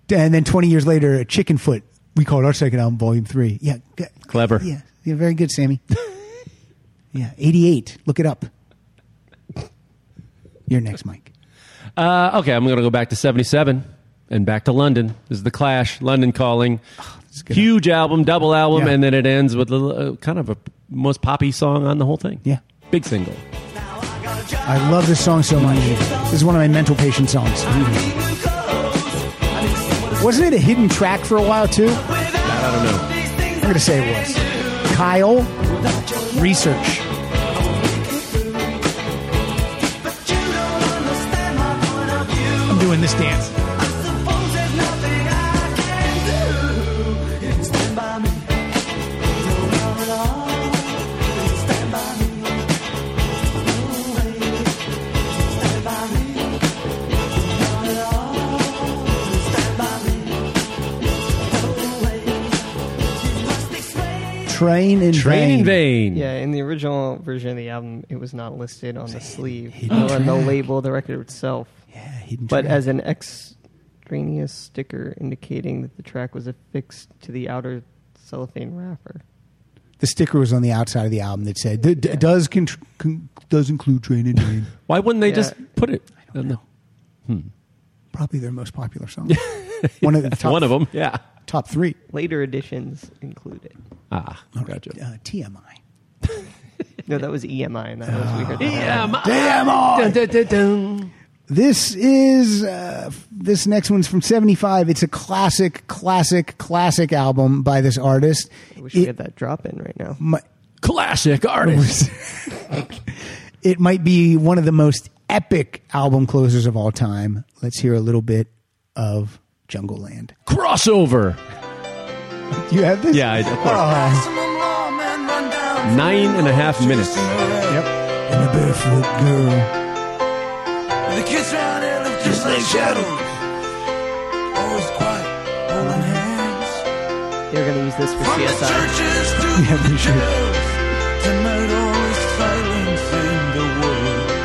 Speaker 2: and then 20 years later, Chicken Foot. We called our second album Volume 3. Yeah. good.
Speaker 3: clever.
Speaker 2: Yeah. Yeah, very good, Sammy. yeah. 88. Look it up. Your next, Mike.
Speaker 3: Uh, okay, I'm going to go back to 77 and back to London. This is The Clash, London Calling. Huge album, double album,
Speaker 2: Yeah.
Speaker 3: and then it ends with a, little, uh, kind of a most poppy song on the whole thing.
Speaker 2: Yeah.
Speaker 3: Big single.
Speaker 2: I love this song so much. This is one of my mental patient songs. Mm-hmm. Wasn't it a hidden track for a while, too?
Speaker 3: I don't know.
Speaker 2: I'm going to say it was. Kyle Research.
Speaker 17: I'm doing this dance.
Speaker 2: Train in
Speaker 3: Train in
Speaker 2: Vain.
Speaker 3: Vain.
Speaker 4: Yeah, in the original version of the album, it was not listed on the sleeve,
Speaker 2: hidden
Speaker 4: or on the
Speaker 2: track.
Speaker 4: label of the record itself.
Speaker 2: Yeah, hidden
Speaker 4: But
Speaker 2: track.
Speaker 4: as an extraneous sticker indicating that the track was affixed to the outer cellophane wrapper.
Speaker 2: The sticker was on the outside of the album that said, "D- d- does, con- con- does include Train in Vain.
Speaker 3: Why wouldn't they
Speaker 4: Yeah.
Speaker 3: just put it? I don't know.
Speaker 2: Probably their most popular song. one of the top,
Speaker 3: One of them. Yeah.
Speaker 2: top three.
Speaker 4: Later editions included.
Speaker 3: Ah, gotcha.
Speaker 2: Uh, TMI.
Speaker 4: No, that was EMI, and that was we heard that.
Speaker 3: EMI.
Speaker 2: TMI.
Speaker 3: Dun, dun, dun, dun.
Speaker 2: This is uh, f- this next one's from '75. It's a classic, classic, classic album by this artist.
Speaker 4: I wish we had that drop in right now.
Speaker 2: Mi-
Speaker 3: Classic artist.
Speaker 2: it might be one of the most epic album closers of all time. Let's hear a little bit of Jungle Land.
Speaker 3: Crossover.
Speaker 2: Do you have this? Uh,
Speaker 3: Yeah, I, of
Speaker 2: Oh.
Speaker 3: course. Nine and a half minutes.
Speaker 2: Yep. And the barefoot girl.
Speaker 15: The kids round here look just like shadows. Always quiet, holding hands.
Speaker 4: They're going to use this for
Speaker 15: From the
Speaker 4: CSI.
Speaker 15: churches to
Speaker 2: Yeah,
Speaker 15: the
Speaker 2: we should.
Speaker 15: jails. Tonight all is silence in the world.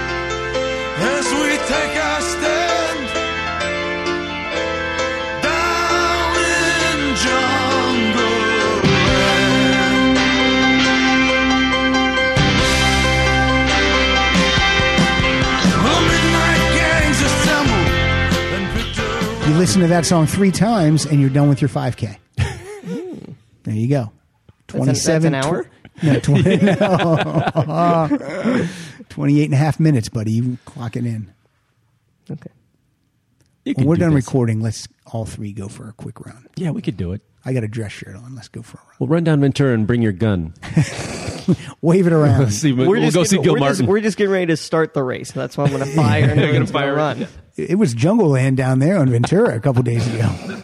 Speaker 15: As we take our stand. Down in jungle land. The midnight gangs assemble and bitter
Speaker 2: You listen to that song three times, and you're done with your 5K. there you go.
Speaker 4: an- that's an
Speaker 2: 27
Speaker 4: hour?
Speaker 2: tw- no, 20, no. 28 and a half minutes, buddy. You clock it in.
Speaker 4: Okay.
Speaker 3: You can
Speaker 2: When we're
Speaker 3: do
Speaker 2: done
Speaker 3: this.
Speaker 2: recording, let's all three go for a quick round.
Speaker 3: Yeah, we could do it.
Speaker 2: I got a dress shirt on. Let's go for a
Speaker 3: We'll run down Ventura and bring your gun.
Speaker 2: round. Wave it around.
Speaker 3: Let's see. We'll, we'll
Speaker 4: just
Speaker 3: go see
Speaker 4: getting,
Speaker 3: Gil
Speaker 4: we're
Speaker 3: Martin.
Speaker 4: Just, we're just getting ready to start the race. That's why I'm going to fire and
Speaker 3: You're
Speaker 4: going
Speaker 3: gonna
Speaker 4: to
Speaker 3: fire.
Speaker 4: run.
Speaker 2: It was Jungle Land down there on Ventura a couple days ago.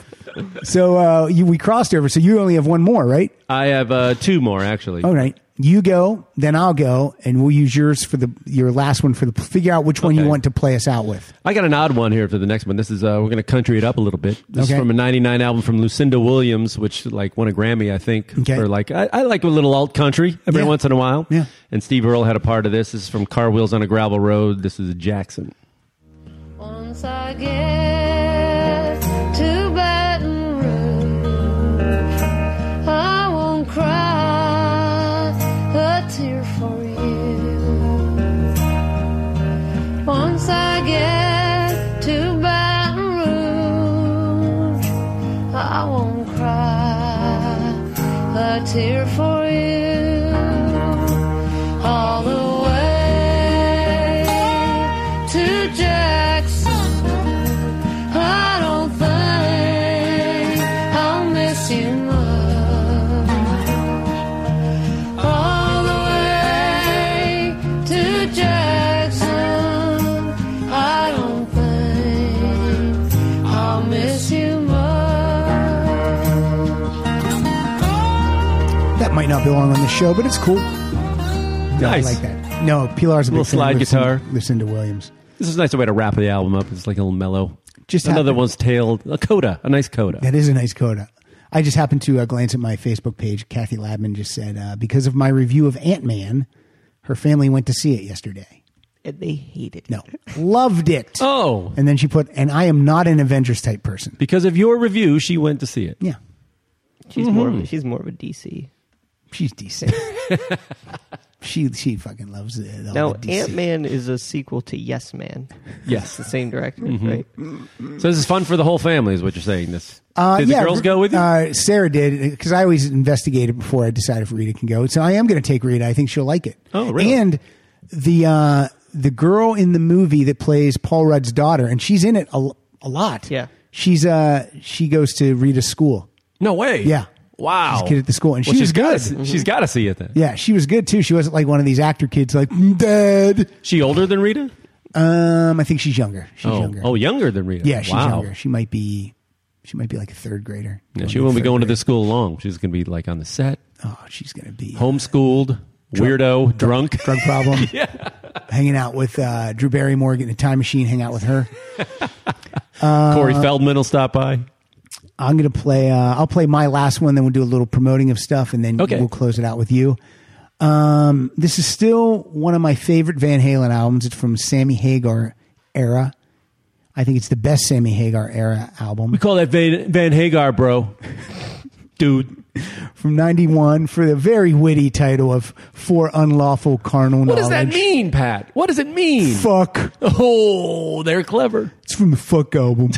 Speaker 2: so uh, you, we crossed over. So you only have one more, right?
Speaker 3: I have uh, two more actually.
Speaker 2: All right. You go, then I'll go, and we'll use yours for the your last one for the figure out which one you
Speaker 3: Okay.
Speaker 2: want to play us out with.
Speaker 3: I got an odd one here for the next one. This is uh, we're going to country it up a little bit. This
Speaker 2: Okay.
Speaker 3: is from a '99 album from Lucinda Williams, which like won a Grammy, I think.
Speaker 2: Okay.
Speaker 3: Or like I, I like a little alt country every
Speaker 2: Yeah.
Speaker 3: once in a while.
Speaker 2: Yeah.
Speaker 3: And Steve Earle had a part of this. This is from Car Wheels on a Gravel Road. This is Jackson.
Speaker 12: Once I get to Baton Rouge,
Speaker 18: once I get to Baton Rouge, I won't cry a tear for you. All the way to Jackson, I don't think I'll miss you much. All the way to Jackson. I don't think I'll miss you much.
Speaker 2: That might not belong on the show, but it's cool. No,
Speaker 3: Nice.
Speaker 2: I like that. No, Pilar's a
Speaker 3: Little
Speaker 2: big fan.
Speaker 3: slide
Speaker 2: Listen-
Speaker 3: guitar.
Speaker 2: Listen to Williams.
Speaker 3: This is a nice way to wrap the album up. It's like a little mellow.
Speaker 2: Just
Speaker 3: another
Speaker 2: happened.
Speaker 3: one's tailed. A coda, a nice coda.
Speaker 2: That is a nice coda. I just happened to uh, glance at my Facebook page. Kathy Labman just said, uh, because of my review of Ant Man, her family went to see it yesterday.
Speaker 4: And they hated it.
Speaker 2: No, loved it.
Speaker 3: Oh.
Speaker 2: And then she put, and I am not an Avengers type person.
Speaker 3: Because of your review, she went to see it.
Speaker 2: Yeah.
Speaker 4: She's more of a,
Speaker 3: Mhm.
Speaker 4: she's more of a DC.
Speaker 2: She's decent. she she fucking loves it. all
Speaker 4: Oh, Now
Speaker 2: the DC.
Speaker 4: Ant Man is a sequel to Yes Man.
Speaker 3: Yes.
Speaker 4: It's the same director,
Speaker 3: Mhm.
Speaker 4: right?
Speaker 3: So this is fun for the whole family, is what you're saying. This
Speaker 2: Uh,
Speaker 3: did the
Speaker 2: yeah,
Speaker 3: girls go with you?
Speaker 2: Uh, Sarah did because I always investigate it before I decide if Rita can go. So I am going to take Rita. I think she'll like it.
Speaker 3: Oh, really?
Speaker 2: And the uh, the girl in the movie that plays Paul Rudd's daughter, and she's in it a, a lot.
Speaker 4: Yeah.
Speaker 2: she's uh she goes to Rita's school.
Speaker 3: no way.
Speaker 2: Yeah.
Speaker 3: Wow.
Speaker 2: She's a kid at the school, and
Speaker 3: Well,
Speaker 2: she
Speaker 3: she's Mm-hmm.
Speaker 2: was
Speaker 3: gotta
Speaker 2: good.
Speaker 3: see- She's got to see it then.
Speaker 2: Yeah, she was good too. She wasn't like one of these actor kids, like "Mm, dead.
Speaker 3: She older than Rita?
Speaker 2: Um, I think she's younger. She's
Speaker 3: oh.
Speaker 2: younger.
Speaker 3: Oh, younger than Rita.
Speaker 2: Yeah, she's
Speaker 3: wow.
Speaker 2: younger. She might be, she might be like a third grader.
Speaker 3: Yeah,
Speaker 2: Going
Speaker 3: she
Speaker 2: to
Speaker 3: won't be
Speaker 2: third
Speaker 3: going to
Speaker 2: grade.
Speaker 3: this school long. She's going to be like on the set.
Speaker 2: Oh, she's going to be
Speaker 3: homeschooled,
Speaker 2: Drunk-
Speaker 3: weirdo, drunk.
Speaker 2: drug problem. Hanging out with uh, Drew Barrymore, getting a time machine, hang out with her. Uh,
Speaker 3: Corey Feldman will stop by.
Speaker 2: I'm going to play. Uh, I'll play my last one. Then we'll do a little promoting of stuff, and then
Speaker 3: Okay.
Speaker 2: we'll close it out with you. Um, this is still one of my favorite Van Halen albums. It's from Sammy Hagar era. I think it's the best Sammy Hagar era album.
Speaker 3: We call that Van, Van Hagar, bro. Dude.
Speaker 2: from 91 for the very witty title of For Unlawful Carnal
Speaker 3: What
Speaker 2: Knowledge.
Speaker 3: does that mean, Pat? What does it mean?
Speaker 2: Fuck.
Speaker 3: Oh, they're clever.
Speaker 2: It's from the Fuck album.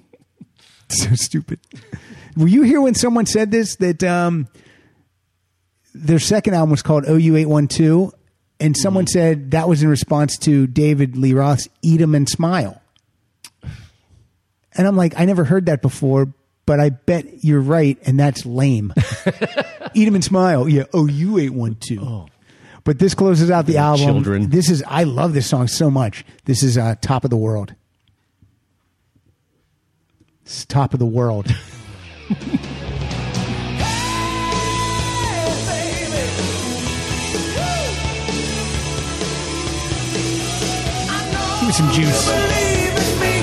Speaker 2: so stupid. Were you here when someone said this that um, their second album was called OU812? And someone said that was in response to David Lee Roth's Eat 'em and Smile. And I'm like, I never heard that before, but I bet you're right, and that's lame. Eat 'em and smile. Yeah, oh, you eight one two. But this closes out the album.
Speaker 3: children.
Speaker 2: This is I love this song so much. This is uh, top of the world. It's top of the world. Give me some juice.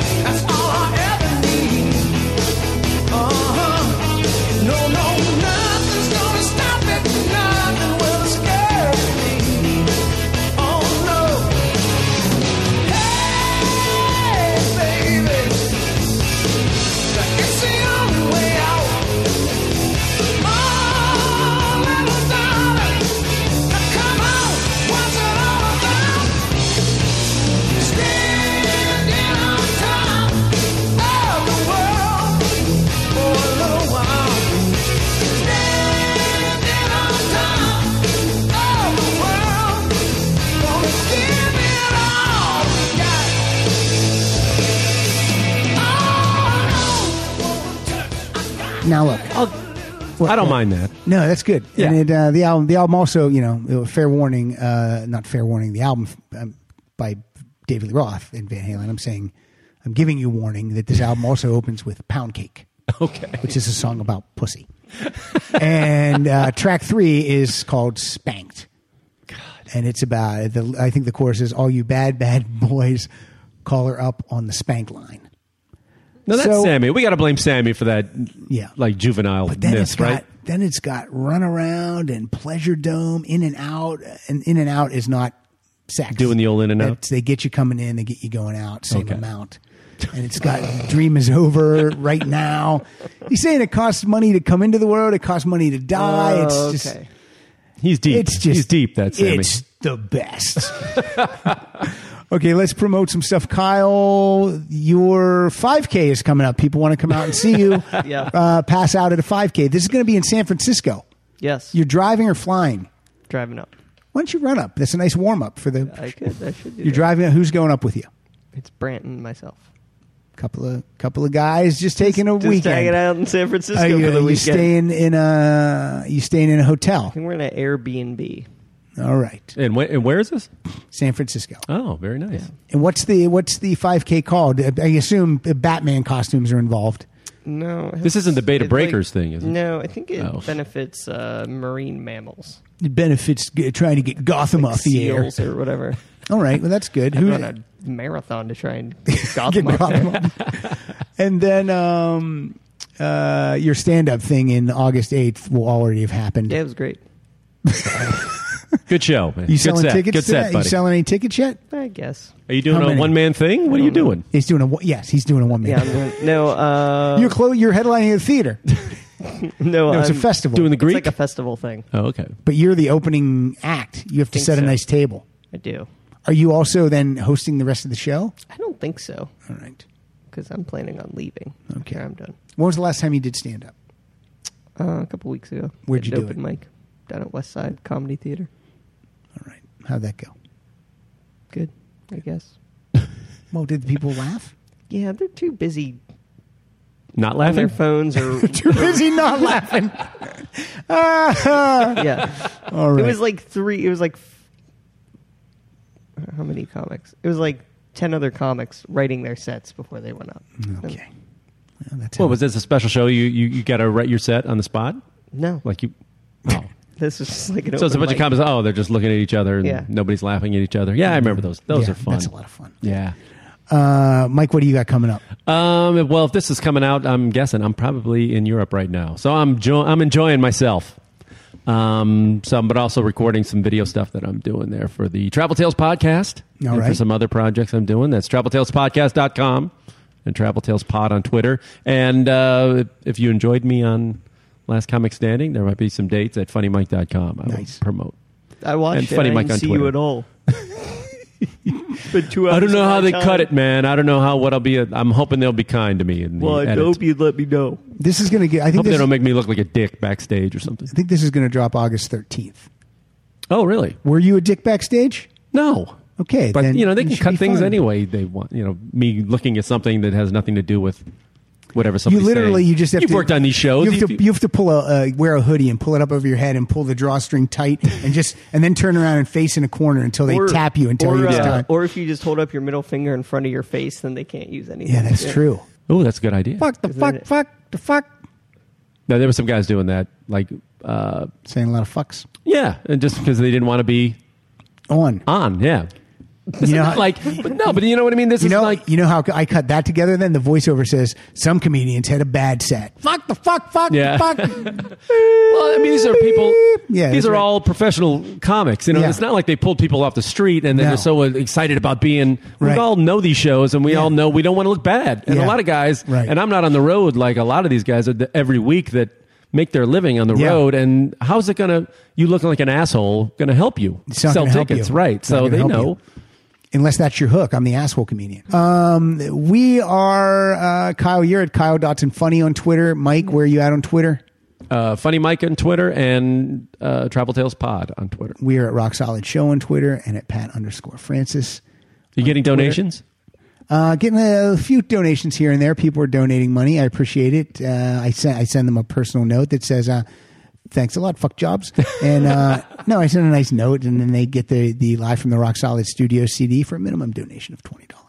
Speaker 7: Oh,
Speaker 2: Now look.
Speaker 3: I don't mind that.
Speaker 2: No, that's good.
Speaker 3: Yeah.
Speaker 2: And it, uh, the album, the album also, you know, uh, fair warning, uh, not fair warning. The album um, by David Lee Roth and Van Halen. I'm saying, I'm giving you warning that this album also opens with Pound Cake,
Speaker 3: Okay.
Speaker 2: which is a song about pussy. and uh, track three is called Spanked. And it's about the. I think the chorus is all you bad bad boys, call her up on the spank line.
Speaker 3: No, that's
Speaker 2: So-
Speaker 3: Sammy. We got to blame Sammy for that.
Speaker 2: Yeah.
Speaker 3: Like juvenile
Speaker 2: Then
Speaker 3: miss,
Speaker 2: it's got
Speaker 3: right?
Speaker 2: then it's got runaround and pleasure dome, in and out, and in and out is not sex.
Speaker 3: Doing the old in and out.
Speaker 2: That's- they get you coming in, they get you going out, same
Speaker 3: Okay.
Speaker 2: amount. And it's got dream is over right now. He's saying it costs money to come into the world, it costs money to die. Uh, it's
Speaker 4: Oh,
Speaker 2: just
Speaker 4: okay.
Speaker 3: He's deep.
Speaker 2: it's just
Speaker 3: He's deep. That Sammy.
Speaker 2: It's the best. Okay, let's promote some stuff. Kyle, your 5K is coming up. People want to come out and see you.
Speaker 4: Yeah.
Speaker 2: Uh, pass out at a 5K. This is going to be in San Francisco.
Speaker 4: Yes.
Speaker 2: You're driving or flying?
Speaker 4: Driving up.
Speaker 2: Why don't you run up? That's a nice warm up for the.
Speaker 4: I could. I should do
Speaker 2: You're
Speaker 4: that.
Speaker 2: driving. Who's going up with you?
Speaker 4: It's Branton myself.
Speaker 2: Couple of couple of guys just taking a
Speaker 4: Just
Speaker 2: weekend.
Speaker 4: hanging out in San Francisco
Speaker 2: Are you,
Speaker 4: for the
Speaker 2: are you
Speaker 4: weekend.
Speaker 2: staying in a you staying in a hotel?
Speaker 4: I think we're in an Airbnb.
Speaker 2: All right.
Speaker 3: And, wh- and where is this?
Speaker 2: San Francisco.
Speaker 3: Oh, very nice.
Speaker 2: And what's the what's the 5K called? I assume Batman costumes are involved.
Speaker 4: No, I
Speaker 3: This
Speaker 4: have-
Speaker 3: isn't the Beta
Speaker 4: it's
Speaker 3: Breakers thing, is it?
Speaker 4: No, I think it
Speaker 3: Oh.
Speaker 4: benefits uh, marine mammals,
Speaker 2: It benefits g- trying to get Gotham
Speaker 4: like
Speaker 2: off the air.
Speaker 4: seals or whatever.
Speaker 2: All right, well that's good.
Speaker 4: I'd
Speaker 2: Who-
Speaker 4: run a marathon to try and get Gotham
Speaker 2: Get
Speaker 4: up there.
Speaker 2: Gotham up. and then um, uh, your stand up thing in August 8th will already have happened.
Speaker 4: Yeah, it was great.
Speaker 3: Good show. Man.
Speaker 2: You
Speaker 3: Good
Speaker 2: selling
Speaker 3: set.
Speaker 2: tickets
Speaker 3: Good
Speaker 2: to
Speaker 3: set,
Speaker 2: that?
Speaker 3: buddy.
Speaker 2: You selling any tickets yet?
Speaker 4: I guess.
Speaker 3: Are you doing
Speaker 2: How
Speaker 3: a
Speaker 2: many?
Speaker 3: one man thing? What are you doing?
Speaker 2: He's doing a one- yes. He's doing a one man.
Speaker 4: Yeah, I'm doing, no, uh,
Speaker 2: you're clo- You're headlining a theater,
Speaker 4: no,
Speaker 2: no, it's a
Speaker 4: I'm
Speaker 2: festival. Doing the
Speaker 4: It's
Speaker 2: Greek?
Speaker 4: like a festival thing.
Speaker 3: Oh, okay.
Speaker 2: but you're the opening act. You have to
Speaker 4: Think
Speaker 2: set a
Speaker 4: so.
Speaker 2: nice table.
Speaker 4: I do.
Speaker 2: Are you also then hosting the rest of the show?
Speaker 4: I don't think so.
Speaker 2: All right.
Speaker 4: Because I'm planning on leaving. Okay, I'm done.
Speaker 2: When was the last time you did stand up?
Speaker 4: Uh, a couple weeks ago.
Speaker 2: Where'd
Speaker 4: At
Speaker 2: you
Speaker 4: an
Speaker 2: do
Speaker 4: open
Speaker 2: it?
Speaker 4: mic down at West Side Comedy Theater.
Speaker 2: How'd that go?
Speaker 4: Good, I guess.
Speaker 2: Well, did people laugh?
Speaker 4: Yeah, they're too busy
Speaker 3: Not
Speaker 4: on their
Speaker 3: laughing?
Speaker 4: phones or
Speaker 2: Too busy not laughing. Ah.
Speaker 4: yeah.
Speaker 2: All right.
Speaker 4: It was like three. It was like f- how many comics? It was like ten other comics writing their sets before they went up.
Speaker 2: Okay. That's
Speaker 3: What was this? A special show? You you, you got to write your set on the spot?
Speaker 4: No.
Speaker 3: Like you.
Speaker 4: This is just like an
Speaker 3: So it's a bunch of
Speaker 4: open
Speaker 3: comments. Oh, they're just looking at each other and
Speaker 4: Yeah.
Speaker 3: nobody's laughing at each other. Yeah, I remember those. Those
Speaker 2: Yeah,
Speaker 3: are fun.
Speaker 2: that's a lot of fun.
Speaker 3: Yeah.
Speaker 2: Uh, Mike, what do you got coming up?
Speaker 3: Um, well, if this is coming out, I'm guessing I'm probably in Europe right now. So I'm jo- I'm enjoying myself. Um, some, but also recording some video stuff that I'm doing there for the Travel Tales podcast.
Speaker 2: All
Speaker 3: and For
Speaker 2: right.
Speaker 3: some other projects I'm doing. That's traveltalespodcast.com and Travel Tales Pod on Twitter. And uh, if you enjoyed me on Last Comic Standing, there might be some dates at funnymike.com. I
Speaker 2: Nice.
Speaker 3: will promote.
Speaker 4: I watched
Speaker 3: And
Speaker 4: it.
Speaker 3: Funny
Speaker 4: I
Speaker 3: Mike
Speaker 4: didn't
Speaker 3: on
Speaker 4: see
Speaker 3: Twitter.
Speaker 4: you at all. It's been two
Speaker 3: I don't
Speaker 4: hours
Speaker 3: know
Speaker 4: of
Speaker 3: how
Speaker 4: my
Speaker 3: they
Speaker 4: time.
Speaker 3: cut it, man. I don't know how what I'll be. I'm hoping they'll be kind to me. In the
Speaker 4: Well, I
Speaker 3: edit.
Speaker 4: hope you'd let me know.
Speaker 2: This is going to get. I think
Speaker 3: Hope
Speaker 2: this,
Speaker 3: they don't
Speaker 2: I
Speaker 3: make me look like a dick backstage or something.
Speaker 2: think this is going to drop August thirteenth.
Speaker 3: Oh, really?
Speaker 2: Were you a dick backstage?
Speaker 3: No.
Speaker 2: Okay,
Speaker 3: But
Speaker 2: then
Speaker 3: you know they
Speaker 2: it
Speaker 3: can
Speaker 2: should be
Speaker 3: cut things
Speaker 2: fun.
Speaker 3: anyway they want. You know, me looking at something that has nothing to do with whatever
Speaker 2: You
Speaker 3: somebody's
Speaker 2: literally,
Speaker 3: saying.
Speaker 2: you just have
Speaker 3: You've
Speaker 2: to
Speaker 3: worked on these shows.
Speaker 2: You have
Speaker 3: If
Speaker 2: to,
Speaker 3: you-
Speaker 2: you have to pull a uh, wear a hoodie and pull it up over your head and pull the drawstring tight and just and then turn around and face in a corner until they
Speaker 4: Or-
Speaker 2: tap you and tell
Speaker 4: or,
Speaker 2: you it's
Speaker 4: uh,
Speaker 2: time.
Speaker 4: Or if you just hold up your middle finger in front of your face, then they can't use anything.
Speaker 2: Yeah, that's true.
Speaker 3: oh, that's a good idea.
Speaker 2: Fuck the
Speaker 4: Isn't
Speaker 2: fuck,
Speaker 4: it-
Speaker 2: fuck the fuck.
Speaker 3: No, there were some guys doing that. Like, uh,
Speaker 2: Saying a lot of fucks
Speaker 3: yeah, and just because they didn't want to be
Speaker 2: on.
Speaker 3: on. Yeah. It's
Speaker 2: know-
Speaker 3: not like, but no, but you know what I mean. This
Speaker 2: You
Speaker 3: is
Speaker 2: know,
Speaker 3: like
Speaker 2: you know how I cut that together. Then the voiceover says some comedians had a bad set. Fuck the fuck, fuck
Speaker 3: Yeah.
Speaker 2: the fuck.
Speaker 3: Well, I mean, these are people.
Speaker 2: Yeah,
Speaker 3: these
Speaker 2: that's
Speaker 3: are
Speaker 2: right.
Speaker 3: all professional comics. You know,
Speaker 2: Yeah.
Speaker 3: it's not like they pulled people off the street and they're
Speaker 2: No.
Speaker 3: just so excited about being.
Speaker 2: Right.
Speaker 3: We all know these shows, and we all know we don't want to look bad. And
Speaker 2: Yeah.
Speaker 3: a lot of guys,
Speaker 2: Right.
Speaker 3: and I'm not on the road like a lot of these guys are th- every week that make their living on the
Speaker 2: Yeah.
Speaker 3: road. And how's it gonna? You looking like an asshole? Going to help you
Speaker 2: It's not
Speaker 3: sell
Speaker 2: gonna help
Speaker 3: tickets?
Speaker 2: you.
Speaker 3: Right.
Speaker 2: It's not
Speaker 3: so
Speaker 2: gonna
Speaker 3: they
Speaker 2: help
Speaker 3: know.
Speaker 2: you. Unless that's your hook. I'm the asshole comedian. Um, we are uh, Kyle. You're at Kyle Dotson Funny on Twitter. Mike, where are you at on Twitter?
Speaker 3: Uh, Funny Mike on Twitter and uh, Travel Tales Pod on Twitter.
Speaker 2: We are at Rock Solid Show on Twitter and at Pat underscore Francis.
Speaker 3: You getting donations?
Speaker 2: Uh, getting a few donations here and there. People are donating money. I appreciate it. Uh, I send I send them a personal note that says, uh, "Thanks a lot, fuck jobs." And uh, no, I send a nice note, and then they get the the live from the Rock Solid Studio CD for a minimum donation of twenty dollars.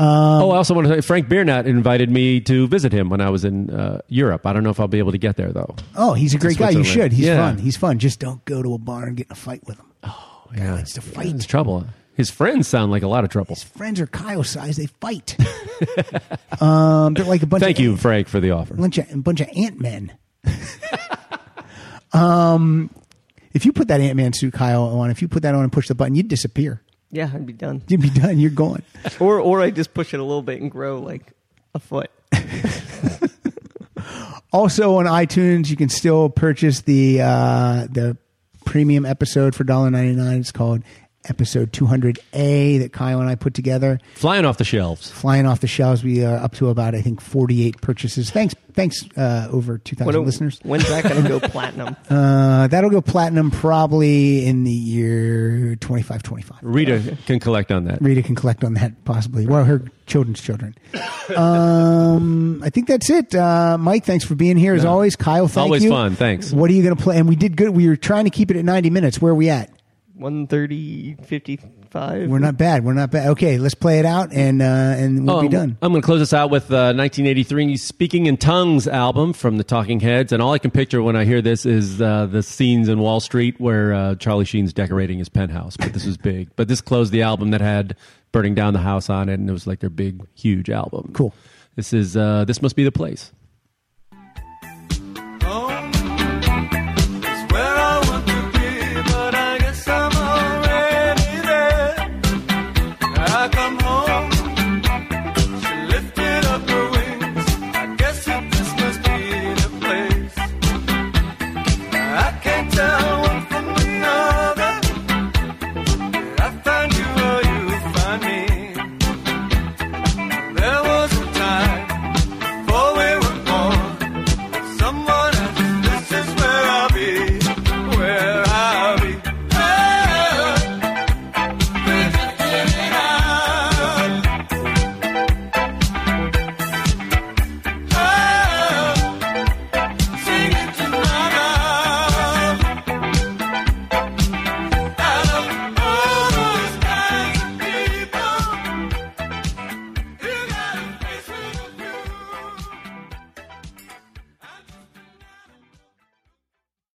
Speaker 3: oh, I also want to say Frank Biernat invited me to visit him when I was in uh, Europe. I don't know if I'll be able to get there though.
Speaker 2: Oh, he's a great guy. You should.
Speaker 3: Switzerland.
Speaker 2: He's
Speaker 3: Yeah.
Speaker 2: fun. He's fun. Just don't go to a bar and get in a fight with him.
Speaker 3: Yeah,
Speaker 2: likes to fight.
Speaker 3: It's trouble. His friends sound like a lot of trouble.
Speaker 2: Friends are Kyle size. They fight. um, they're like a bunch.
Speaker 3: Thank
Speaker 2: of
Speaker 3: you, Frank, for the offer.
Speaker 2: bunch of, a bunch of Ant Men. um, if you put that Ant Man suit, Kyle, on, if you put that on and push the button, you'd disappear.
Speaker 4: Yeah, I'd be done.
Speaker 2: You'd be done. You're gone.
Speaker 4: Or or I just push it a little bit and grow like a foot.
Speaker 2: Also on iTunes, you can still purchase the uh, the premium episode for $1.99. It's called episode 200A that Kyle and I put together.
Speaker 3: Flying off the shelves.
Speaker 2: Flying off the shelves. We are up to about I think 48 purchases. Thanks, thanks uh, over 2,000
Speaker 4: When-
Speaker 2: listeners.
Speaker 4: When's that going to go platinum?
Speaker 2: Uh, that'll go platinum probably in the year 25, 25.
Speaker 3: Rita can collect on that.
Speaker 2: Rita can collect on that possibly. Well, her children's children. Um, I think that's it. Uh, Mike, thanks for being here as
Speaker 3: Yeah.
Speaker 2: always. Kyle, thank
Speaker 3: Always
Speaker 2: you.
Speaker 3: fun. Thanks.
Speaker 2: What are you going to play? And we did good. We were trying to keep it at 90 minutes. Where are we at?
Speaker 4: 130, 55?
Speaker 2: We're not bad. We're not bad. Okay, let's play it out and uh, and we'll
Speaker 3: Oh,
Speaker 2: be
Speaker 3: I'm-
Speaker 2: done.
Speaker 3: I'm going to close this out with uh, 1983 Speaking in Tongues album from the Talking Heads. And all I can picture when I hear this is uh, the scenes in Wall Street where uh, Charlie Sheen's decorating his penthouse. But this was big. but this closed the album that had Burning Down the House on it. And it was like their big, huge album.
Speaker 2: Cool.
Speaker 3: This is uh, This Must Be the Place.